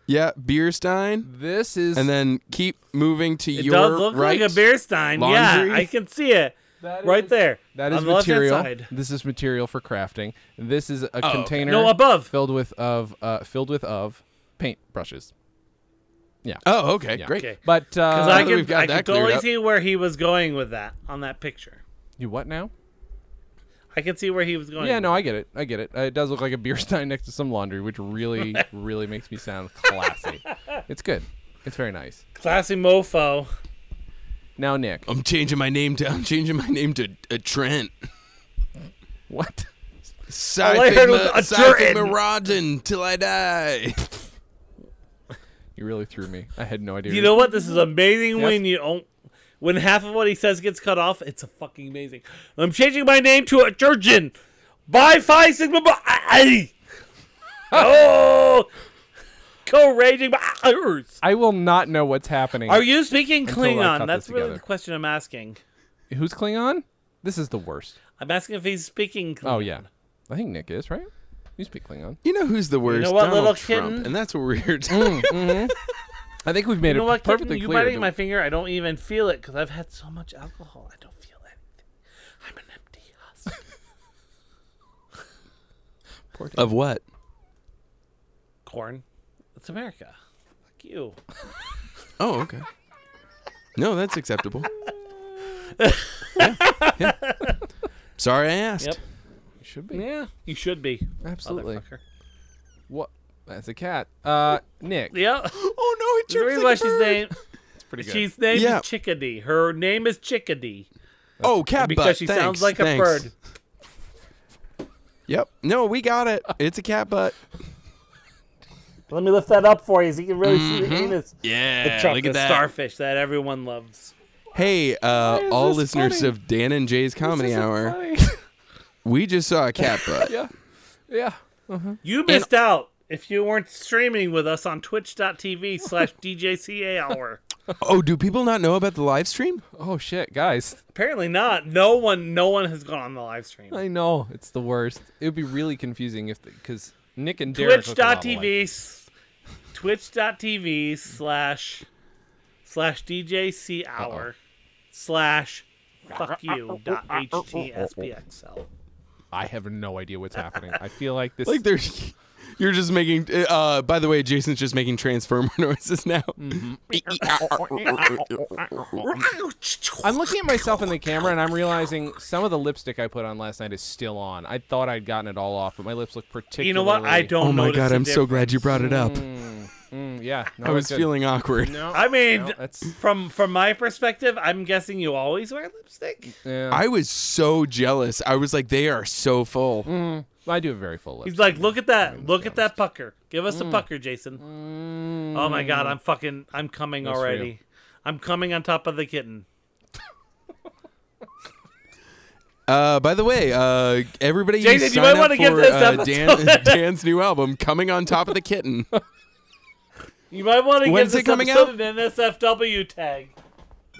S5: yeah beer stein,
S2: This is.
S5: and then keep moving to
S1: It
S5: your
S1: does look
S5: right.
S1: like a beer stein.
S5: Laundry?
S1: Yeah, I can see it
S2: that
S1: right
S2: is-
S1: there.
S2: That is
S1: on the left-hand
S2: material.
S1: side. Oh,
S2: This is material for crafting. This is a container
S1: No, above.
S2: filled with of uh, filled with of paint brushes.
S5: Oh, okay,
S2: Yeah.
S5: great.
S1: Okay.
S2: But uh,
S5: now
S1: I
S5: that
S1: can,
S5: we've got
S1: I can
S5: that
S1: totally
S5: cleared up-
S1: see where he was going with that on that picture.
S2: you what now?
S1: I can see where he was going.
S2: Yeah, no, I get it. I get it. Uh, it does look like a beer [laughs] stein next to some laundry, which really,
S1: [laughs]
S2: really makes me sound classy. it's good. It's very nice.
S1: Classy mofo.
S2: Now, Nick, [laughs]
S5: I'm changing my name to I'm changing my name to uh, Trent.
S2: what?
S5: Sci
S1: All I heard was a Trent.
S5: Rodden till I die.
S2: You really threw me. I had no idea.
S1: You know what? This is amazing
S2: Yes.
S1: when you don't. When half of what he says gets cut off, it's a fucking amazing. I'm changing my name to a Georgian. Bye, Phi Sigma. Bye. [laughs] oh, [laughs] go raging. Bears.
S2: I will not know what's happening.
S1: Are you speaking
S2: Until I cut
S1: Klingon?
S2: this
S1: That's really
S2: together.
S1: the question I'm asking.
S2: Who's Klingon? This is the worst.
S1: I'm asking if he's speaking Klingon.
S2: Oh yeah, I think Nick is right. You speak Klingon.
S5: You know who's the worst?
S1: know what,
S5: Donald
S1: little
S5: Trump.
S1: kitten?
S5: And that's what we're here to.
S2: I think we've made
S1: You know
S2: it
S1: what, Kitten?
S2: perfectly
S1: You
S2: clear.
S1: biting
S2: that-
S1: my finger? I don't even feel it because I've had so much alcohol. I don't feel anything. I'm an empty husk.
S2: [laughs]
S1: Mm.
S5: of what?
S1: Corn. It's America. Fuck you.
S5: Oh, okay. No, that's acceptable.
S1: [laughs]
S5: Yeah, yeah. Sorry I asked.
S1: Yep.
S2: You should be
S1: Yeah, you should be.
S2: absolutely.
S1: Motherfucker.
S2: What? That's a cat. Uh, Nick. [gasps]
S1: Yeah.
S5: Oh no, it
S1: There's a
S5: chirps
S1: reason
S5: like
S1: why
S5: a
S1: she's
S5: bird.
S1: named.
S2: Pretty good.
S1: She's named
S5: Yeah.
S1: is Chickadee. Her name is Chickadee
S5: Oh, cat
S1: because
S5: butt.
S1: she
S5: Thanks,
S1: sounds like
S5: thanks.
S1: a bird.
S5: Yep. No, we got it. It's a cat butt.
S1: Let me lift that up for you so you can really see
S2: Mm-hmm.
S1: the anus.
S5: Yeah.
S1: The chocolate starfish that everyone loves.
S5: Hey, uh, all listeners of Dan and Jay's Comedy Hour, we
S1: [laughs]
S5: just saw a cat butt.
S2: yeah. [laughs] Yeah.
S1: You missed out if you weren't streaming with us on [laughs] twitch.tv slash DJCA hour.
S5: Oh, do people not know about the live stream?
S2: Oh shit, guys.
S1: Apparently not. No one no one has gone on the live stream.
S2: I know it's the worst. It would be really confusing if because Nick and Derek. look a lot alike.
S1: Twitch.tv s- Twitch.tv slash slash DJC hour slash [laughs] fuck you dot HTSPXL.
S2: I have no idea what's happening. I feel like this.
S5: Like they're [laughs] you're just making uh by the way, Jason's just making transformer [laughs] noises now.
S1: Mm.
S2: I'm looking at myself in the camera and I'm realizing some of the lipstick I put on last night is still on. I thought I'd gotten it all off, but my lips look particularly.
S1: You know what? I don't
S5: Oh my
S1: notice
S5: god,
S1: the
S5: I'm so glad you
S1: difference. Oh
S5: brought it up.
S2: Mm, yeah, no,
S5: I was
S2: it's good.
S5: feeling awkward.
S1: I mean,
S2: No, that's.
S1: from from my perspective, I'm guessing you always wear lipstick.
S2: Yeah.
S5: I was so jealous. I was like, they are so full.
S1: Mm.
S2: I do have very full lips.
S1: He's like, look at that, look at that pucker. Give
S5: Mm.
S1: us a pucker, Jason. Oh my god, I'm fucking, I'm coming
S2: for you.
S1: already. I'm coming on top of the kitten.
S5: Uh, by the way, uh, everybody,
S1: Jason, you
S5: sign
S1: might
S5: up
S1: wanna give
S5: for,
S1: this
S5: uh,
S1: [laughs]
S5: Dan, [laughs]
S1: episode-
S5: Dan's new album, "Coming on Top of
S1: [laughs]
S5: the Kitten."
S1: You might want to
S5: When's
S1: give this
S5: it coming
S1: episode
S5: out?
S1: an NSFW tag.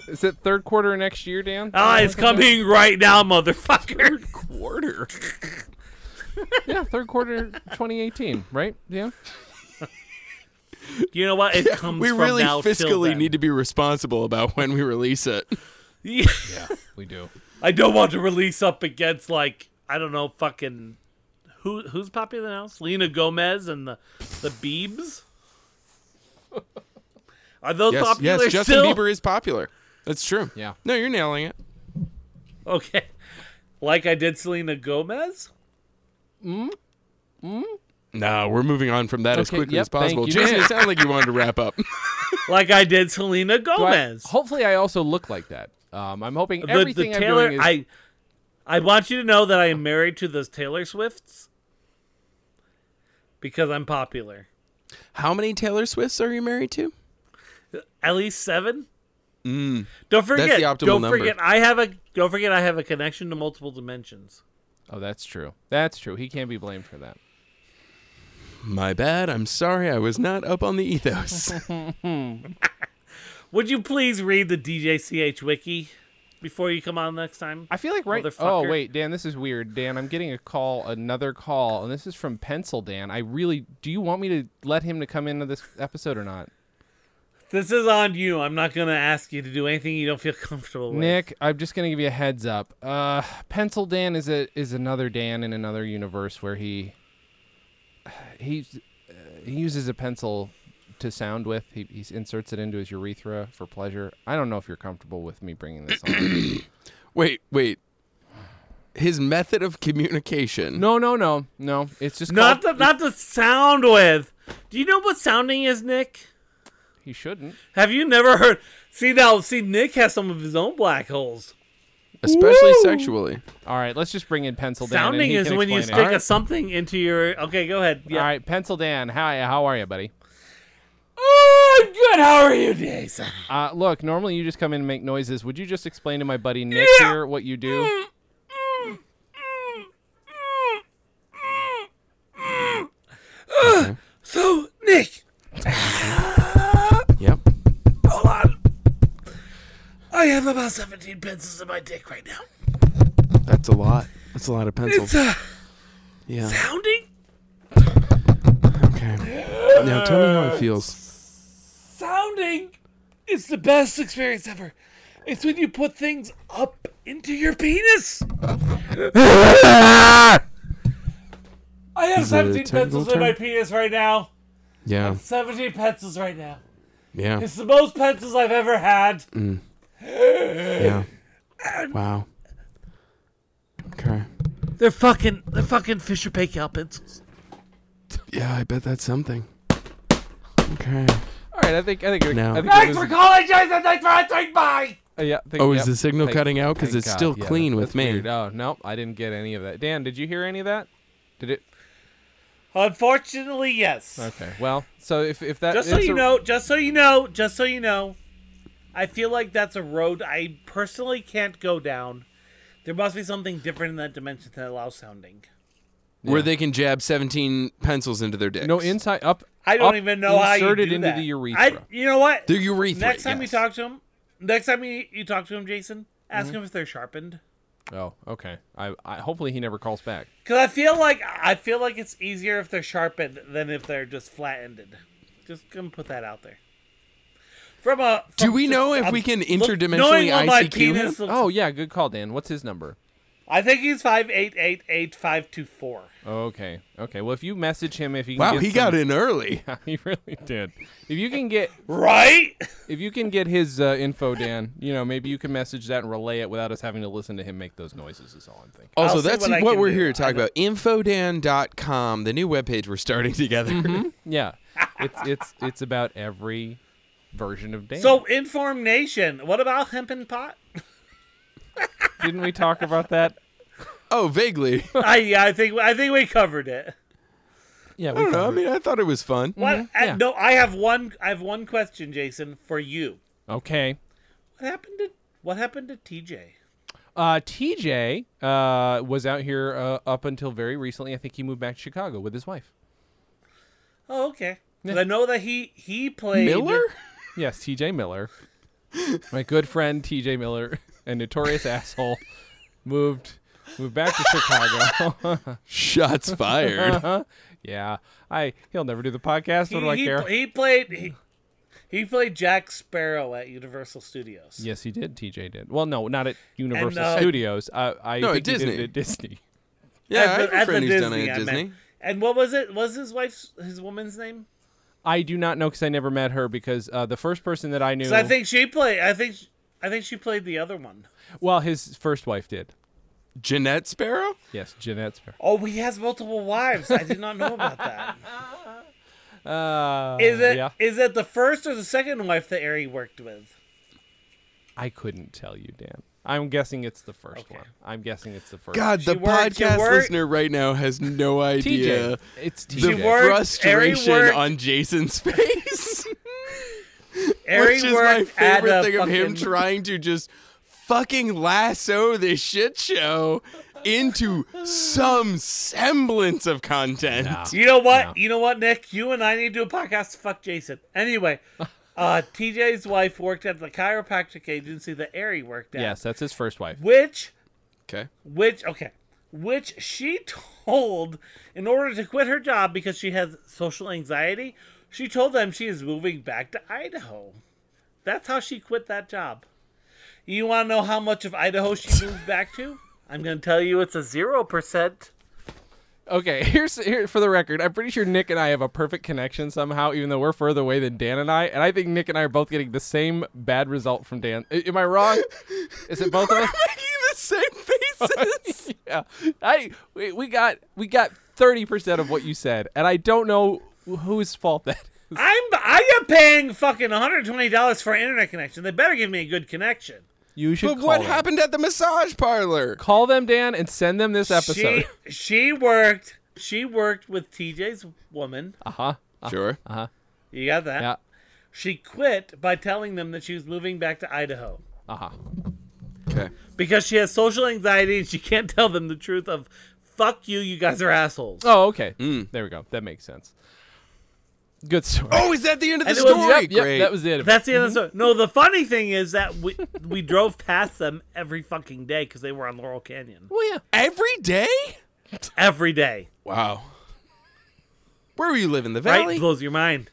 S2: Is it third quarter of next year, Dan?
S1: Ah, it's coming right now, motherfucker.
S5: [laughs] Quarter.
S2: Yeah, third quarter 2018, right? Yeah.
S1: You know what? It comes.
S5: We
S1: from
S5: really
S1: now
S5: fiscally need to be responsible about when we release it.
S1: need.
S2: We do.
S1: [laughs] I don't want to release up against like I don't know, fucking who who's popular now? Selena Gomez and the the Biebs. Are those
S5: Yes,
S1: popular
S5: yes. Justin
S1: still?
S5: Bieber is popular. That's true.
S2: Yeah.
S5: No, you're nailing it.
S1: [laughs] Okay, like I did Selena Gomez.
S5: No, we're moving on from that as
S2: Okay,
S5: quickly
S2: yep,
S5: as possible.
S2: thank you.
S5: Jason, it sounded like you wanted to wrap up. [laughs]
S1: Like I did Selena
S2: Do I-
S1: Gomez.
S2: hopefully, I also look like that. Um, I'm hoping
S1: the, the
S2: everything
S1: Taylor,
S2: I'm doing is.
S1: I, I want you to know that I am married to those Taylor Swifts because I'm popular.
S5: How many Taylor Swifts are you married to?
S1: At least seven. Don't forget.
S5: Mm. the optimal
S1: don't
S5: number.
S1: forget. I have a. Don't forget. I have a connection to multiple dimensions.
S2: Oh, that's true. That's true. He can't be blamed for that.
S5: My bad. I'm sorry. I was not up on the ethos. [laughs]
S1: Would you please read the DJCH wiki before you come on next time?
S2: I feel like right. Oh
S1: Motherfucker.
S2: wait, Dan, this is weird. Dan, I'm getting a call, another call, and this is from Pencil Dan. I really do. You want me to let him to come into this episode or not,
S1: This is on you. I'm not gonna ask you to do anything you don't feel comfortable with.
S2: Nick? I'm just gonna give you a heads up. Uh, Pencil Dan is a is another Dan in another universe where [sighs] he he's uh, he uses a pencil to sound with. He, he inserts it into his urethra for pleasure. I don't know if you're comfortable with me bringing this [coughs] on.
S5: Wait, wait. His method of communication.
S2: no, no, no, no. It's just
S1: Not
S2: called-
S1: the not the sound with. Do you know what sounding is, Nick?
S2: He shouldn't.
S1: Have you never heard? See now, see Nick has some of his own black holes.
S5: especially sexually.
S2: All right, let's just bring in pencil. Dan and
S1: sounding
S2: he
S1: is
S2: can
S1: when you
S2: explain
S1: stick
S2: it.
S1: a something into your. Okay, go ahead. Yeah.
S2: All right, pencil Dan. Hi, how are you, buddy?
S1: Oh, good. How are you, Jason?
S2: Uh, look, normally you just come in and make noises. Would you just explain to my buddy Nick here what you do?
S1: So Nick,
S5: Yep.
S1: hold on. I have about seventeen pencils in my dick right now.
S5: That's a lot. That's a lot of
S1: It's
S5: pencils.
S1: uh,
S5: Yeah.
S1: sounding,
S5: Okay. Now tell me how it feels.
S1: sounding. It's the best experience ever. It's when you put things up into your
S5: [laughs]
S1: penis. I have
S5: Is it a
S1: 17
S5: technical
S1: pencils in my
S5: term?
S1: penis right now.
S5: Yeah.
S1: 17 pencils right now.
S5: Yeah.
S1: It's the most pencils I've ever had.
S2: [laughs]
S5: Yeah. Wow. Okay.
S1: They're fucking, they're fucking Fisher Paykel pencils.
S5: Yeah, I bet that's something. Okay.
S2: All right, I think I think it-
S5: No.
S2: I think it
S1: Thanks
S2: was,
S1: for calling, Jason. Thanks for answering my.
S2: uh, yeah, I think-
S5: Oh, is
S2: yep.
S5: the signal
S2: Thank-
S5: cutting out? Because
S2: thank
S5: it's
S2: God.
S5: still
S2: Yeah,
S5: clean with
S2: that's
S5: me.
S2: weird. Oh no, I didn't get any of that. Dan, did you hear any of that? Did it?
S1: Unfortunately, yes.
S2: Okay. Well, so if if that
S1: Just so
S2: it's
S1: you
S2: a-
S1: know, just so you know, just so you know, I feel like that's a road I personally can't go down. There must be something different in that dimension that allows sounding.
S5: Where they can jab 17 pencils into their dicks.
S2: no inside up.
S1: I don't
S2: up,
S1: even know how you do
S2: inserted into
S1: that.
S2: the urethra.
S1: I, you know what?
S5: Their urethra.
S1: next time
S5: yes.
S1: you talk to him, next time you, you talk to him, Jason, ask
S5: Mm-hmm.
S1: him if they're sharpened.
S2: oh, okay. I, I hopefully he never calls back.
S1: Because I feel like I feel like it's easier if they're sharpened than if they're just flat-ended. Just gonna put that out there. From a
S5: Do
S1: from
S5: we
S1: just-
S5: know if
S1: I'm-
S5: we can
S1: look,
S5: interdimensionally
S1: knowing what my
S5: ICQ him?
S1: penis looks-
S2: Oh yeah, good call, Dan. What's his number?
S1: I think he's five eight eight eight five two four.
S2: Okay. Okay. Well, if you message him, if you can
S5: Wow,
S2: get
S5: he
S2: some-
S5: got
S1: [laughs]
S5: in early.
S2: [laughs] he really did. If you can get
S1: Right?
S2: if you can get his uh, info, Dan, you know maybe you can message that and relay it without us having to listen to him make those noises. Is all I'm thinking.
S5: Also,
S1: I'll see
S5: that's
S1: what I
S5: what,
S1: can
S5: we're
S1: do.
S5: here to
S1: I
S5: talk about. Infodan.com, the new webpage we're starting [laughs] together.
S1: Mm-hmm.
S2: Yeah. [laughs] It's it's it's about every version of Dan.
S1: So inform nation. What about hemp and pot?
S2: didn't we talk about that?
S5: Oh, vaguely. [laughs] I
S1: I I think I think we covered it.
S2: Yeah. We
S5: don't know. I mean, I thought it was fun.
S1: What? I-
S2: yeah.
S1: no, I have one. I have one question, Jason, for you.
S2: Okay.
S1: What happened to What happened to TJ?
S2: Uh, TJ uh, was out here uh, up until very recently. I think he moved back to Chicago with his wife.
S1: Oh, okay. 'Cause I know that he he played
S5: Miller?
S2: Yes, TJ Miller. My good friend TJ Miller, a notorious asshole, moved moved back to Chicago. [laughs]
S1: [laughs]
S5: Shots fired.
S2: yeah. I he'll never do the podcast.
S1: He,
S2: What do I
S1: he,
S2: care?
S1: he played he, he played Jack Sparrow at Universal Studios.
S2: Yes, he did. TJ did. Well, no, not at Universal
S1: uh,
S2: Studios. Uh, I
S5: No, at
S2: think he did it
S5: Disney.
S2: at Disney.
S5: yeah, I
S1: At
S5: have
S1: the-
S5: a
S1: at
S5: friend
S1: the
S5: who's done it at
S1: I meant.
S5: Disney.
S1: And what was it? Was his wife's his woman's name?
S2: I do not know because I never met her because uh, the first person that I knew,
S1: So I think she played. I think I think she played the other one.
S2: well, his first wife did.
S5: Jeanette Sparrow?
S2: Yes, Jeanette Sparrow.
S1: Oh, he has multiple wives. I did not know about that.
S2: Uh,
S1: [laughs] Is it is
S2: Yeah,
S1: it the first or the second wife that Ari worked with?
S2: I couldn't tell you, Dan. I'm guessing it's the first one. I'm guessing it's the first.
S5: God,
S1: She
S5: the
S1: worked- she
S5: podcast
S1: worked-
S5: listener right now has no
S2: TJ,
S5: idea
S2: it's
S5: the
S2: TJ.
S1: She worked-
S5: frustration
S1: Ari worked-
S5: on Jason's [laughs] face.
S1: Ari
S5: which is my
S1: worked at
S5: favorite
S1: a
S5: thing of him
S1: fucking-
S5: trying to just fucking lasso this shit show into some semblance of content.
S1: You know what? You know what, Nick? You and I need to do a podcast to fuck Jason.
S2: [laughs]
S1: Anyway, uh, TJ's wife worked at the chiropractic agency that Ari worked at.
S2: yes, that's his first wife.
S1: Which,
S5: Okay.
S1: which, okay, which she [laughs] told in order to quit her job because she has social anxiety. She told them she is moving back to Idaho. That's how she quit that job. You want to know how much of Idaho she moved back to? I'm going to tell you it's a 0%.
S2: Okay, [laughs] here's here for the record. I'm pretty sure Nick and I have a perfect connection somehow, even though we're further away than Dan and I. And I think Nick and I are both getting the same bad result from Dan. A- Am I wrong? Is it both of us?
S5: [laughs] Making
S2: [laughs]
S5: the same faces.
S2: yeah. I we, we got we got thirty percent of what you said, and I don't know whose fault that [laughs] is.
S1: I'm I am paying fucking 120 dollars for an internet connection. They better give me a good connection.
S2: You should.
S5: but
S2: call
S5: what
S2: them.
S5: happened at the massage parlor?
S2: Call them, Dan, and send them this episode.
S1: She she worked she worked with TJ's woman.
S2: Uh huh.
S5: Sure.
S1: Uh-huh. You got that?
S2: Yeah.
S1: She quit by telling them that she was moving back to Idaho
S2: Uh huh.
S1: Uh-huh.
S5: Okay.
S1: because she has social anxiety and she can't tell them the truth of fuck you, you guys are assholes.
S2: Oh, okay. There we go. That makes sense. Good story.
S5: Mm. Oh, is that the end of the
S1: And it was-
S5: story?
S2: yep, yep,
S5: Great.
S2: that was it.
S1: That's the end of
S2: Mm-hmm.
S1: the story. No, the funny thing is that we [laughs] we drove past them every fucking day because they were on Laurel Canyon
S2: well, yeah.
S5: every day.
S1: every day.
S5: Wow. Where were you living? The
S1: Right?
S5: valley.
S1: Blows your mind.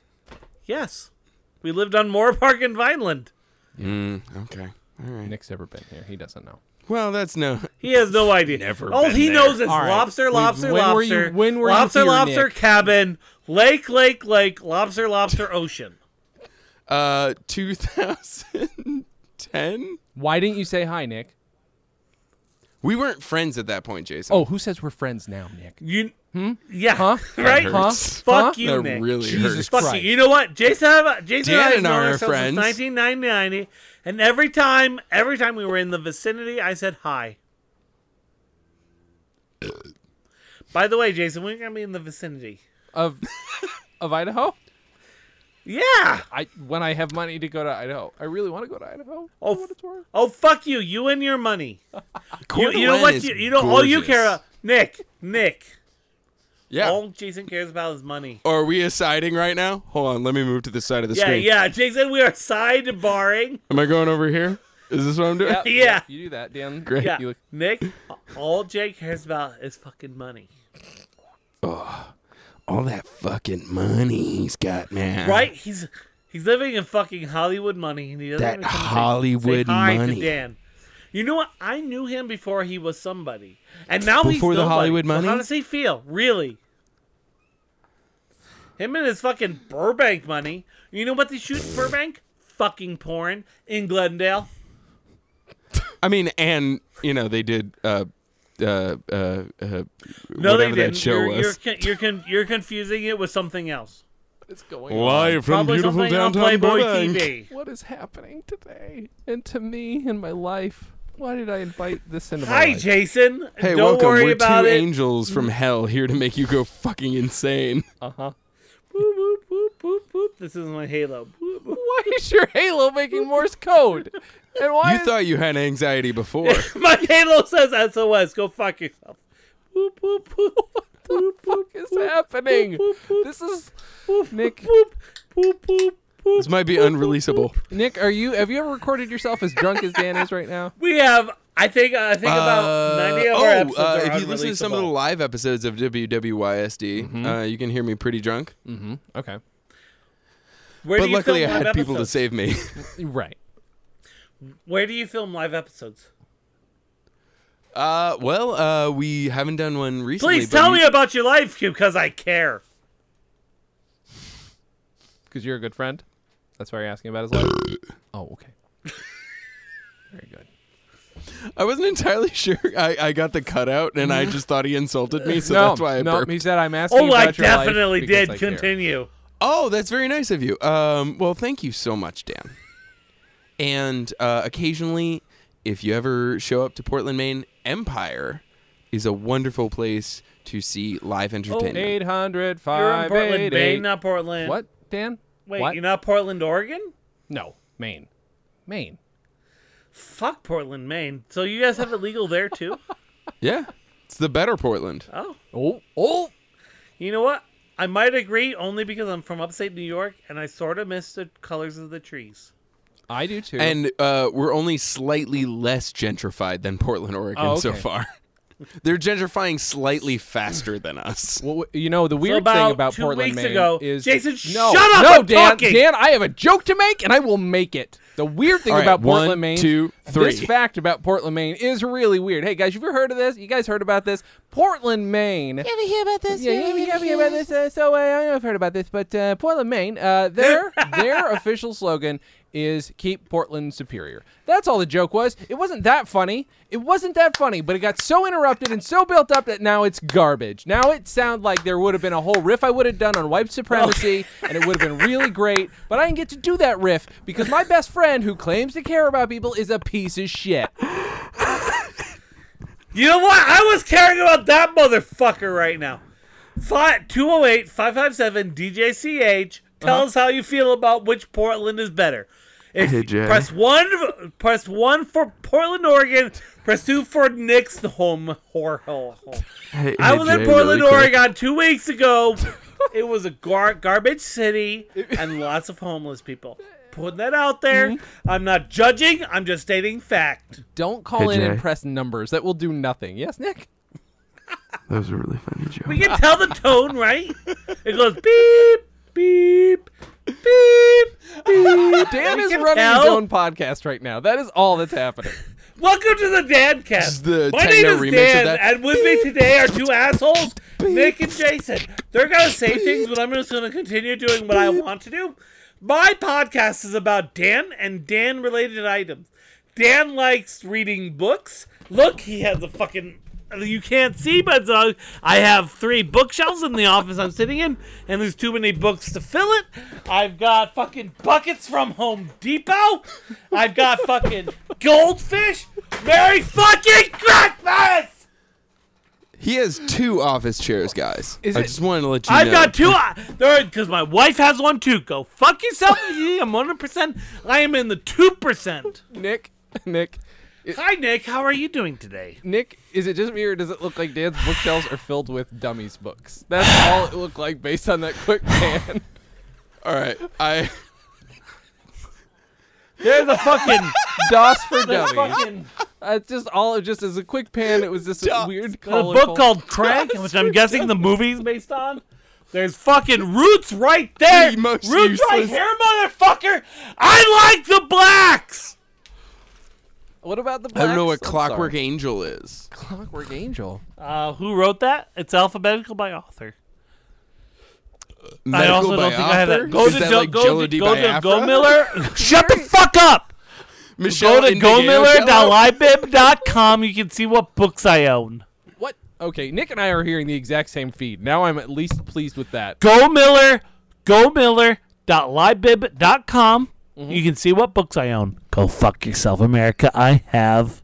S1: Yes, we lived on Moore Park in Vineland.
S5: Okay.
S2: Nick's ever been here. He doesn't know.
S5: Well, that's no.
S1: He has no idea.
S5: Never
S1: All
S5: been
S1: he
S5: there.
S1: knows is
S2: All right.
S1: lobster,
S2: Wait,
S1: lobster,
S2: when
S1: lobster.
S2: were you- when were you
S1: lobster,
S2: here,
S1: lobster
S2: Nick?
S1: cabin, lake, lake, lake, lobster, lobster, ocean.
S5: Uh, 2010.
S2: Why didn't you say hi, Nick?
S5: We weren't friends at that point, Jason.
S2: Oh, who says we're friends now, Nick?
S1: You, yeah,
S2: Huh?
S1: [laughs] right?
S5: Hmm? That
S2: Huh?
S5: hurts.
S2: Huh?
S1: Fuck you,
S5: That
S1: Nick.
S5: really
S2: Jesus
S5: hurts.
S1: Fuck
S2: Christ.
S1: you. You know what? Jason, and I- Jason
S5: Dan
S1: and
S5: and
S1: I have known
S5: I are
S1: ourselves
S5: friends.
S1: since 1999, and every time, every time we were in the vicinity, I said hi. By the way, Jason, when are you gonna be in the vicinity?
S2: Of [laughs] of Idaho?
S1: Yeah.
S2: I when I have money to go to Idaho. I really want to go to Idaho.
S1: Oh, f- oh, fuck you! You and your money. You,
S5: Coeur
S1: you know
S5: d'Alene
S1: what?
S5: is
S1: You, you know all you
S5: gorgeous.
S1: care about, Nick. Nick.
S5: Yeah.
S1: All Jason cares about is money.
S5: Are we siding right now? Hold on, let me move to this side of the
S1: Yeah,
S5: screen.
S1: yeah, Jason. We are sidebarring.
S5: Am I going over here? Is this what I'm doing?
S2: Yep,
S1: [laughs] Yeah.
S2: yep, You do that, Dan.
S5: Great.
S1: [laughs] Yeah,
S2: You look-
S1: Nick. All Jay cares about is fucking money.
S5: [laughs] All that fucking money he's got, man.
S1: Right? He's he's living in fucking Hollywood money, and he doesn't
S5: That
S1: even come to say-
S5: Hollywood
S1: say hi
S5: money.
S1: to Dan. You know what? I knew him before he was somebody, and now he's
S5: Before the
S1: nobody.
S5: Hollywood
S1: So
S5: money?
S1: how does he feel? Really? Him and his fucking Burbank money. You know what they shoot in Burbank? Fucking porn in Glendale.
S5: I mean, and you know they did. Uh, uh, uh, uh,
S1: No, they
S5: whatever
S1: didn't.
S5: that show
S1: you're,
S5: was.
S1: You're, con- you're, con- you're confusing it with something else.
S2: What's going on?
S5: Live from
S1: Probably
S5: beautiful
S1: something on
S5: downtown
S1: Playboy
S5: Burbank.
S1: TV.
S2: What is happening today and to me and my life? Why did I invite this into my
S1: Hi,
S2: life?
S1: Jason.
S5: Hey,
S1: Don't
S5: welcome.
S1: worry
S5: We're
S1: about
S5: two
S1: it.
S5: angels from hell here to make you go fucking insane.
S2: Uh huh.
S1: Boop, boop, boop, boop, boop. This is my Halo. Boop, boop. [laughs]
S2: Why is your Halo making Morse code? And why?
S5: You
S2: is-
S5: thought you had
S1: [laughs]
S5: anxiety before.
S1: My Halo says SOS. Go fuck yourself. Boop, boop, boop. Boop, boop,
S2: what is happening?
S1: boop, boop,
S2: This is
S1: boop,
S2: Nick.
S1: boop, boop, boop, boop.
S5: this might be
S1: [laughs]
S5: unreleasable.
S2: Nick. Are you? Have you ever recorded yourself as drunk as Dan is right now?
S1: We have, I think, I think about
S5: Uh,
S1: 90 of
S5: oh,
S1: our episodes
S5: uh,
S1: are
S5: if you listen to some of the
S1: unreleasable.
S5: live episodes of WWYSD,
S2: Mm-hmm.
S5: uh, you can hear me pretty drunk.
S2: Okay.
S1: Where do
S5: But
S1: you
S5: luckily, I
S1: film
S5: had
S1: live
S5: people to
S1: episodes?
S5: save
S1: [laughs]
S5: me.
S2: Right.
S1: Where do you film live episodes?
S5: Uh, well, uh, we haven't done one recently.
S1: Please
S5: but
S1: tell
S5: you-
S1: me about your life because I care.
S2: Because you're a good friend. That's why you're asking about his life. [coughs] oh, okay. Very good.
S5: I wasn't entirely [laughs] sure. I, I got the cutout, and
S1: Mm-hmm.
S5: I just thought he insulted me, so
S2: no,
S5: that's why I
S2: no,
S5: burped.
S2: he said I'm asking.
S1: Oh, I
S2: about your life
S1: definitely
S2: because
S1: did.
S2: I care."
S1: Continue.
S5: Oh, that's very nice of you. Um, well, thank you so much, Dan. And uh, occasionally, if you ever show up to Portland, Maine, Empire is a wonderful place to see live
S1: Oh,
S5: entertainment.
S2: 800
S1: You're in Portland, Maine,
S2: 588.
S1: not Portland.
S2: What, Dan?
S1: Wait,
S2: what?
S1: you're not Portland, Oregon?
S2: No, Maine. Maine.
S1: Fuck Portland, Maine. So you guys have it legal there
S5: [laughs]
S1: too?
S5: yeah, it's the better Portland.
S1: Oh,
S2: Oh, oh.
S1: you know what? I might agree only because I'm from upstate New York and I sort of miss the colors of the trees.
S2: I do too.
S5: And uh, we're only slightly less gentrified than Portland, Oregon
S2: Oh,
S5: so
S2: okay.
S5: far. [laughs] They're gentrifying slightly faster than us.
S2: well, you know the weird
S1: about
S2: thing about
S1: two
S2: Portland,
S1: weeks
S2: Maine
S1: ago-
S2: is
S1: Jason,
S2: no,
S1: shut up,
S2: No,
S1: I'm
S2: Dan,
S1: talking!
S2: Dan, I have a joke to make, and I will make it. The weird thing
S5: All right,
S2: about Portland,
S5: one,
S2: Maine,
S5: two,
S2: this
S5: three.
S2: fact about Portland, Maine is really weird. Hey guys, you ever heard of this? You guys heard about this? Portland, Maine.
S7: You ever hear about this?
S2: Yeah, yeah, we have about this. Uh, so uh, I don't know if you've heard about this, but uh, Portland, Maine, uh, their
S5: [laughs]
S2: their official slogan is "Keep Portland Superior." That's all the joke was. It wasn't that funny. It wasn't that funny, but it got so interrupted and so built up that now it's garbage. Now it sounds like there would have been a whole riff I would have done on white supremacy,
S5: Oh.
S2: and it would have been really great. But I didn't get to do that riff because my best friend, who claims to care about people, is a piece of shit.
S1: You know what? I was caring about that motherfucker right now. 208 557 DJCH. Tell us how you feel about which Portland is better. If you
S5: Jay.
S1: press one, press one for Portland, Oregon. Press two for Nick's home. Whore, hole, hole. I was in Portland, Oregon two weeks ago. it was a gar- garbage
S5: [laughs]
S1: city and lots of homeless people. Putting that out there.
S5: Mm-hmm.
S1: I'm not judging. I'm just stating fact.
S2: Don't call
S5: Hey,
S2: in and
S5: Jay.
S2: press numbers. That will do nothing. Yes, Nick.
S5: That was a really funny joke.
S1: You can tell the tone, right? It goes beep, beep, beep, beep.
S2: Dan
S1: You
S2: is
S1: can
S2: running his
S1: tell.
S2: own podcast right now. That is all that's happening.
S1: Welcome to the Dan
S5: This is
S1: Cast.
S5: the
S1: My
S5: techno
S1: name
S5: remix
S1: is
S5: of
S1: Dan,
S5: that.
S1: and with me today are two assholes, Nick and Jason. They're gonna say things, but I'm just gonna continue doing what I want to do. My podcast is about Dan and Dan-related items. Dan likes reading books. Look, he has a fucking. You can't see, but uh, I have three bookshelves in the office I'm sitting in, and there's too many books to fill it. I've got fucking buckets from Home Depot. I've got fucking goldfish. Merry fucking Christmas!
S5: He has two office chairs, guys.
S2: Is
S5: I
S2: it-
S5: just wanted to let you
S1: I've
S5: know.
S1: got two. uh, There, because my wife has one too. Go fuck yourself. I'm 100%. I am in the 2%.
S2: Nick, Nick,
S1: Hi, Nick. How are you doing today?
S2: Nick, is it just me or does it look like Dan's bookshelves are filled with dummies books? That's all it looked like based on that quick pan.
S5: All right. I
S2: There's a fucking DOS for dummies.
S1: Fucking.
S2: That's just all. It just as a quick pan. It was just a
S5: DOS.
S2: weird
S1: a
S2: colorful.
S1: book called Crank, which I'm guessing the movie's based on. There's fucking roots right there.
S5: The most
S1: roots right
S5: useless-
S1: here, motherfucker. I like the blacks.
S2: What about the?
S5: I don't know what
S2: blacks? I'm
S5: Clockwork
S2: sorry.
S5: Angel is.
S2: Clockwork Angel.
S1: Uh, who wrote that? It's alphabetical by author. I
S5: Medical
S1: also don't think I have
S5: Biafra?
S1: that. Go
S5: Is
S1: to
S5: that
S1: Joe-
S5: like
S1: go,
S5: Jello
S1: to,
S5: D.
S1: go to
S5: Biafra?
S1: Go Miller.
S5: [laughs]
S1: Shut the fuck up.
S5: Michelle
S1: Go to gomiller.libib.com. You can see what books I own.
S2: What? Okay, Nick and I are hearing the exact same feed. Now I'm at least pleased with
S1: [laughs]
S2: that.
S1: Go Miller. Go Miller.libib.com. You can see what books I own. Mm-hmm. Go fuck yourself, America. I have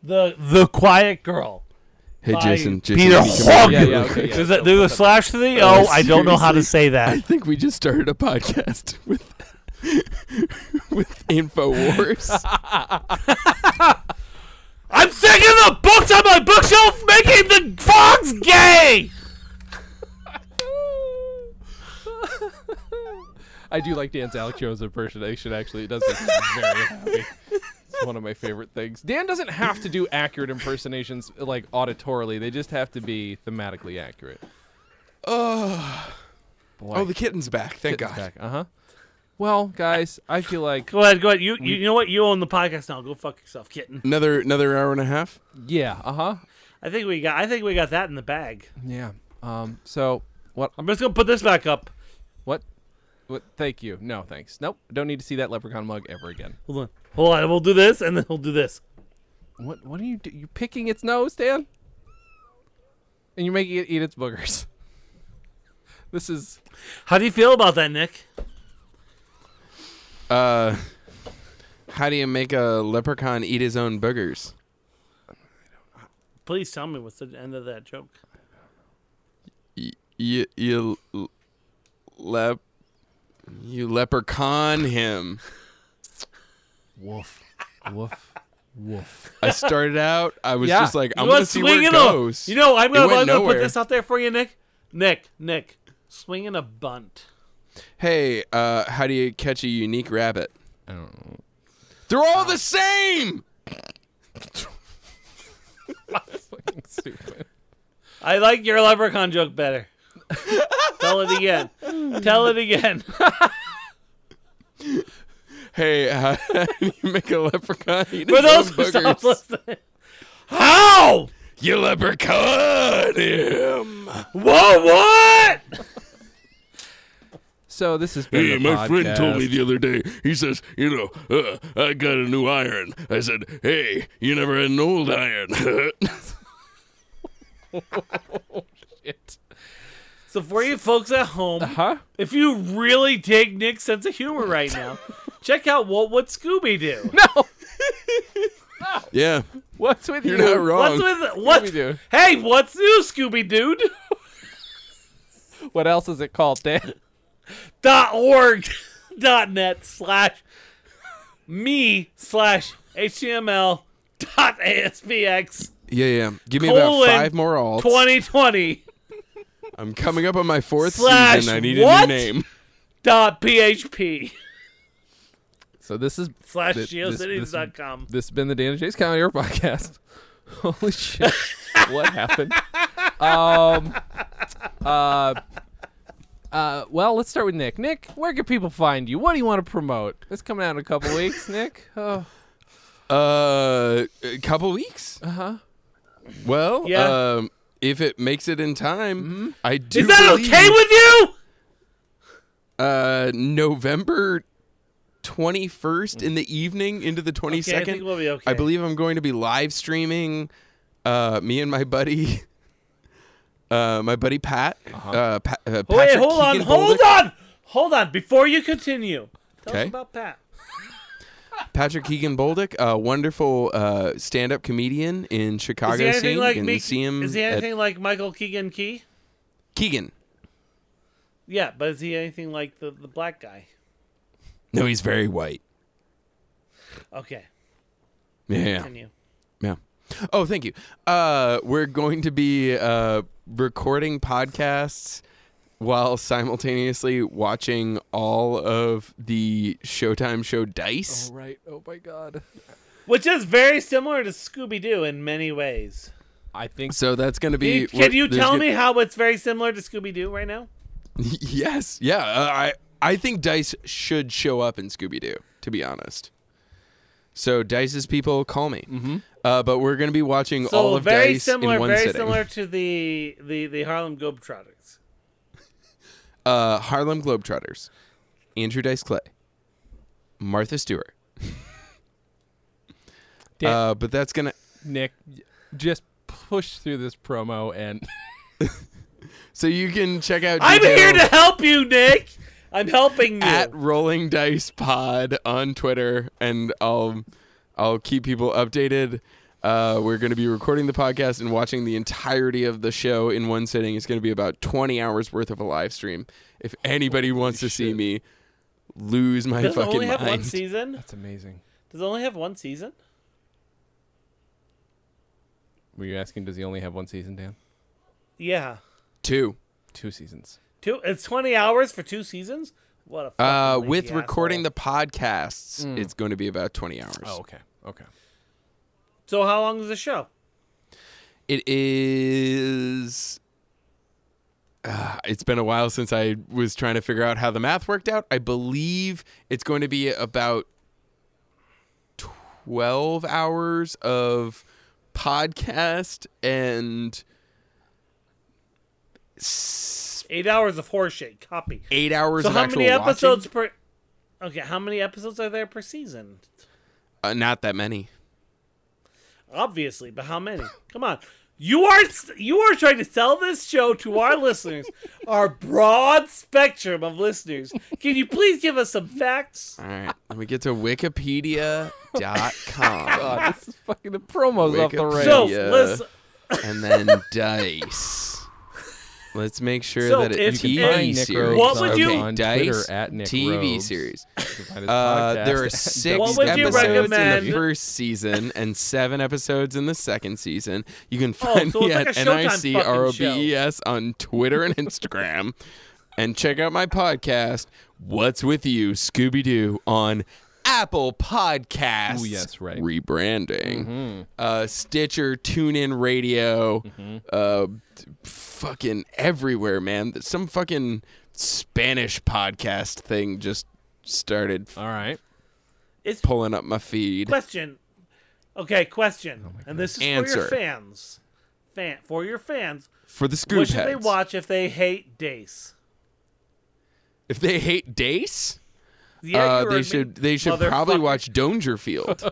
S1: the The Quiet Girl.
S5: Hey,
S1: by
S5: Jason. Jason
S1: Peter
S5: can you come over
S1: Hogg.
S5: here
S2: Yeah,
S5: real
S2: yeah, okay,
S5: quick?
S1: [laughs]
S2: yeah.
S1: There's a, there's a slash to the O. I don't know how to
S5: seriously.
S1: say that.
S5: I think we just started a podcast [laughs] with with Infowars.
S1: [laughs] I'm sick of the books on my bookshelf making the frogs gay.
S2: I do like Dan's Alex Jones impersonation. Actually, it does make me very happy. It's one of my favorite things. Dan doesn't have to do accurate impersonations like auditorily. They just have to be thematically accurate.
S5: oh, the kitten's back. Thank God.
S2: Uh huh. Well, guys, I feel like
S1: Go ahead, go ahead. You you, you know what? You own the podcast now. Go fuck yourself, kitten.
S5: Another another hour and a half.
S2: yeah. Uh huh.
S1: I think we got I think we got that in the bag.
S2: Yeah. Um. So what?
S1: I'm just gonna put this back up.
S2: What? What? Thank you. No, thanks. Nope. Don't need to see that leprechaun mug ever again.
S1: Hold on, hold on. We'll do this and then we'll do this.
S2: What? What are you? Do- you picking its nose, Dan? And you're making it eat its boogers. [laughs] This is
S1: How do you feel about that, Nick?
S5: Uh, how do you make a leprechaun eat his own boogers?
S1: Please tell me what's the end of that joke.
S5: You you l- lep you leprechaun him.
S2: woof, woof, woof.
S5: I started out. I was
S2: Yeah.
S5: just like, I'm
S1: You
S5: gonna
S1: want
S5: see where
S1: swinging
S5: it
S1: a-
S5: goes.
S1: You know, I'm
S5: It
S1: gonna,
S5: went
S1: I'm gonna put
S5: nowhere.
S1: this out there for you, Nick. Nick, Nick, swinging a bunt.
S5: hey, uh, how do you catch a unique rabbit?
S2: I don't know.
S5: They're all the same.
S2: Fucking stupid.
S1: I like your leprechaun joke
S5: [laughs]
S1: better.
S5: [laughs]
S1: tell it again. Tell it again.
S5: hey, [laughs] uh, you make a leprechaun. eat
S1: For
S5: his own
S1: those [laughs] who
S5: boogers.
S1: stop listening,
S5: How? You leprechaun him.
S1: whoa, what?
S2: So this has been
S9: Hey,
S2: the
S9: my friend told me
S2: podcast.
S9: the other day. He says, you know, uh, I got a new iron. I said, hey, you never had an old iron. [laughs]
S1: So for you folks at home,
S5: Uh-huh.
S2: Huh?
S1: if you really dig Nick's sense of humor right now, check out What Would Scooby Do?
S5: [laughs] Yeah,
S2: What's with
S5: you're
S2: you?
S5: not wrong.
S1: What's with what?
S2: Scooby-Doo.
S1: Hey, what's new, Scooby Dude?
S2: What else is it called, Dan?
S1: dot org [laughs] dot net slash me slash html dot aspx
S5: yeah, yeah. Give me
S1: Colon
S5: about five more alts.
S1: 2020
S5: I'm coming up on my fourth
S1: Slash
S5: season. I need
S1: what?
S5: a new name.
S1: dot php
S2: So this is
S1: slash
S2: Th- this- this-
S1: geocities dot com.
S2: this has been the Dan and Jay's County Air podcast. [laughs] Holy shit! what happened? Um. Uh. Uh. Well, let's start with Nick. Nick, where can people find you? What do you want to promote? It's coming out in a couple [laughs] weeks, Nick. Oh,
S5: Uh, a couple weeks. Uh huh. Well,
S1: Yeah.
S5: um, if it makes it in time, I do.
S1: Is that
S5: believe,
S1: okay with you?
S5: uh November twenty first in the evening into the twenty
S1: Okay, I think
S5: second?
S1: we'll be okay.
S5: I believe I'm going to be live streaming. Uh, me and my buddy, [laughs] uh, my buddy Pat. Uh, pa- uh,
S1: Oh, wait,
S5: Patrick
S1: hold on,
S5: Keegan
S1: hold
S5: Bolduc-
S1: on, hold on. Before you continue, tell us
S5: Okay.
S1: about Pat.
S5: Patrick Keegan Bolduc, a wonderful uh, stand-up comedian in Chicago.
S1: Is he anything
S5: scene.
S1: like
S5: you can
S1: me?
S5: see him
S1: is he
S5: at-
S1: anything like Michael Keegan Key?
S5: Keegan?
S1: Yeah, but is he anything like the, the black guy?
S5: No, he's very white.
S1: Okay,
S5: Yeah.
S1: continue.
S5: Yeah. Oh, thank you. Uh, we're going to be uh, recording podcasts while simultaneously watching all of the Showtime show Dice.
S2: right. Oh my God.
S1: Which is very similar to Scooby Doo in many ways.
S2: I think
S5: So that's going to be.
S1: Can you
S5: there's
S1: tell
S5: gonna-
S1: me how it's very similar to Scooby Doo right now?
S5: [laughs] Yes. Yeah. Uh, I I think Dice should show up in Scooby Doo. To be honest. So Dice's people call me, mm-hmm. uh, but we're going to be watching
S1: So
S5: all of
S1: very
S5: Dice
S1: similar,
S5: in one
S1: very
S5: sitting.
S1: similar to the the the Harlem Globetrotters.
S5: Uh, Harlem Globetrotters, Andrew Dice Clay,
S1: [laughs]
S5: Martha Stewart.
S2: Dan-
S5: Uh, but that's gonna.
S2: Nick, just push through this promo and [laughs]
S5: So you can check out.
S1: I'm
S5: detail
S1: here to help you, Nick. I'm helping you.
S5: at Rolling Dice Pod on Twitter, and I'll I'll keep people updated. Uh, we're going to be recording the podcast and watching the entirety of the show in one sitting. It's going to be about 20 hours worth of a live stream. If anybody wants to see me lose my
S1: Does it
S5: fucking
S1: only have one
S5: mind,
S1: season?
S2: that's amazing.
S1: Does it only have one season?
S2: Were you asking? Does he only have one season, Dan?
S1: Yeah.
S5: two.
S2: Two seasons.
S1: Two. It's twenty hours for two seasons. What a.
S5: Uh,
S1: fucking
S5: with
S1: lazy
S5: recording
S1: asshole.
S5: the podcasts,
S1: Mm.
S5: it's going to be about 20 hours.
S2: Oh,
S1: Oh.
S2: okay. Okay.
S1: So how long is the show?
S5: It is. Uh, it's been a while since I was trying to figure out how the math worked out. I believe it's going to be about 12 hours of podcast and s-
S1: Eight hours of horseshit. Copy.
S5: eight hours
S1: So
S5: of
S1: how
S5: actual
S1: many episodes
S5: watching.
S1: per? Okay, how many episodes are there per season?
S5: Uh, not that many.
S1: Obviously, but how many? Come on. You are you are trying to sell this show to our listeners, our broad spectrum of listeners. Can you please give us some facts?
S5: All right. Let me get to
S1: [laughs]
S5: wikipedia.com
S2: God, this is [laughs] fucking the promos off the
S5: Wikipedia.
S2: rails.
S1: So,
S5: yeah.
S1: listen,
S5: and then dice. Let's make sure
S1: So
S5: that
S1: it's
S5: it's
S1: You
S5: TV
S1: can find Nick
S5: series.
S1: Rhodes What would you-
S2: on
S5: dice
S2: Twitter at Nick
S5: TV
S2: Rhodes.
S5: series?
S2: You can find his
S5: Uh,
S2: podcast
S5: there are
S2: at
S5: six
S1: What would you
S5: episodes in
S1: recommend?
S5: the first season and seven episodes in the second season. You can
S1: Oh,
S5: find
S1: so
S5: me
S1: it's like
S5: at
S1: a
S5: N
S1: Showtime
S5: I C
S1: fucking
S5: R O B E S on Twitter and Instagram. and check out my podcast, What's With You, Scooby Doo, on Apple Podcasts.
S2: Ooh, yes, right.
S5: Rebranding. Uh, Stitcher, TuneIn Radio,
S1: Mm-hmm.
S5: uh, t- fucking everywhere, man. Some fucking Spanish podcast thing just started
S1: Uh,
S2: All right.
S1: It's
S5: pulling up my feed.
S1: question. Okay, question. and this is for
S5: Answer.
S1: your fans. Fan for your fans.
S5: For the
S1: what
S5: scoop
S1: should they
S5: heads.
S1: watch if they hate Dace?
S5: If they hate Dace,
S1: Yeah,
S5: uh,
S1: you heard
S5: they
S1: me,
S5: should they should probably
S1: motherfucker. [laughs]
S5: watch Dongerfield.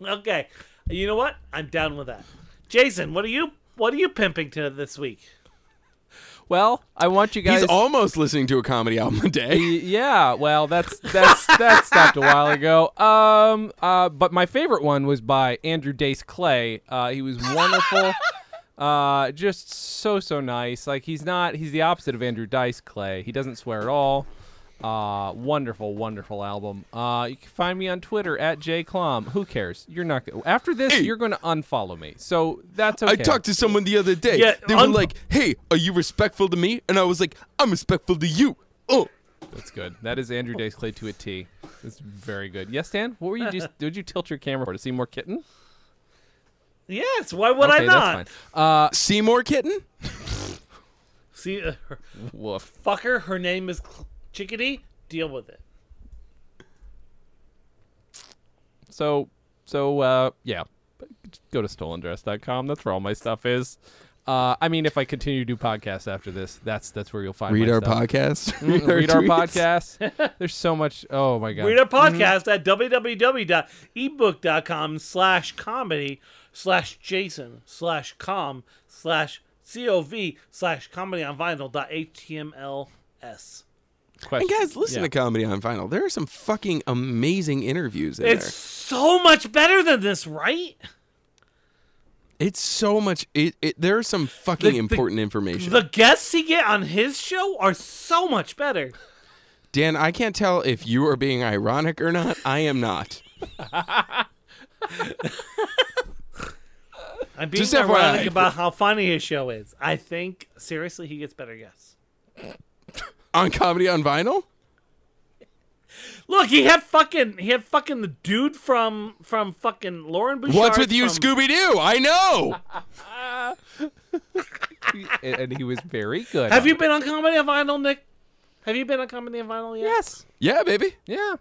S1: Okay, you know what? I'm down with that. Jason, what are you what are you pimping to this week?
S2: Well, I want you guys.
S5: He's almost listening to a comedy album a day.
S2: Y- yeah, well, that's that's that stopped a while ago. Um, uh, but my favorite one was by Andrew Dace Clay. Uh, he was wonderful. Uh, just so so nice. Like he's not he's the opposite of Andrew Dice Clay. He doesn't swear at all. Uh, wonderful, wonderful album. Uh, you can find me on Twitter at jclom. Who cares? You're not go- after this.
S5: Hey.
S2: You're going to unfollow me, so that's okay.
S5: I talked to someone the other day.
S1: Yeah,
S5: they were
S1: un-
S5: like, "Hey, are you respectful to me?" And I was like, "I'm respectful to you." Oh,
S2: That's good. That is Andrew Dice Clay to a T. That's very good. Yes, Dan. What were you just? Did you tilt your camera for to see more kitten?
S1: Yes, why would I
S2: okay,
S1: not?
S2: that's
S1: Uh,
S2: fine.
S5: Seymour Kitten.
S1: See, uh, her-
S2: Uh, woof.
S1: fucker, her name is Cl- Chickadee. Deal with it.
S2: So, so uh, yeah. Go to stolendress.com. That's where all my stuff is. Uh, I mean, if I continue to do podcasts after this, that's that's where you'll find
S5: Read
S2: my
S5: our
S2: stuff.
S5: podcast. [laughs]
S2: Mm, Read our
S5: tweets.
S2: podcast.
S1: [laughs]
S2: There's so much. Oh my god.
S1: Read our podcast at www.ebook.com slash comedy slash Jason slash com slash cov slash comedy on vinyl dot htmls.
S2: Question.
S5: And guys, listen
S2: Yeah.
S5: to Comedy on Vinyl. There are some fucking amazing interviews in
S1: It's so much better than this, right?
S5: there. It's so much. It, it there are some fucking
S1: The- the-
S5: important information.
S1: The guests he get on his show are so much better.
S5: Dan, I can't tell if you are being ironic or not. I am not.
S1: I'm being
S5: Just
S1: ironic
S5: FYI.
S1: about how funny his show is. I think seriously he gets better guests.
S5: On Comedy on Vinyl.
S1: Look, he had fucking he had fucking the dude from from fucking Lauren Bouchard.
S5: What's with you,
S1: from-
S5: Scooby Doo? I know.
S1: [laughs]
S2: and, and he was very good.
S1: Have you been on Comedy and Vinyl, Nick? Have you been on Comedy and Vinyl yet?
S2: Yes.
S5: yeah, baby.
S2: Yeah.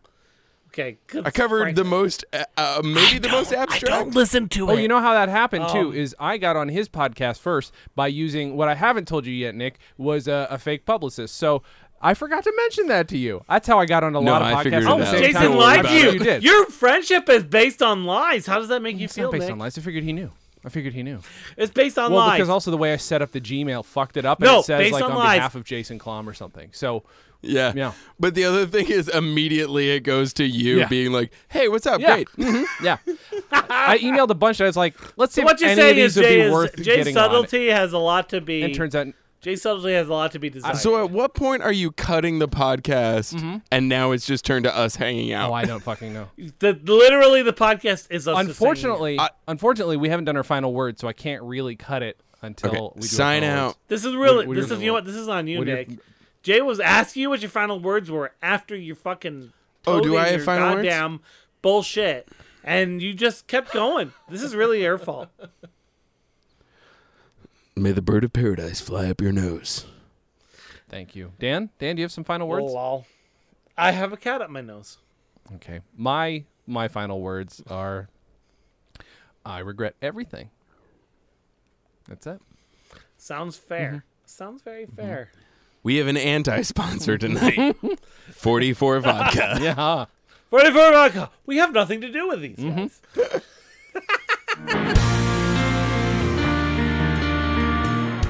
S1: Okay. Good
S5: I covered the most, uh, uh, maybe the most abstract.
S1: Don't listen to it.
S2: Oh, you know how that happened too
S1: Um,
S2: is I got on his podcast first by using what I haven't told you yet, Nick, was a, a fake publicist. So I forgot to mention that to you. That's how I got on a
S5: No,
S2: lot of
S5: I
S2: podcasts.
S5: figured it
S2: at
S1: Oh,
S2: the
S5: out.
S2: same
S5: Don't
S1: Jason
S2: time.
S5: worry
S1: lied
S5: about
S1: to
S5: it.
S1: you.
S2: You did.
S1: Your friendship is based on lies. How does that make you
S2: It's
S1: feel,
S2: not based
S1: Nick?
S2: on lies. I figured he knew. I figured he knew.
S1: It's based on
S2: Well,
S1: lies.
S2: because also the way I set up the Gmail fucked it up, and
S1: No,
S2: it says
S1: based
S2: like
S1: on
S2: on,
S1: lies.
S2: behalf of Jason Klom or something. So
S5: Yeah.
S2: Yeah.
S5: But the other thing is immediately it goes to you
S2: Yeah.
S5: being like, hey, what's up?
S2: yeah,
S5: Great. [laughs]
S2: yeah. [laughs] I emailed a bunch. I was like, let's see
S1: what
S2: if
S1: you're
S2: any of
S1: saying is
S2: these would
S1: Jay,
S2: be
S1: is,
S2: worth
S1: Jay
S2: getting on.
S1: subtlety has a lot to be.
S2: And turns out
S1: Jay subtlety has a lot to be desired.
S5: So at what point are you cutting the podcast
S1: Mm-hmm.
S5: and now it's just turned to us hanging out?
S2: Oh, I don't fucking
S1: [laughs]
S2: know.
S1: the, literally, the podcast is us just saying-
S2: unfortunately, unfortunately, we haven't done our final word, so I can't really cut it until
S5: Okay,
S2: we do our
S5: Sign
S2: final
S5: out.
S2: words.
S1: This is really.
S2: What- what are
S1: this
S2: your-
S1: is you know what. This is on you,
S2: what are your-
S1: Nick. Jay was asking you what your final words were after your fucking.
S5: Oh, do
S1: toting
S5: I have
S1: your
S5: final words?
S1: goddamn bullshit, and you just kept going. This is really your fault.
S5: May the bird of paradise fly up your nose.
S2: Thank you, Dan. Dan, do you have some final words?
S1: Lol. I have a cat up my nose.
S2: Okay, my my final words are, I regret everything. That's it. [laughs]
S1: Sounds fair. Sounds very fair.
S5: We have an anti sponsor
S2: [laughs]
S5: tonight 44 Vodka.
S2: Yeah.
S1: Forty-four America. We have nothing to do with these guys.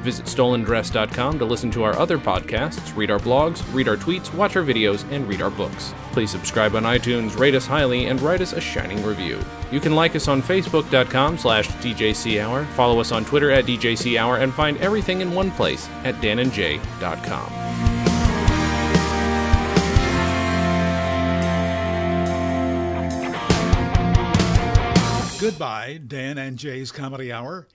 S2: Visit stolendress.com to listen to our other podcasts, read our blogs, read our tweets, watch our videos, and read our books. Please subscribe on iTunes, rate us highly, and write us a shining review. You can like us on facebook.com slash djchour, follow us on Twitter at djchour, and find everything in one place at danandjay.com.
S10: Goodbye, Dan and Jay's Comedy Hour